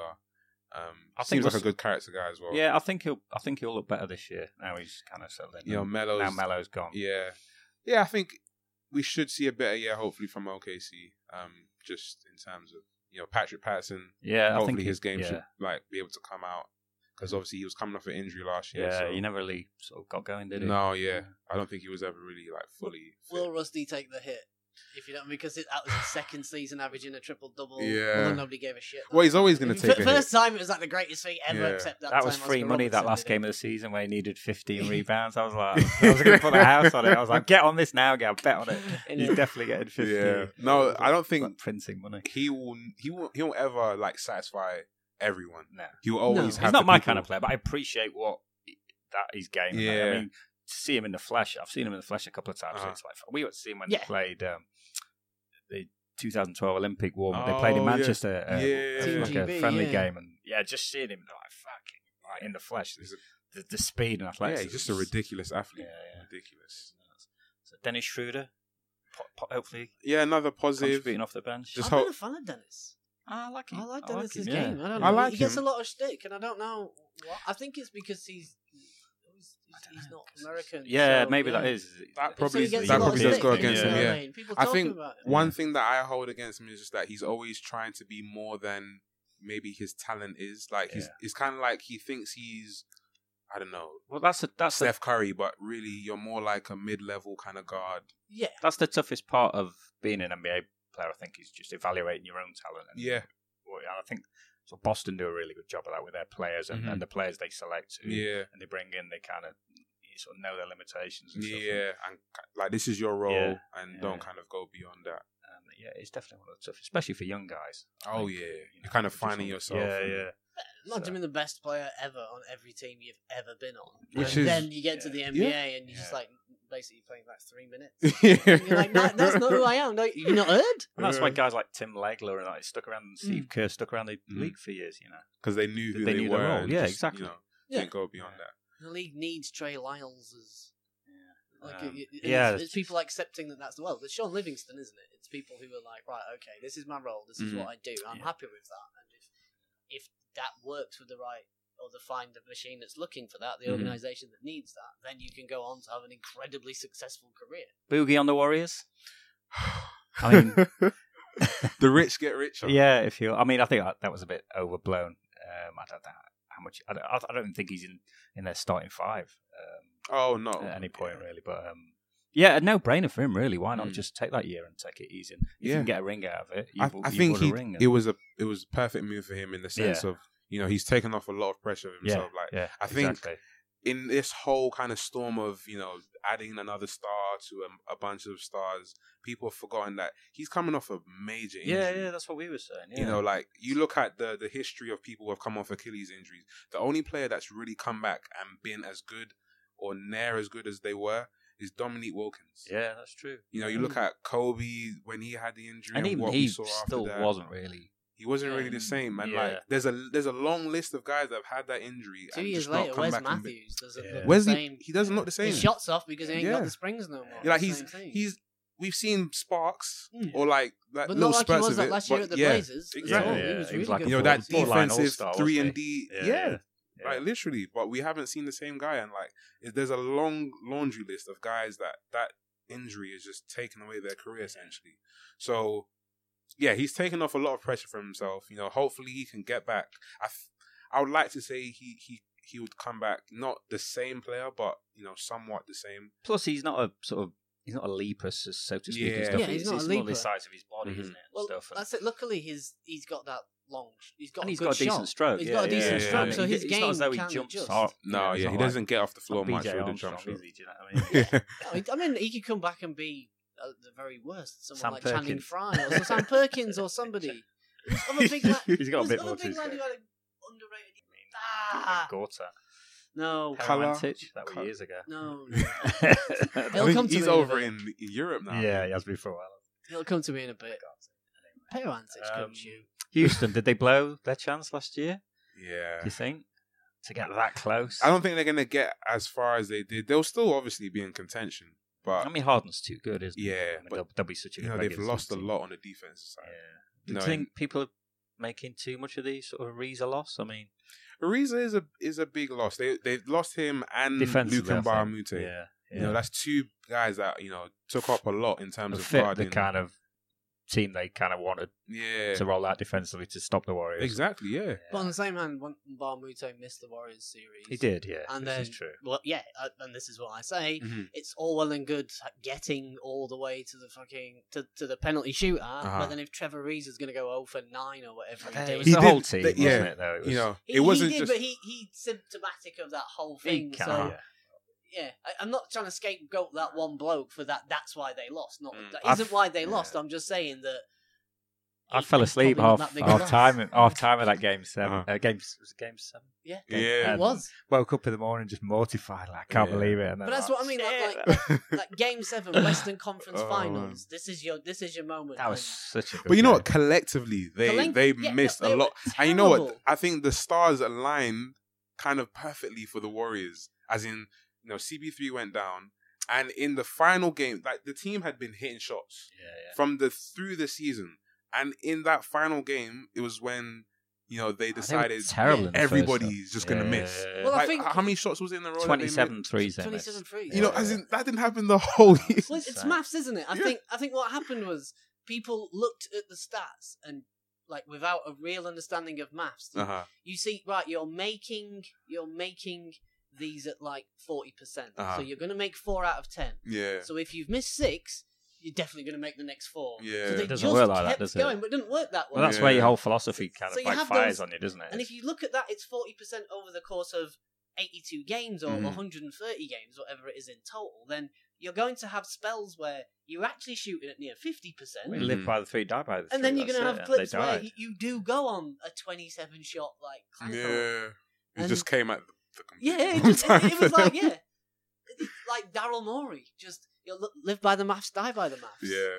S2: Um,
S1: I think
S2: seems like a
S1: that's-
S2: good character guy as well.
S1: Yeah, I think he'll. I think he'll look better this year. Now he's kind of settled in.
S2: you know, Melo's,
S1: now Melo's gone.
S2: Yeah, yeah. I think we should see a better year, hopefully, from OKC. Um, just in terms of you know Patrick Patterson.
S1: Yeah, I
S2: hopefully,
S1: think he-
S2: his game
S1: yeah, Mm.
S2: should like be able to come out because obviously he was coming off an injury last year.
S1: Yeah,
S2: so-
S1: he never really sort of got going, did he?
S2: No, yeah. I don't think he was ever really like fully. fit.
S3: Will Rusty take the hit? If you don't, because it, that was his second season averaging a triple double.
S2: Yeah.
S3: nobody gave a shit.
S2: Well, he's always going to
S3: If-
S2: take
S3: for-
S2: a hit.
S1: <laughs>
S3: First time, it was like the greatest thing ever.
S2: Yeah.
S3: Except that,
S1: That was
S3: time
S1: free
S3: Oscar
S1: money that
S3: Robertson
S1: last
S3: did it.
S1: game of the season where he needed 15 rebounds. I was like, I was going to put a house on it. I was like, get on this now, get bet on it.
S3: <laughs> And
S1: He's
S3: it-
S1: definitely getting 15.
S2: Yeah. No, I don't
S1: Like
S2: think
S1: printing money.
S2: he will. He won't. He won't ever like satisfy everyone.
S1: No,
S2: He will always
S1: he's
S2: have.
S1: not
S2: the
S1: my
S2: people-
S1: kind of player, but I appreciate what that his game. is.
S2: Yeah.
S1: I mean, to see him in the flesh, I've seen him in the flesh a couple of times.
S2: Uh-huh.
S1: It's like we would see him when
S3: Yeah.
S1: they played um, the 2012 Olympic warm. up they played in
S2: Oh, yeah.
S1: Manchester. uh,
S2: Yeah.
S1: it was like
S3: TGB,
S1: a friendly
S3: yeah.
S1: game, and yeah, just seeing him like fucking like in the flesh,
S2: He's a-
S1: the, the speed and
S2: yeah,
S1: athleticism.
S2: he's just a ridiculous
S1: Yeah,
S2: athlete.
S1: yeah.
S2: Ridiculous.
S1: So Dennis Schroeder, po- po- hopefully
S2: Yeah, another positive.
S1: contributing off the bench.
S2: Just
S3: I've
S2: hope-
S3: been a fan of Dennis.
S1: I like
S3: I like Dennis's
S1: him, yeah.
S3: game. I don't know.
S2: I like
S3: he gets a
S2: him.
S3: lot of shtick, and I don't know. What. I think it's because he's he's, he's not American.
S1: Yeah,
S3: so,
S1: maybe
S3: yeah.
S1: that is.
S2: That
S3: So
S2: probably
S3: he gets
S2: that
S3: a lot of
S2: probably does
S3: stick,
S2: go
S3: you
S2: against
S3: know
S2: him.
S3: what
S2: Yeah.
S3: I mean? People
S2: I
S3: talking
S2: think
S3: about him.
S2: One thing that I hold against him is just that he's always trying to be more than maybe his talent is. Like he's
S1: Yeah.
S2: it's kind of like he thinks he's I don't know
S1: Well, that's a, that's the
S2: Steph Curry, but really you're more like a mid level kind of guard.
S3: Yeah,
S1: that's the toughest part of being an NBA player. I think is just evaluating your own talent. And,
S2: Yeah,
S1: well, and I think so. Boston do a really good job of that with their players and,
S2: Mhm.
S1: and the players they select who-
S2: yeah,
S1: and they bring in. They kind of sort of know their limitations. And Stuff.
S2: yeah. And like this is your role,
S1: Yeah.
S2: and don't
S1: Yeah.
S2: kind of go beyond that.
S1: Um, yeah, it's definitely one of the toughest, especially for young guys. I
S2: Oh
S1: think,
S2: yeah,
S1: you know,
S2: you're kind of
S1: just
S2: finding
S1: want-
S2: yourself.
S1: Yeah,
S2: and- <laughs>
S1: yeah.
S3: Lodge
S1: So-
S3: him in the best player ever on every team you've ever been on.
S2: Which
S3: and
S2: is-
S3: then you get to the
S1: yeah.
S3: NBA and you're just
S1: Yeah.
S3: like basically playing like three minutes.
S1: <laughs>
S2: yeah.
S3: And you're like, no, that's
S2: <laughs>
S3: not who I am. No, you've not heard?
S1: And that's why
S2: Yeah. Mm.
S1: guys like Tim Legler and like, stuck around, Steve Kerr stuck around the league for years.
S2: <laughs>
S1: You know.
S2: because they knew who
S1: They
S2: they,
S1: knew
S2: were.
S1: their role.
S2: and
S1: Yeah,
S2: just,
S1: exactly.
S2: You know,
S3: Yeah.
S2: Didn't go beyond that.
S3: The league needs Trey Lyles as. Like,
S1: Um,
S3: it-
S1: yeah,
S3: it- it's-
S1: that's
S3: it's, people accepting that that's the world. It's Sean Livingston, isn't it? It's people who are like, right, okay, this is my role. This is
S2: Mhm.
S1: Mm.
S3: what I do. I'm
S1: Yeah.
S3: happy with that. And if if that works with the right or the find the machine that's looking for that, the
S1: Mm-hmm.
S2: Mhm.
S3: organization that needs that, then you can go on to have an incredibly successful career.
S1: Boogie on the Warriors. I mean,
S2: <sighs>
S1: <laughs>
S2: the rich get richer.
S1: Yeah, if you. I mean, I think that, that was a bit overblown. Um, I don't know how much. I don't, I don't even think he's in in their starting five um,
S2: Oh no.
S1: at any point really. But um, Yeah, a no-brainer for him, really. Why not
S2: Mm.
S1: just take that year and take it easy? And If you
S2: Yeah.
S1: can get a ring out of it, you
S2: I,
S1: will-
S2: I
S1: you
S2: think
S1: will a
S2: he,
S1: ring.
S2: it was a it was a perfect move for him in the sense of you know he's taken off a lot of pressure
S1: yeah,
S2: himself. Like
S1: yeah,
S2: I think-
S1: exactly.
S2: in this whole kind of storm of you know adding another star to um, a, a bunch of stars, people have forgotten that he's coming off a major injury.
S1: Yeah, yeah, that's what we were saying. Yeah.
S2: You know, like you look at the the history of people who have come off Achilles injuries. The only player that's really come back and been as good or near as good as they were is Dominique Wilkins.
S1: yeah, that's true.
S2: You know, you look at Kobe when he had the injury
S1: And
S2: and,
S1: even
S2: what
S1: he
S2: we saw
S1: still
S2: after that.
S1: wasn't really.
S2: He wasn't really
S1: Yeah.
S2: the same, man.
S1: Yeah.
S2: Like there's a there's a long list of guys that have had that injury.
S3: Two
S2: and
S3: years
S2: just not
S3: later,
S2: come
S3: where's
S2: back and be-
S3: Matthews? Doesn't
S1: Yeah.
S3: look
S2: Where's
S3: the
S2: he?
S3: same.
S2: He doesn't look the same.
S3: His shots off because he ain't
S2: Yeah.
S3: got the springs no more.
S1: Yeah,
S3: It's
S2: like
S3: the
S2: he's
S3: same thing.
S2: he's we've seen sparks
S3: Mm.
S2: or like like
S3: but
S2: little
S3: not like he
S2: spurts of
S3: was
S2: it.
S3: like last year
S2: but
S3: at the
S2: yeah,
S3: Blazers.
S2: exactly.
S3: Exactly.
S1: Yeah,
S3: he was
S1: he was
S3: really
S1: like
S3: good.
S1: a
S2: you know
S3: for
S2: that
S3: us.
S1: Borderline
S2: defensive
S1: all-star, wasn't
S2: three and
S1: he?
S2: D. Yeah.
S1: yeah.
S2: like literally. But we haven't seen the same guy, and like it- there's a long laundry list of guys that that injury is just taking away their career essentially. So yeah, he's taken off a lot of pressure from himself. You know, hopefully he can get back. I f- I would like to say he he he would come back not the same player, but you know, somewhat the same.
S1: Plus, he's not a sort of he's not a leaper, so so to speak.
S2: Yeah.
S1: and stuff.
S3: Yeah, he's
S1: it's,
S3: not a
S1: it's more the
S3: leaper.
S1: size of his body,
S2: Mhm.
S1: isn't it? and
S3: Well,
S1: stuff. and-
S3: that's it. Luckily, his he's got that long. He's got
S1: and
S3: a
S1: he's
S3: good
S1: got a decent
S3: shot.
S1: stroke.
S3: He's
S1: yeah,
S3: got a
S1: yeah,
S3: decent
S1: yeah,
S2: stroke,
S1: yeah.
S3: so
S1: He-
S3: his
S1: it's not as
S3: game
S1: though he
S3: can
S1: jumps
S3: adjust.
S1: hard.
S2: No,
S1: it's
S2: yeah,
S1: not
S2: he
S1: like-
S2: doesn't get off the
S1: it's not
S2: floor much
S1: BJ
S2: with a
S1: Armstrong,
S2: jump shot.
S1: is he? Do you know what I
S2: <laughs>
S1: mean?
S2: Yeah.
S3: No, he- <laughs> I mean, he could come back and be uh, the very worst. Someone
S1: Sam
S3: like Channing
S1: Perkins.
S3: Frye or some-
S1: <laughs>
S3: Sam Perkins or somebody. Other big lad.
S1: He's got a
S3: who's
S1: bit
S3: other
S1: more to
S3: big
S1: his
S3: lad
S1: game.
S3: who had an underrated. Ah,
S1: Gorta.
S3: no,
S2: Colour.
S1: Karamantic, That
S2: Colour.
S1: was years ago. <laughs>
S3: no, no.
S2: I <laughs>
S3: He'll
S2: think
S3: come to
S2: he's
S3: me in a
S2: over
S3: bit.
S2: in, in Europe now.
S1: yeah, he has been for a while.
S3: It'll come to me in a bit. Perantic
S1: Um,
S3: comes you.
S1: <laughs> Houston, did they blow their chance last year? Do
S2: Yeah.
S1: you think to get that close?
S2: I don't think they're gonna get as far as they did. They'll still obviously be in contention, but
S1: I mean, Harden's too good, isn't he?
S2: Yeah,
S1: I mean,
S2: but,
S1: they'll, they'll be such a
S2: you
S1: good
S2: know
S1: regular
S2: they've lost a
S1: season team.
S2: lot on the defense
S1: Yeah.
S2: side.
S1: Do
S2: No,
S1: you
S2: and-
S1: think people are making too much of these sort of Ariza loss? I mean,
S2: Ariza is a is a big loss. They they've lost him
S1: Mm,
S2: and Luke
S1: defensively,
S2: and
S1: I think.
S2: Baramute.
S1: Yeah, yeah.
S2: You know that's two guys that you know took up a lot in terms
S1: They
S2: of
S1: fit the
S2: guarding.
S1: kind of team they kind of wanted
S2: yeah,
S1: to roll out defensively to stop the Warriors.
S2: exactly. Yeah,
S3: But on the same hand, when Barmuto missed the Warriors series,
S1: He did, yeah.
S3: And
S1: this is
S3: then-
S1: true.
S3: Well, yeah, uh, and this is what I say.
S2: Mhm.
S3: It's all well and good getting all the way to the fucking to, to the penalty shootout,
S2: Uh-huh.
S3: but then if Trevor Rees is going to go 0 for nine or whatever he
S1: It
S3: did,
S1: was
S2: He
S1: the
S2: did-
S1: whole team,
S2: they- yeah,
S1: wasn't it? Though it was,
S2: you know
S3: he,
S2: it wasn't
S3: he did,
S2: just
S3: but he he's symptomatic of that whole
S1: he
S3: thing.
S1: can,
S3: so
S1: yeah.
S3: yeah, I, I'm not trying to scapegoat that one bloke for that. That's why they lost. Not
S2: Mm.
S3: that
S1: I've-
S3: isn't why they
S1: yeah.
S3: lost. I'm just saying that.
S1: I
S3: he-
S1: fell
S3: it's
S1: asleep
S3: probably not
S1: half,
S3: that big a
S1: half
S3: loss.
S1: time half time of that game seven.
S2: Uh-huh.
S1: Uh, game was it game seven?
S3: Yeah,
S2: Yeah.
S3: it was.
S1: Woke up in the morning just mortified, like I can't
S2: Yeah.
S1: believe it. And then
S3: But that's
S1: like,
S3: what I mean.
S1: shit, <laughs>
S3: Like,
S1: that-
S3: like, like Game Seven, Western Conference
S2: <laughs> Oh, man.
S3: Finals. This is your this is your moment.
S1: that was
S3: And-
S1: such a. Good
S2: But you know what?
S1: game.
S2: Collectively, they
S3: Collect-
S2: they
S3: yeah,
S2: missed
S3: they
S2: a lot.
S3: were
S2: And you know what?
S3: terrible.
S2: I think the stars aligned kind of perfectly for the Warriors. As in, you know, CB3 went down, and in the final game, like the team had been hitting shots
S1: Yeah,
S2: from the through the season, and in that final game, it was when you
S3: Ah,
S2: know they
S1: yeah.
S2: decided
S1: terrible. in the first half.
S2: everybody's just gonna
S1: Yeah,
S2: miss.
S1: yeah, yeah.
S3: Well, I
S2: Like,
S3: think-
S2: how many shots was it in the row? that they made?
S1: 27 threes. they missed.
S3: 27 threes.
S2: You know,
S1: Yeah.
S2: as in that didn't happen the <laughs> whole year.
S3: Well, it's, it's maths, isn't it? I
S2: Yeah.
S3: think I think what happened was people looked at the stats and like without a real understanding of maths, you-
S2: Uh-huh.
S3: you see right. You're making you're making these at like forty percent,
S2: Uh-huh.
S3: so you're going to make four out of ten.
S2: Yeah.
S3: So if you've missed six, you're definitely going to make the next four.
S2: Yeah.
S3: so they
S2: It
S1: doesn't
S3: just
S1: work like that,
S3: kept
S1: does it?
S3: going, but it didn't work that way.
S1: Well, that's where
S2: Yeah.
S1: your whole philosophy kind
S3: So
S1: of
S3: you have
S1: like fires
S3: those-
S1: on you, doesn't it?
S3: And if you look at that, it's forty percent over the course of eighty-two games or
S1: Mm-hmm.
S2: Mhm.
S3: one hundred and thirty games, whatever it is in total. Then you're going to have spells where you're actually shooting at near fifty
S1: We
S3: percent,
S2: Well,
S1: live
S2: Mhm.
S1: by the three, die by the three.
S3: and then you're
S1: that's
S3: going
S1: it,
S3: to have
S1: and
S3: clips
S1: they
S3: where
S1: died.
S3: you, you do go on a twenty-seven shot like clanker.
S2: Yeah. It
S3: And-
S2: just came at the, the
S1: <laughs>
S2: complete
S3: yeah, it,
S2: wrong
S3: just,
S2: time
S3: it, it
S2: for
S3: was like
S2: them.
S3: yeah, It- like Daryl Morey, just you know, live by the maths, die by the maths.
S2: Yeah.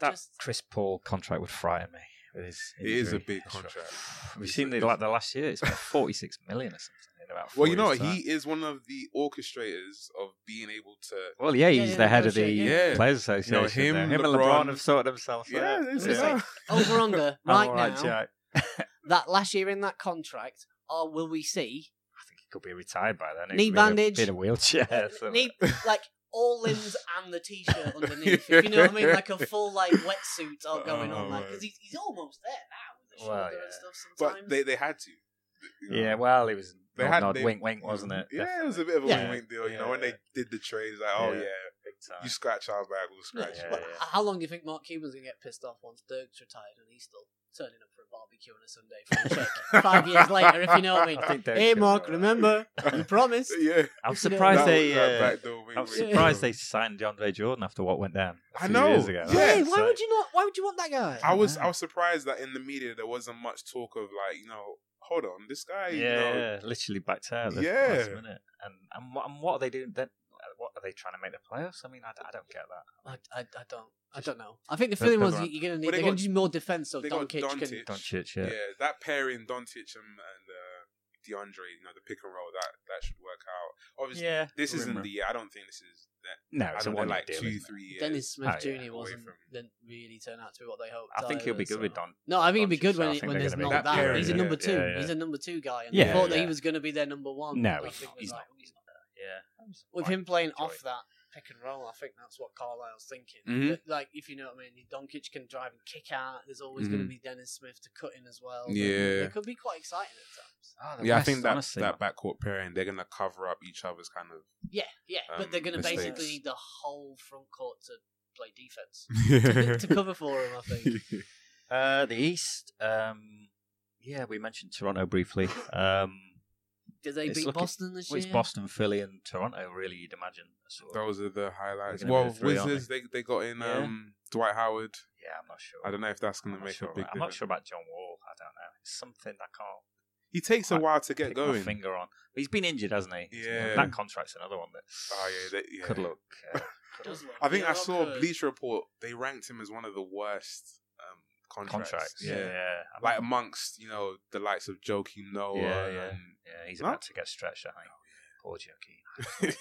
S1: That
S3: Just-
S1: Chris Paul contract would frighten me. With his
S2: It is a
S1: injury.
S2: big
S1: It's rough.
S2: contract.
S1: We've
S2: It's
S1: seen
S2: a-
S1: the, like the last year. It's about forty-six million or something. In about
S2: Well, you know,
S1: four
S2: what?
S1: years'
S2: he
S1: time.
S2: is one of the orchestrators of being able to.
S1: Well, yeah,
S3: Yeah,
S1: he's
S3: yeah,
S1: the head of the
S3: negotiate,
S2: yeah.
S1: Players Association.
S2: him,
S1: there. him and
S2: LeBron-
S1: LeBron have sorted themselves.
S2: Yeah,
S1: out.
S2: this
S3: is
S1: like,
S2: it.
S3: Over
S1: <laughs>
S3: under right
S1: all right,
S3: now.
S1: Jack.
S3: That last year in that contract, or will we see
S1: I think he could be retired by then. He could
S3: Knee
S1: be in a-
S3: bandage.
S1: be in a wheelchair. so-
S3: need like all limbs and the t-shirt underneath. if you know what I mean, like
S1: <laughs>
S3: a full like wetsuit are going
S2: Oh,
S3: on, like
S2: right.
S3: because he's, he's almost there now with the shoulder
S1: Well,
S3: and
S1: yeah.
S3: stuff. Sometimes,
S2: But they, they had to. you know.
S1: Yeah, well, it was
S2: They
S1: nod,
S2: had-
S1: nod,
S2: they-
S1: wink, wink, wasn't it?
S2: Yeah, it was a bit of a
S3: Yeah.
S2: wing wing deal. You know,
S1: Yeah.
S2: when they did the trades, like, oh yeah,
S1: Yeah. big time.
S2: You scratch our bag, we'll scratch
S1: Yeah,
S2: you.
S3: Well, h- How long do you think Mark Cuban's gonna get pissed off once Dirk's retired and he's still turning up for a barbecue on a Sunday
S1: <laughs>
S3: for a shake five years later? If you know what I mean.
S1: I think they're
S3: Hey
S1: good
S3: Mark,
S1: for that.
S3: remember
S2: <laughs>
S3: you promised.
S1: <laughs>
S2: Yeah,
S1: I'm
S2: that,
S3: Guys,
S1: surprised
S2: was-
S1: they.
S2: that
S1: uh,
S2: backdoor wing
S1: I'm
S2: was-
S1: surprised they signed DeAndre Jordan after what went down. a
S2: I
S1: few
S2: know,
S1: Years ago.
S2: yeah.
S3: Hey, why would you not? Why would you want that guy?
S2: I was
S1: Wow.
S2: I was surprised that in the media there wasn't much talk of like you know hold on this guy
S1: Yeah,
S2: you know
S1: yeah, literally backed out. At
S2: Yeah.
S1: the last minute. And, and what- and what are they doing? Then what are they trying to make the playoffs? I mean, I, d- I don't get that.
S3: I, I, I don't. I don't know. I think the
S1: They're-
S3: feeling
S1: they're
S3: was
S1: right.
S3: you- you're gonna need.
S2: Well, they
S3: they're gonna
S2: got-
S3: do more defense, so
S2: they got
S3: Doncic can.
S2: Doncic.
S1: Don't shit,
S2: yeah.
S1: yeah.
S2: that pairing Doncic and, and uh, DeAndre you know the pick and roll that that should work out obviously
S1: Yeah,
S2: this isn't
S1: rumor.
S2: the year I don't think this is that
S1: no.
S2: I
S1: It's a
S2: don't know
S1: one
S2: like
S1: deal,
S2: two
S1: isn't it?
S2: three years
S3: Dennis Smith
S1: Oh, yeah,
S3: Jr.
S2: away
S3: wasn't
S2: from-
S3: didn't really turn out to be what they hoped.
S1: I think he'll be
S3: either,
S1: good with
S3: so-
S1: Don.
S3: No, I think he'd be
S1: Doncic,
S3: good
S1: I
S3: when, it,
S1: think
S3: when
S1: they're
S3: there's
S1: gonna
S3: not
S1: be
S3: that.
S2: good. Yeah,
S3: he's a
S2: yeah,
S3: number
S1: yeah,
S3: two.
S1: yeah.
S3: He's a number two guy, and
S1: Yeah,
S3: they thought that he
S1: yeah.
S3: was going to be their number one.
S1: No,
S3: I
S1: he's
S3: think
S1: not,
S3: was
S1: he's
S3: like,
S1: not.
S3: well, he's not.
S1: Yeah,
S3: With
S1: Fine,
S3: him playing
S1: enjoy.
S3: off that pick and roll, I think that's what Carlisle's thinking.
S1: Mm-hmm.
S2: Mhm.
S3: That, like, if you know what I mean, Doncic can drive and kick out. There's always going
S2: Mhm.
S3: to
S1: Mm-hmm.
S3: be Dennis Smith to cut in as well.
S2: Yeah.
S3: it could be quite exciting at times.
S1: Oh, the
S2: yeah I
S1: West,
S2: think that
S1: honestly,
S2: that backcourt pairing they're gonna cover up each other's kind <laughs> of
S3: Yeah, yeah,
S2: Um,
S3: but they're going to
S2: mistakes.
S3: basically need the whole front court to play
S1: <laughs>
S3: defense to cover for him. I think.
S2: <laughs>
S1: Uh, the East. Um, yeah, we mentioned Toronto briefly.
S3: <laughs>
S1: Um,
S3: Did they
S1: It's
S3: beat
S1: looking-
S3: Boston this
S1: well, it's
S3: year?
S1: Boston, Philly, and Toronto. Really, you'd imagine. Sort of-
S2: those are the highlights
S1: They're gonna be
S2: well
S1: the three, aren't
S2: Wizards they they got in
S1: Yeah.
S2: um Dwight Howard
S1: yeah, I'm not sure.
S2: I don't know if that's
S1: I'm
S2: gonna
S1: not
S2: make
S1: sure
S2: a big
S1: about- I'm not
S2: difference
S1: sure about John Wall. I don't know. It's something I can't
S2: he takes a
S1: quite
S2: while to get
S1: pick
S2: going
S1: my finger on. But he's been injured, hasn't he? So
S2: Yeah.
S1: That contract's another one that
S2: oh yeah, <laughs> they, yeah
S1: could look. Uh,
S3: <laughs> It does look-
S2: I think
S3: yeah,
S2: I saw
S3: look
S2: a
S3: good.
S2: Bleacher Report. They ranked him as one of the worst um, contracts.
S1: contract. Yeah. yeah.
S2: like amongst you know the likes of Joakim Noah.
S1: Yeah, yeah.
S2: And, <laughs>
S1: yeah, he's
S2: Huh?
S1: about to get stretched, I think.
S2: Oh,
S1: Poor Joaquin.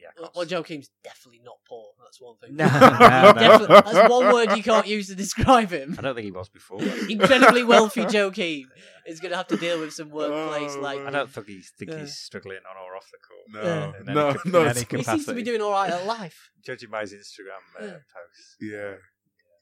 S1: Yeah, I
S3: Well,
S1: can't
S3: well,
S1: s-
S3: Joakim's definitely not poor. That's one thing.
S1: <laughs> No,
S3: <laughs>
S1: no,
S3: Definitely-
S1: no.
S3: that's one word you can't use to
S2: <laughs>
S3: describe him.
S1: I don't think he was before.
S3: <laughs> Incredibly wealthy Joakim is going to have to deal with some workplace
S2: Oh,
S3: like.
S1: I don't think he's think
S3: Yeah.
S1: he's struggling on or off the court.
S2: no,
S1: In any
S2: no,
S1: cap-
S2: no.
S1: in any
S2: it's-
S3: He seems to
S1: capacity.
S3: be doing all right at life.
S1: Judging by his Instagram uh,
S3: Yeah.
S1: posts.
S2: yeah,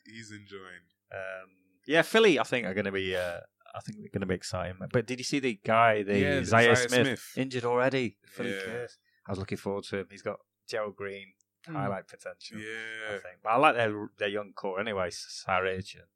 S2: he's enjoying.
S1: Um, yeah, Philly, I think are going to be. Uh, I think they're going to be exciting. But did you see the guy, the
S2: Yeah, the
S1: Zaire,
S2: Zaire
S1: Smith,
S2: Smith.
S1: injured already? The Philly
S2: Yeah.
S1: curse. I was looking forward to him. He's got Gerald Green
S3: Hmm. Mm.
S1: highlight potential. I
S2: Yeah.
S1: think, but I like their their young core anyway. Sarich and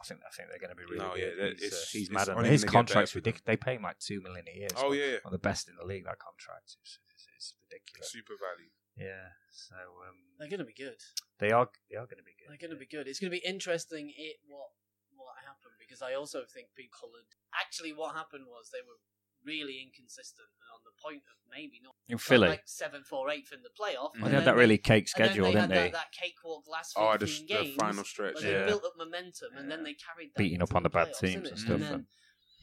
S1: I think I think they're going to be really
S2: No,
S1: good.
S2: yeah, that-
S1: he's, uh,
S2: it's-
S1: he's
S2: it's
S1: mad. at
S2: only
S1: his
S2: gonna get
S1: contract's
S2: better for them.
S1: ridiculous. They pay him like two million a year. It's
S2: Oh
S1: one-
S2: yeah,
S1: one of the best in the league. That contract It's- it's, it's ridiculous.
S2: Super Valley.
S1: Yeah, so um,
S3: They're going to be good.
S1: they are they are going to be good.
S3: They're going to be good. It's going to be interesting it what what happened because I also think people coloured. Actually, what happened was they were really inconsistent and on the point of maybe not
S1: in Philly. Mm.
S3: like seven four eighth in the
S2: Well,
S3: playoff.
S1: they
S3: and
S1: had
S3: then
S1: that really cake
S3: and then
S1: schedule,
S3: they
S1: didn't
S3: had
S1: they?
S3: That, that cakewalk last
S2: Oh, the,
S3: 15
S2: the
S3: games.
S2: final stretch.
S3: But
S1: Yeah.
S3: they built up momentum, and then
S2: Yeah.
S3: they carried that
S1: Beating up
S3: into
S1: on the bad
S3: playoffs,
S1: teams
S3: innit?
S1: and
S2: stuff,
S1: and-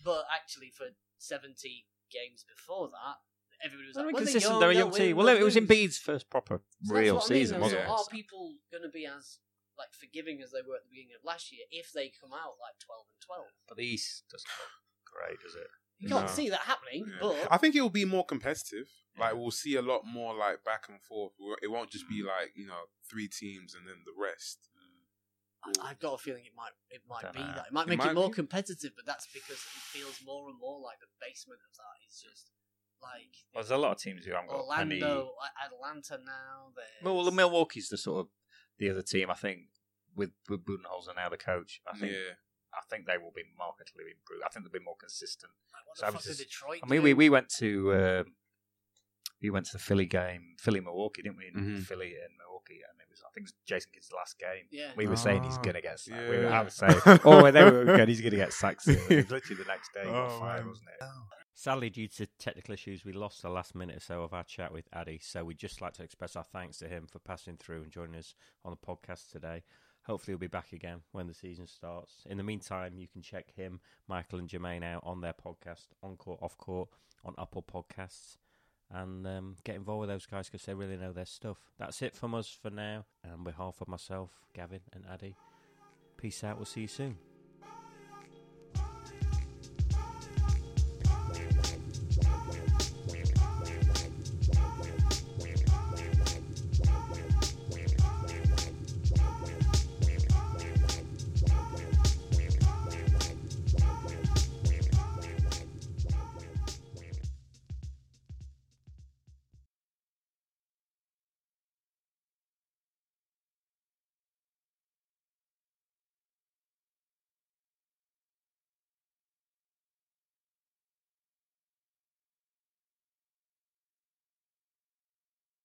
S3: but actually, for seventy games before that, everybody was
S1: They're
S3: like, well,
S1: inconsistent.
S3: They're,
S1: They're a
S3: young,
S1: young
S3: they'll win,
S1: team. Well,
S3: they'll
S1: it was
S3: lose.
S1: Embiid's first proper
S3: So that's
S1: real
S3: what I mean,
S1: season,
S3: though,
S1: wasn't
S3: so
S1: it?
S3: Are people going to be as like forgiving as they were at the beginning of last year if they come out like twelve and twelve?
S1: But the East doesn't look great, does it?
S3: You can't
S2: No.
S3: see that happening,
S2: Yeah.
S3: but
S2: I think it will be more competitive. Like we'll see a lot more like back and forth. It won't just be like you know three teams and then the rest.
S3: I- I've got a feeling it might it might be
S1: Dunno.
S3: that it might
S2: It
S3: make it,
S2: might
S3: more
S2: be.
S3: competitive, but that's because it feels more and more like the basement of that is just like
S1: Well, there's a lot of teams who haven't got any.
S3: Orlando, A- Atlanta now. there's-
S1: Well, well, Milwaukee's the sort of the other team I think with with Budenholzer now the coach. I think
S2: Yeah.
S1: I think they will be markedly improved. I think they'll be more consistent.
S3: Like, what
S1: so
S3: the
S1: I'm
S3: fuck did
S1: just-
S3: Detroit?
S1: I mean,
S3: do?
S1: we, we went to uh, we went to the Philly game, Philly Milwaukee, didn't we? In
S2: Mhm.
S1: Philly and Milwaukee, and it was I think it was Jason Kidd's last game.
S3: yeah.
S1: We were saying he's
S2: Ah,
S1: gonna get sacked. We were,
S2: yeah.
S1: I was saying, oh, when they were good, he's gonna get sacked. Soon. It was literally the next day, he got
S2: Oh,
S1: fired,
S2: man.
S1: wasn't it?
S5: Sadly, due to technical issues, we lost the last minute or so of our chat with Addy, so we'd just like to express our thanks to him for passing through and joining us on the podcast today. Hopefully, he'll be back again when the season starts. In the meantime, you can check him, Michael, and Jermaine out on their podcast, On Court, Off Court, on Apple Podcasts, and um, get involved with those guys because they really know their stuff. That's it from us for now. And on behalf of myself, Gavin, and Addy, peace out. We'll see you soon.